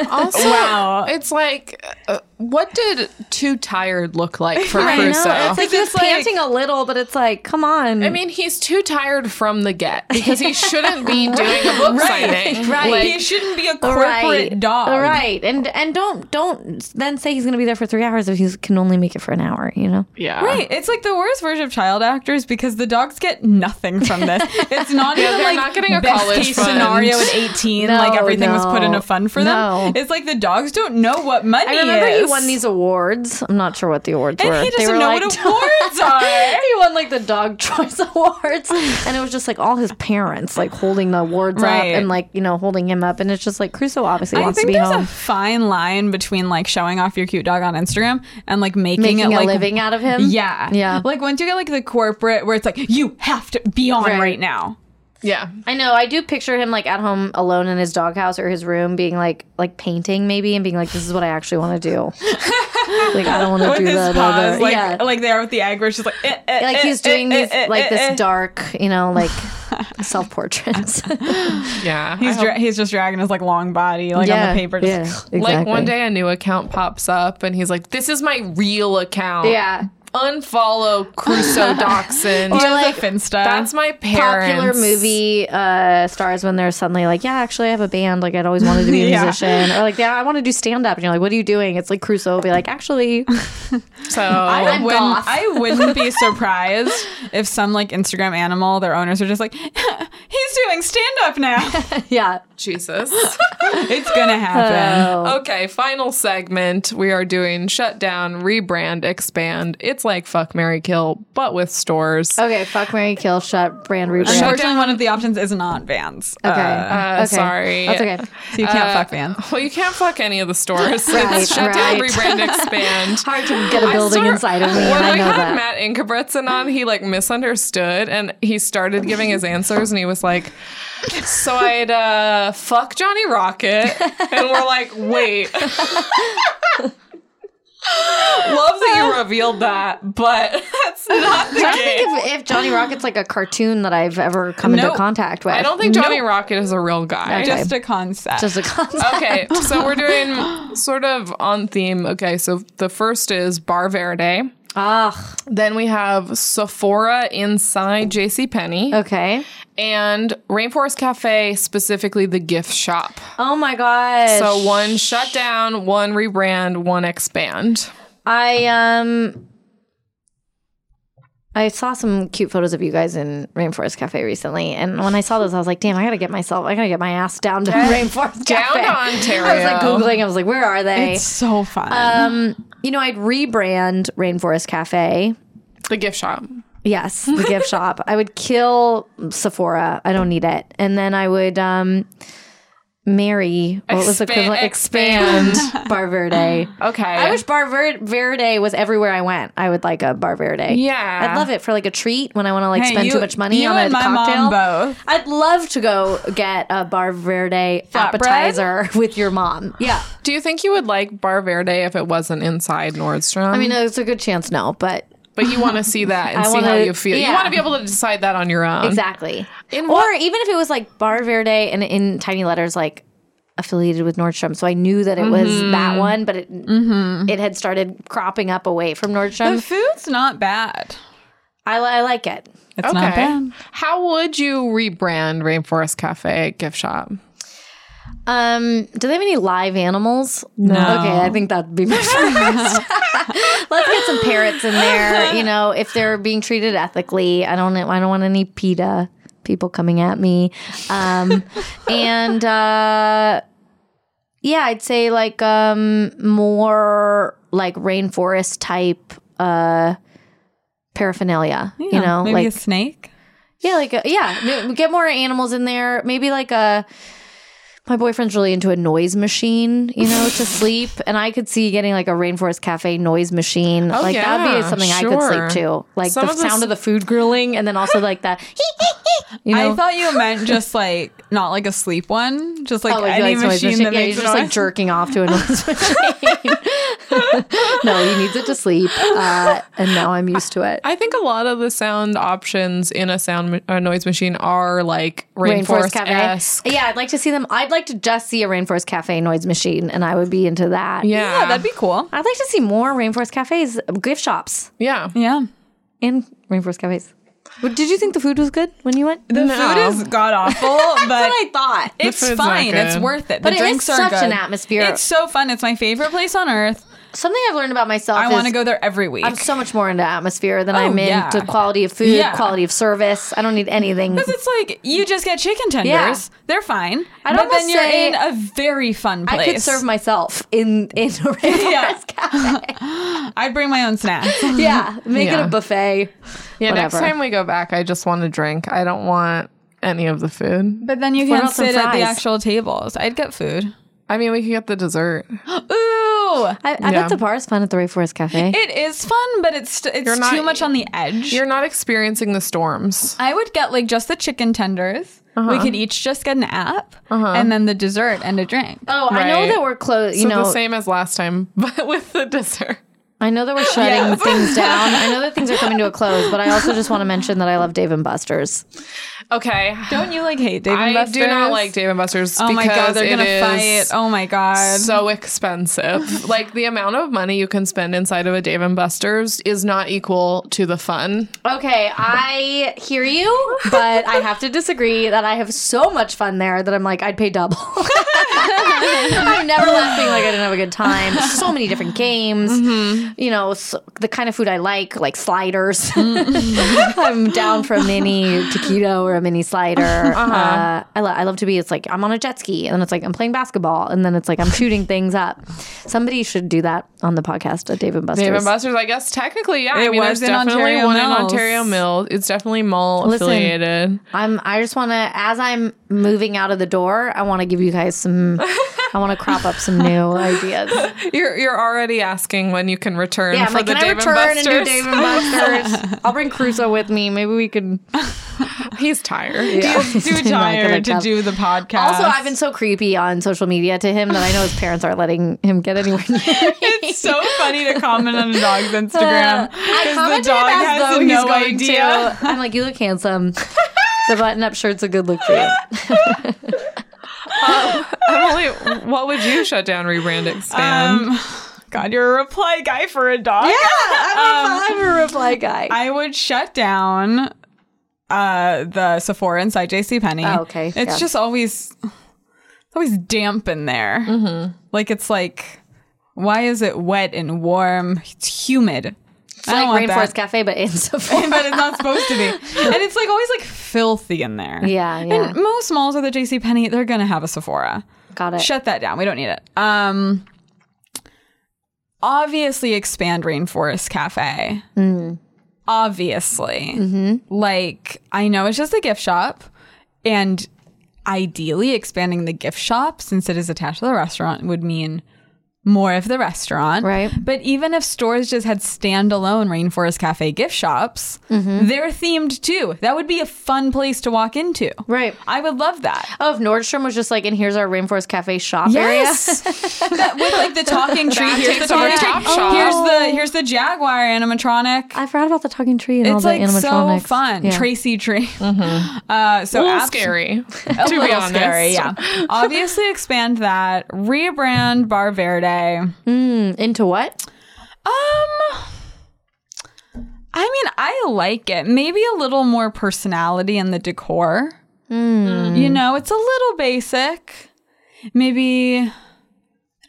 C: also,
B: Wow.
C: it's like, uh, what did too tired look like for
D: I know.
C: Crusoe?
D: It's like he was
B: It's like-
D: panting a little, but it's like, come on.
C: I mean, he's too tired from the get because he shouldn't be doing a book signing.
D: Right.
C: Like,
B: he shouldn't be a corporate dog.
D: Right. And and don't don't then say he's gonna be there for three hours if he can only make it for an hour, you know?
C: yeah.
B: Right. It's like the worst version of child actors because the dogs get nothing from this. It's not even
C: they're
B: like
C: not getting a
B: best
C: college
B: case
C: fund.
B: scenario at 18,
D: No,
B: like everything was put in
D: no,
B: a fund for them.
D: no.
B: It's like the dogs don't know what money
D: I remember
B: is.
D: he won these awards. I'm not sure what the awards
B: And
D: were.
B: he
D: They were
B: doesn't know
D: like,
B: what awards are.
D: he won like the Dog Choice Awards, and it was just like all his parents like holding the awards up
B: Right.
D: and like you know holding him up, and it's just like Crusoe obviously
B: I
D: wants to
B: think
D: be
B: there's
D: home.
B: a fine line between like showing off your cute dog on Instagram and like making,
D: making
B: it
D: a
B: like
D: living out of him.
B: Yeah.
D: yeah.
B: Like once you get like the corporate where it's like, you have to be on
D: Right.
B: right, now.
C: Yeah.
D: I know. I do picture him like at home alone in his doghouse or his room, being like like painting maybe, and being like, "This is what I actually want to do." like I don't want to
B: With
D: do
B: his
D: that.
B: paws,
D: other.
B: like
D: yeah. like,
B: like there with the egg, where it's just like, eh, eh, eh,
D: he's
B: eh,
D: doing
B: eh,
D: these
B: eh,
D: like
B: eh, eh.
D: this dark, you know, like self portraits.
C: Yeah. I
B: He's
C: hope-
B: dra- he's just dragging his like long body like on the paper.
D: Yeah,
B: Just,
D: exactly.
C: Like one day a new account pops up and he's like, "This is my real account."
D: yeah.
C: Unfollow Crusoe Dachshund.
B: He
D: Or,
B: has
D: like,
B: a Finsta.
C: That's my parents.
D: Popular movie uh, stars when they're suddenly like, yeah, actually, I have a band. Like, I'd always wanted to be a
B: Yeah.
D: musician, or like, yeah, I want to do stand up. And you're like, what are you doing? It's like Crusoe will be like, actually,
C: So
B: I
D: I'm
B: wouldn't,
D: goth.
B: I wouldn't be surprised if some like Instagram animal, their owners are just like, he's doing stand up now.
D: yeah.
C: Jesus.
B: It's gonna happen.
D: Oh.
C: Okay, final segment. We are doing shutdown, rebrand, expand. It's like fuck, Mary kill, but with stores.
D: Okay, fuck Mary Kill, shut brand rebrand.
B: Unfortunately, one of the options is not Vans.
D: Oh. Okay. Uh,
C: uh,
D: okay.
C: sorry.
D: That's okay.
B: so you can't fuck Vans.
C: Well, you can't fuck any of the stores.
D: Right,
C: it's shutdown,
D: right.
C: rebrand, expand.
D: Hard to get a building
C: Star-
D: inside of me,
C: When
D: and I know
C: had
D: that.
C: Matt Ingebretson on, he like misunderstood and he started giving his answers and he was like, So I'd uh, fuck Johnny Rocket. And we're like, Wait. Love that you revealed that, but that's not the
D: I don't
C: game.
D: think if, if Johnny Rocket's like a cartoon that I've ever come
B: Nope.
D: into contact with.
C: I don't think Johnny Rocket is a real guy.
D: Okay.
B: Just a concept.
D: Just a concept.
C: okay, so we're doing sort of on theme. Okay, so the first is Bar Verde.
D: Ah,
C: Then we have Sephora inside JCPenney
D: okay.
C: and Rainforest Cafe, specifically the gift shop.
D: Oh my gosh.
C: So one shut down, one rebrand, one expand.
D: I um I saw some cute photos of you guys in Rainforest Cafe recently, and when I saw those, I was like, "Damn, I gotta get myself, I gotta get my ass down to Rainforest
C: Down
D: Cafe."
C: to Ontario.
D: I was like googling. I was like, "Where are they?"
B: it's so fun.
D: um, you know, I'd rebrand Rainforest Cafe
C: The gift shop.
D: Yes, the gift shop. I would kill Sephora. I don't need it. And then I would um marry what was the
C: Expa-
D: equivalent?
C: expand. Oh,
D: Bar Verde.
C: Okay.
D: I wish Bar Ver- Verde was everywhere I went. I would like a Bar Verde.
C: Yeah.
D: I'd love it for like a treat when I want to like
B: Hey,
D: spend
B: you-
D: too much money
B: you
D: on
B: and
D: a
B: my mom
D: cocktail.
B: both.
D: I'd love to go get a Bar Verde appetizer with your mom. Yeah.
C: Do you think you would like Bar Verde if it wasn't inside Nordstrom?
D: I mean, it's a good chance no, but
C: but you want to see that and
D: I
C: see
D: wanna-
C: how you feel. You
D: yeah.
C: want to be able to decide that on your own.
D: Exactly.
C: In
D: or
C: what-
D: even if it was like Bar Verde and in tiny letters like affiliated with Nordstrom, so I knew that it was
B: Mm-hmm.
D: that one, but it it had started cropping up away from
B: The
D: Nordstrom.
B: food's not bad.
D: I, li- I like it.
B: It's
C: Okay.
B: not bad.
C: How would you rebrand Rainforest Cafe gift shop?
D: Um, do they have any live animals? No. Okay, I think that'd be my first. Let's get some parrots in there. You know, if they're being treated ethically, I don't. I don't want any PETA people coming at me. Um, and uh, yeah, I'd say like um, more like rainforest type uh, paraphernalia. you know,
B: maybe
D: like
B: a snake.
D: yeah, like a, yeah, m- get more animals in there. Maybe like a. My boyfriend's really into a noise machine, you know, to sleep, and I could see getting like a rainforest cafe noise machine. like that would
C: yeah,
D: be something I could
C: sure.
D: sleep to, like
C: Some
D: the
C: of the
D: sound
C: s-
D: of the food grilling, and then also like that. you know,
B: I thought you meant just like not like a sleep one, just like
D: Oh, like, you
B: any
D: like noise
B: machine
D: machine?
B: that
D: Yeah,
B: makes
D: you're just like
B: noise.
D: jerking off to a noise machine. no, he needs it to sleep, uh, and now I'm used to it.
C: I think a lot of the sound options in a sound ma- a noise machine are like
D: Rainforest
C: rainforest esque.
D: Cafe. Yeah, I'd like to see them. I'd like to just see a Rainforest Cafe noise machine, and I would be into that.
C: Yeah,
B: yeah, that'd be cool.
D: I'd like to see more Rainforest Cafes, uh, gift shops,
C: yeah.
B: Yeah.
D: and Rainforest Cafes. But did you think the food was good when you went?
B: The
C: No.
B: food is god awful, but
D: thought.
B: it's
C: food's not
B: fine. It's
C: good.
B: worth it. The
D: But it is
B: drinks are
D: such
B: good.
D: an atmosphere.
B: It's so fun. It's my favorite place on earth.
D: Something I've learned about myself.
B: I
D: is
B: want to go there every week.
D: I'm so much more into atmosphere than
B: Oh,
D: I'm
B: yeah.
D: into quality of food,
B: Yeah.
D: quality of service. I don't need anything.
B: Because it's like you just get chicken tenders.
D: Yeah.
B: They're fine.
D: I'd
B: but then
D: almost
B: you're
D: say
B: in a very fun place.
D: I could serve myself in in a Rainforest
B: Yeah.
D: Cafe.
B: I'd bring my own snacks.
D: yeah, make
C: Yeah.
D: it a buffet.
C: Yeah, next
D: Whatever.
C: time we go back, I just want a drink. I don't want any of the food.
B: But then you
D: What
B: can
D: about some
B: sit at the
D: fries?
B: actual tables. I'd get food.
C: I mean, we could get the dessert.
B: Ooh.
D: I, I
C: Yeah.
D: bet the bar is fun at the Rainforest Cafe.
B: It is fun, but it's st- it's
C: You're not- e-
B: too much on the edge.
C: You're not experiencing the storms.
B: I would get like just the chicken tenders. We
C: Uh-huh.
B: could each just get an app and then the dessert and a drink.
D: Oh, I know
C: Right.
D: that we're close. You
C: so
D: know,
C: the same as last time, but with the dessert.
D: I know that we're shutting things down. I know that things are coming to a close, but I also just want to mention that I love Dave and Buster's.
C: Okay.
B: Don't you like hate Dave and
C: I
B: Buster's?
C: do not like Dave and Buster's
B: Oh
C: because
B: my god, they're
C: it
B: gonna fight.
C: is
B: Oh my god.
C: so expensive. like the amount of money you can spend inside of a Dave and Buster's is not equal to the fun.
D: Okay, I hear you, but I have to disagree that I have so much fun there that I'm like, I'd pay double. I'm never left being like, I didn't have a good time. So many different games,
C: Mm-hmm.
D: you know, s the kind of food I like, like sliders.
C: Mm.
D: I'm down for a mini taquito or a mini slider.
C: Uh-huh.
D: Uh, I, lo- I love to be, it's like, I'm on a jet ski, and then it's like, I'm playing basketball, and then it's like, I'm shooting things up. Somebody should do that on the podcast at Dave and Buster's.
C: Dave and Buster's, I guess technically, yeah. I
B: It
C: mean,
B: was in
C: there's definitely
B: Ontario
C: one in
B: Mills.
C: Ontario Mills. It's definitely mall
D: Listen.
C: affiliated.
D: I'm. I just want to. As I'm moving out of the door, I want to give you guys some. I want to crop up some new ideas.
C: You're you're already asking when you can return
D: Yeah, I'm
C: for
D: like,
C: the
D: can I
C: Dave
D: return
C: and
D: and
C: Buster's.
D: do Dave and Buster's? I'll bring Crusoe with me. Maybe we can.
C: He's tired.
B: You're too
D: Not gonna
B: tired to
D: come.
B: do the podcast.
D: Also, I've been so creepy on social media to him that I know his parents aren't letting him get anywhere near me.
B: It's so funny to comment on a dog's Instagram
D: I
B: because
D: commented
B: the dog
D: as
B: has
D: though he's
B: no
D: going to.
B: idea.
D: I'm like, you look handsome. The button-up shirt's a good look for you.
C: Emily, what would you shut down, rebrand, expand?
B: Um, God, you're a reply guy for a dog.
D: I'm, a, I'm a reply guy.
B: I would shut down uh the Sephora inside JC Penney.
D: Oh, okay.
B: It's
D: Yeah.
B: just always it's always damp in there.
D: Mm-hmm.
B: Like it's like why is it wet and warm? It's humid.
D: it's like Rainforest Cafe, but in Sephora.
B: but it's not supposed to be. And it's like always like filthy in there.
D: Yeah, yeah.
B: And most malls are the JC Penney, they're gonna have a Sephora.
D: Got it.
B: Shut that down. We don't need it. Um obviously expand Rainforest Cafe. obviously. Like, I know it's just a gift shop, and ideally, expanding the gift shop since it is attached to the restaurant would mean more of the restaurant.
D: Right.
B: But even if stores just had standalone Rainforest Cafe gift shops, they're themed too. That would be a fun place to walk into.
D: Right.
B: I would love that.
D: Oh, if Nordstrom was just like, and here's our Rainforest Cafe shop
B: Yes. That- with like the talking tree.
C: That
B: Here's the
C: takes over
B: talking tree.
C: Top Shop.
B: Here's the here's the jaguar animatronic.
D: area. I forgot about the talking tree and all
B: it's
D: the
B: like so
D: animatronics.
B: fun.
D: Yeah.
B: Tracy Tree. Uh, so
C: A little
B: abs-
C: scary, to
B: A
C: be
B: little
C: honest.
B: scary, yeah. Obviously, expand that. Rebrand Bar Verde.
D: Mm, Into what?
B: Um, I mean, I like it. Maybe a little more personality in the decor. You know, it's a little basic. Maybe I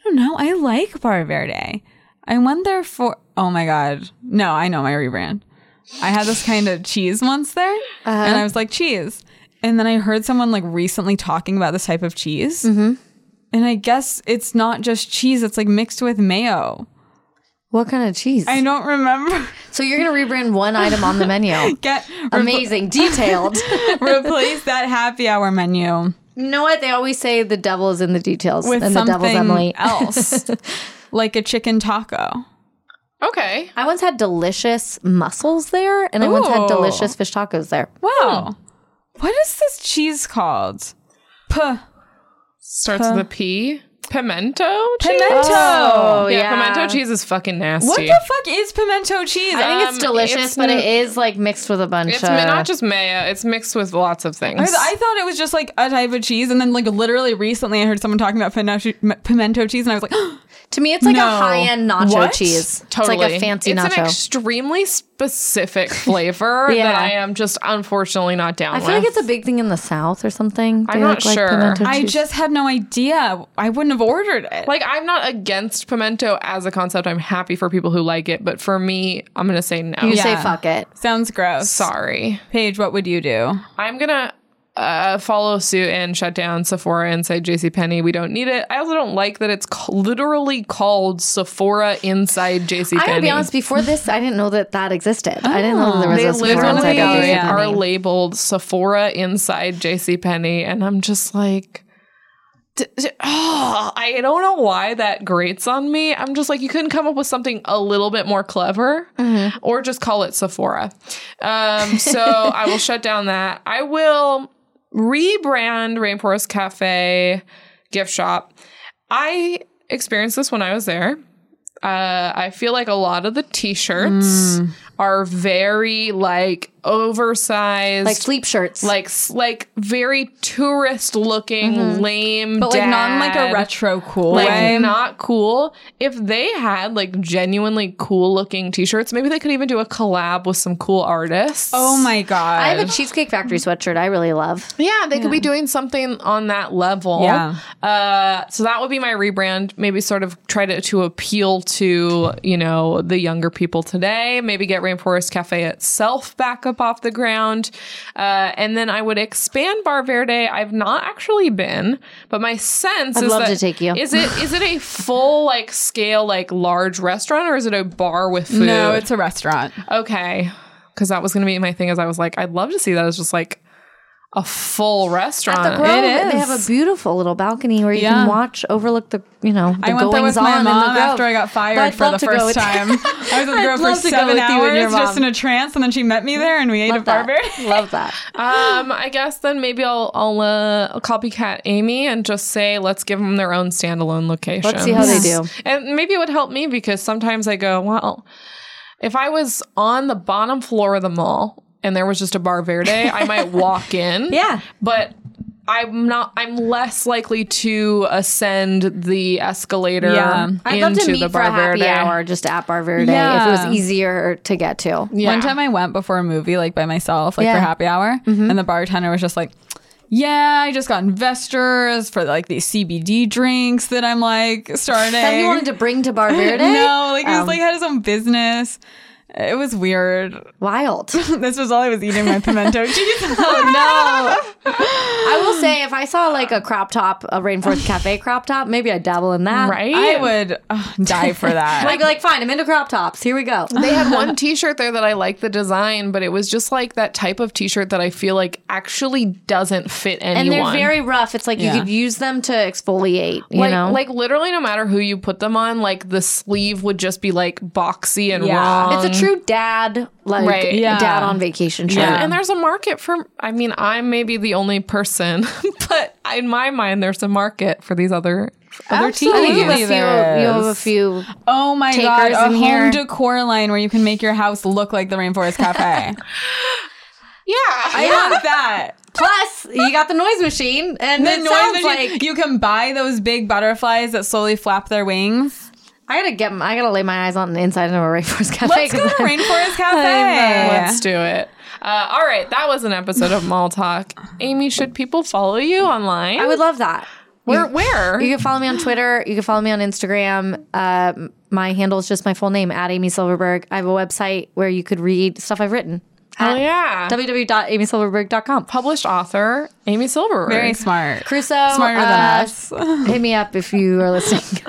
B: don't know. I like Bar Verde. I wonder for. Oh my god! No, I know my rebrand. I had this kind of cheese once there, and I was like cheese. And then I heard someone like recently talking about this type of cheese. And I guess it's not just cheese, it's like mixed with mayo.
D: What kind of cheese?
B: I don't remember.
D: so you're gonna rebrand one item on the menu.
B: Get
D: Amazing, detailed.
B: replace that happy hour menu
D: you know what they always say? The devil is in the details,
B: with
D: and the devil's
B: something
D: Emily.
B: else, like a chicken taco.
C: Okay.
D: I once had delicious mussels there, and I once
B: Ooh.
D: had delicious fish tacos there.
B: Wow, what is this cheese called? P-
C: Starts with a P. Pimento cheese.
B: pimento.
D: Oh,
C: yeah,
D: yeah.
C: pimento cheese is fucking nasty.
B: What the fuck is pimento cheese?
D: I think it's
C: Um,
D: delicious,
C: it's
D: but
C: n-
D: it is like mixed with a bunch
C: It's
D: of.
C: mi- not just mayo. It's mixed with lots of things.
B: I I thought it was just like a type of cheese, and then like literally recently, I heard someone talking about pimento, pimento cheese, and I was like,
D: to me, it's like
B: No.
D: a high end nacho
B: What?
D: cheese.
C: totally.
D: It's like a fancy
C: It's an
D: nacho.
C: extremely specific flavor
D: Yeah.
C: that I am just unfortunately not down
D: I
C: with.
D: feel like it's a big thing in the South or something.
C: I'm
D: They
C: not
D: like
C: sure.
D: pimento
B: I
D: cheese.
B: just had no idea. I wouldn't have ordered it.
C: Like, I'm not against pimento as a concept. I'm happy for people who like it, but for me, I'm gonna say no.
D: you
B: Yeah.
D: say fuck it.
B: Sounds gross.
C: Sorry.
B: Paige, what would you do?
C: I'm gonna uh, follow suit and shut down Sephora and say JCPenney, we don't need it. I also don't like that it's ca- literally called Sephora inside JCPenney.
D: I gotta be honest. Before this, I didn't know that that existed. I didn't know that there
B: Oh.
D: was
C: They
D: a Sephora
C: literally
D: inside
B: gallery,
D: Galleria.
B: yeah.
C: are labeled Sephora inside JCPenney, and I'm just like, d- d- oh, I don't know why that grates on me. I'm just like, you couldn't come up with something a little bit more clever,
D: Mm-hmm.
C: or just call it Sephora. Um, so I will shut down that. I will rebrand Rainforest Cafe gift shop. I experienced this when I was there. Uh, I feel like a lot of the t-shirts
B: Mm.
C: are very like oversized,
D: like sleep shirts.
C: like s- like very tourist looking, lame,
B: Mm-hmm. But like not in like a
C: dad,
B: retro cool
C: like
B: way.
C: not cool. If they had like genuinely cool looking t-shirts, maybe they could even do a collab with some cool artists.
B: oh my god!
D: I have a Cheesecake Factory sweatshirt. I really love.
C: Yeah, they could be doing something on that level.
B: Yeah.
C: Uh, so that would be my rebrand. Maybe sort of try to, to appeal to, you know, the younger people today. Maybe get Rainforest Cafe itself back up off the ground. Uh, and then I would expand Bar Verde. I've not actually been, but my sense
D: I'd
C: is
D: love
C: that-
D: to take you.
C: Is it is it a full like scale like large restaurant or is it a bar with food?
B: no, it's a restaurant.
C: okay because that was going to be my thing as i was like i'd love to see that as just like a full restaurant
D: At the Grove,
B: It
D: they have
B: is.
D: a beautiful little balcony where you
B: Yeah.
D: can watch, overlook the, you know, the
B: I went there
D: goings
B: with my
D: on in
B: mom
D: the Grove.
B: after I got
D: But
B: fired
D: I'd
B: for
D: love
B: the
D: to go
B: first
D: with-
B: time. I was with
D: I'd
B: the girl for
D: love to go
B: seven
D: with you and your
B: hours just
D: mom.
B: in a trance, and then she met me there, and we ate
D: Love
B: at Barber.
D: that. Love that.
C: um i guess then maybe i'll i'll uh, copycat amy and just say let's give them their own standalone location
D: Let's see how they do.
C: and maybe it would help me because sometimes i go well if i was on the bottom floor of the mall and there was just a bar verde i might walk in
D: Yeah.
C: but I'm not. I'm less likely to ascend the escalator
B: Yeah.
D: I'd
C: into
D: love to
C: the
D: meet for
C: Bar
D: a happy
C: Verde.
D: hour just at Bar Verde
B: Yeah.
D: if it was easier to get to.
C: Yeah.
B: One time I went before a movie, like by myself, like
D: Yeah. Mm-hmm.
B: for happy hour, and the bartender was just like, "Yeah, I just got investors for like these CBD drinks that I'm like starting."
D: That you wanted to bring to Bar Verde?
B: no, like he was
D: Um,
B: like had his own business. It was weird.
D: Wild.
B: This was all I was eating my pimento cheese.
D: Oh no! I will say, if I saw like a crop top, a Rainforest Cafe crop top, maybe I'd dabble in that.
C: Right?
B: I would uh, die for that.
D: I'd be like, fine, I'm into crop tops. Here we go.
C: They had one T-shirt there that I liked the design, but it was just like that type of T-shirt that I feel like actually doesn't fit
D: And
C: anyone.
D: they're very rough. It's like
B: Yeah.
D: you could use them to exfoliate. You
C: like,
D: know,
C: like literally, no matter who you put them on, like the sleeve would just be like boxy and
B: Yeah.
C: wrong.
D: it's a true dad, like
C: Right.
B: Yeah.
D: dad on vacation shirt.
B: Yeah.
C: and there's a market for. I mean, I'm maybe the only person, but in my mind, there's a market for these other other
B: Absolutely.
D: I think you have
B: Absolutely
D: a few. You have a
B: there's-
D: few.
B: Oh my
D: Takers
B: god,
D: in
B: a home
D: here.
B: decor line where you can make your house look like the Rainforest Cafe.
C: Yeah,
B: I love that.
D: Plus, you got the noise machine, and
B: The
D: it
B: noise
D: sounds
B: that you-
D: like
B: you can buy those big butterflies that slowly flap their wings.
D: I gotta get. I gotta lay my eyes on the inside of a rainforest cafe.
B: Let's go to
D: 'cause I-
B: Rainforest
D: I
B: Cafe.
C: Let's do it. Uh, all right, that was an episode of Mall Talk. Amy, should people follow you online?
D: I would love that.
C: Where? Where?
D: You can follow me on Twitter. You can follow me on Instagram. Uh, my handle is just my full name at Amy Silverberg. I have a website where you could read stuff I've written.
B: Ah.
C: oh yeah,
D: www.amysilverberg.com.
C: published author Amy Silverberg.
B: Very smart.
D: Crusoe,
B: Smarter than
D: uh,
B: us.
D: hit me up if you are listening.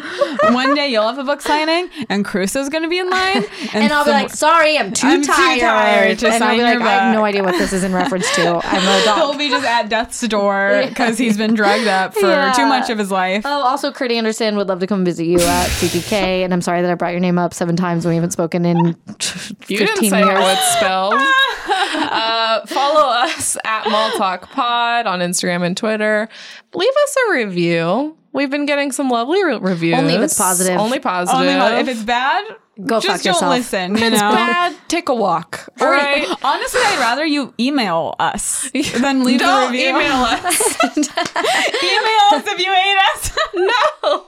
B: One day you'll have a book signing, and Crusoe's going to be in line,
D: And I'll be
B: some-
D: like, sorry, I'm too
B: I'm too
D: tired.
B: tired to
D: and I'll
B: sign
D: be like,
B: your
D: I have
B: book."
D: no idea what this is in reference to. I'm no
B: he'll
D: dog.
B: be just at death's door because he's been drugged up for
D: Yeah.
B: too much of his life.
D: Oh, also, Kurt Anderson would love to come visit you at CPK. and I'm sorry that I brought your name up seven times and we haven't spoken in 15
C: You didn't say
D: years.
C: how it's spelled. uh, follow us at Mall Talk Pod on Instagram and Twitter. Leave us a review. We've been getting some lovely re- reviews.
D: Only if it's positive.
C: Only positive.
B: Only one- if it's bad,
D: Go
B: just
D: fuck
B: don't
D: yourself.
B: listen. You
C: If it's
B: know?
C: bad, take a walk. All
B: Or-
C: right.
B: Honestly, I'd rather you email us than leave a
C: Don't
B: review.
C: email us.
B: Email us if you hate us.
C: no.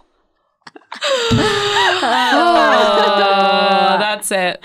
C: Uh, that's it.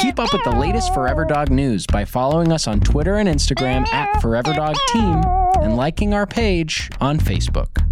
E: Keep up with the latest Forever Dog news by following us on Twitter and Instagram at Forever Dog Team and liking our page on Facebook.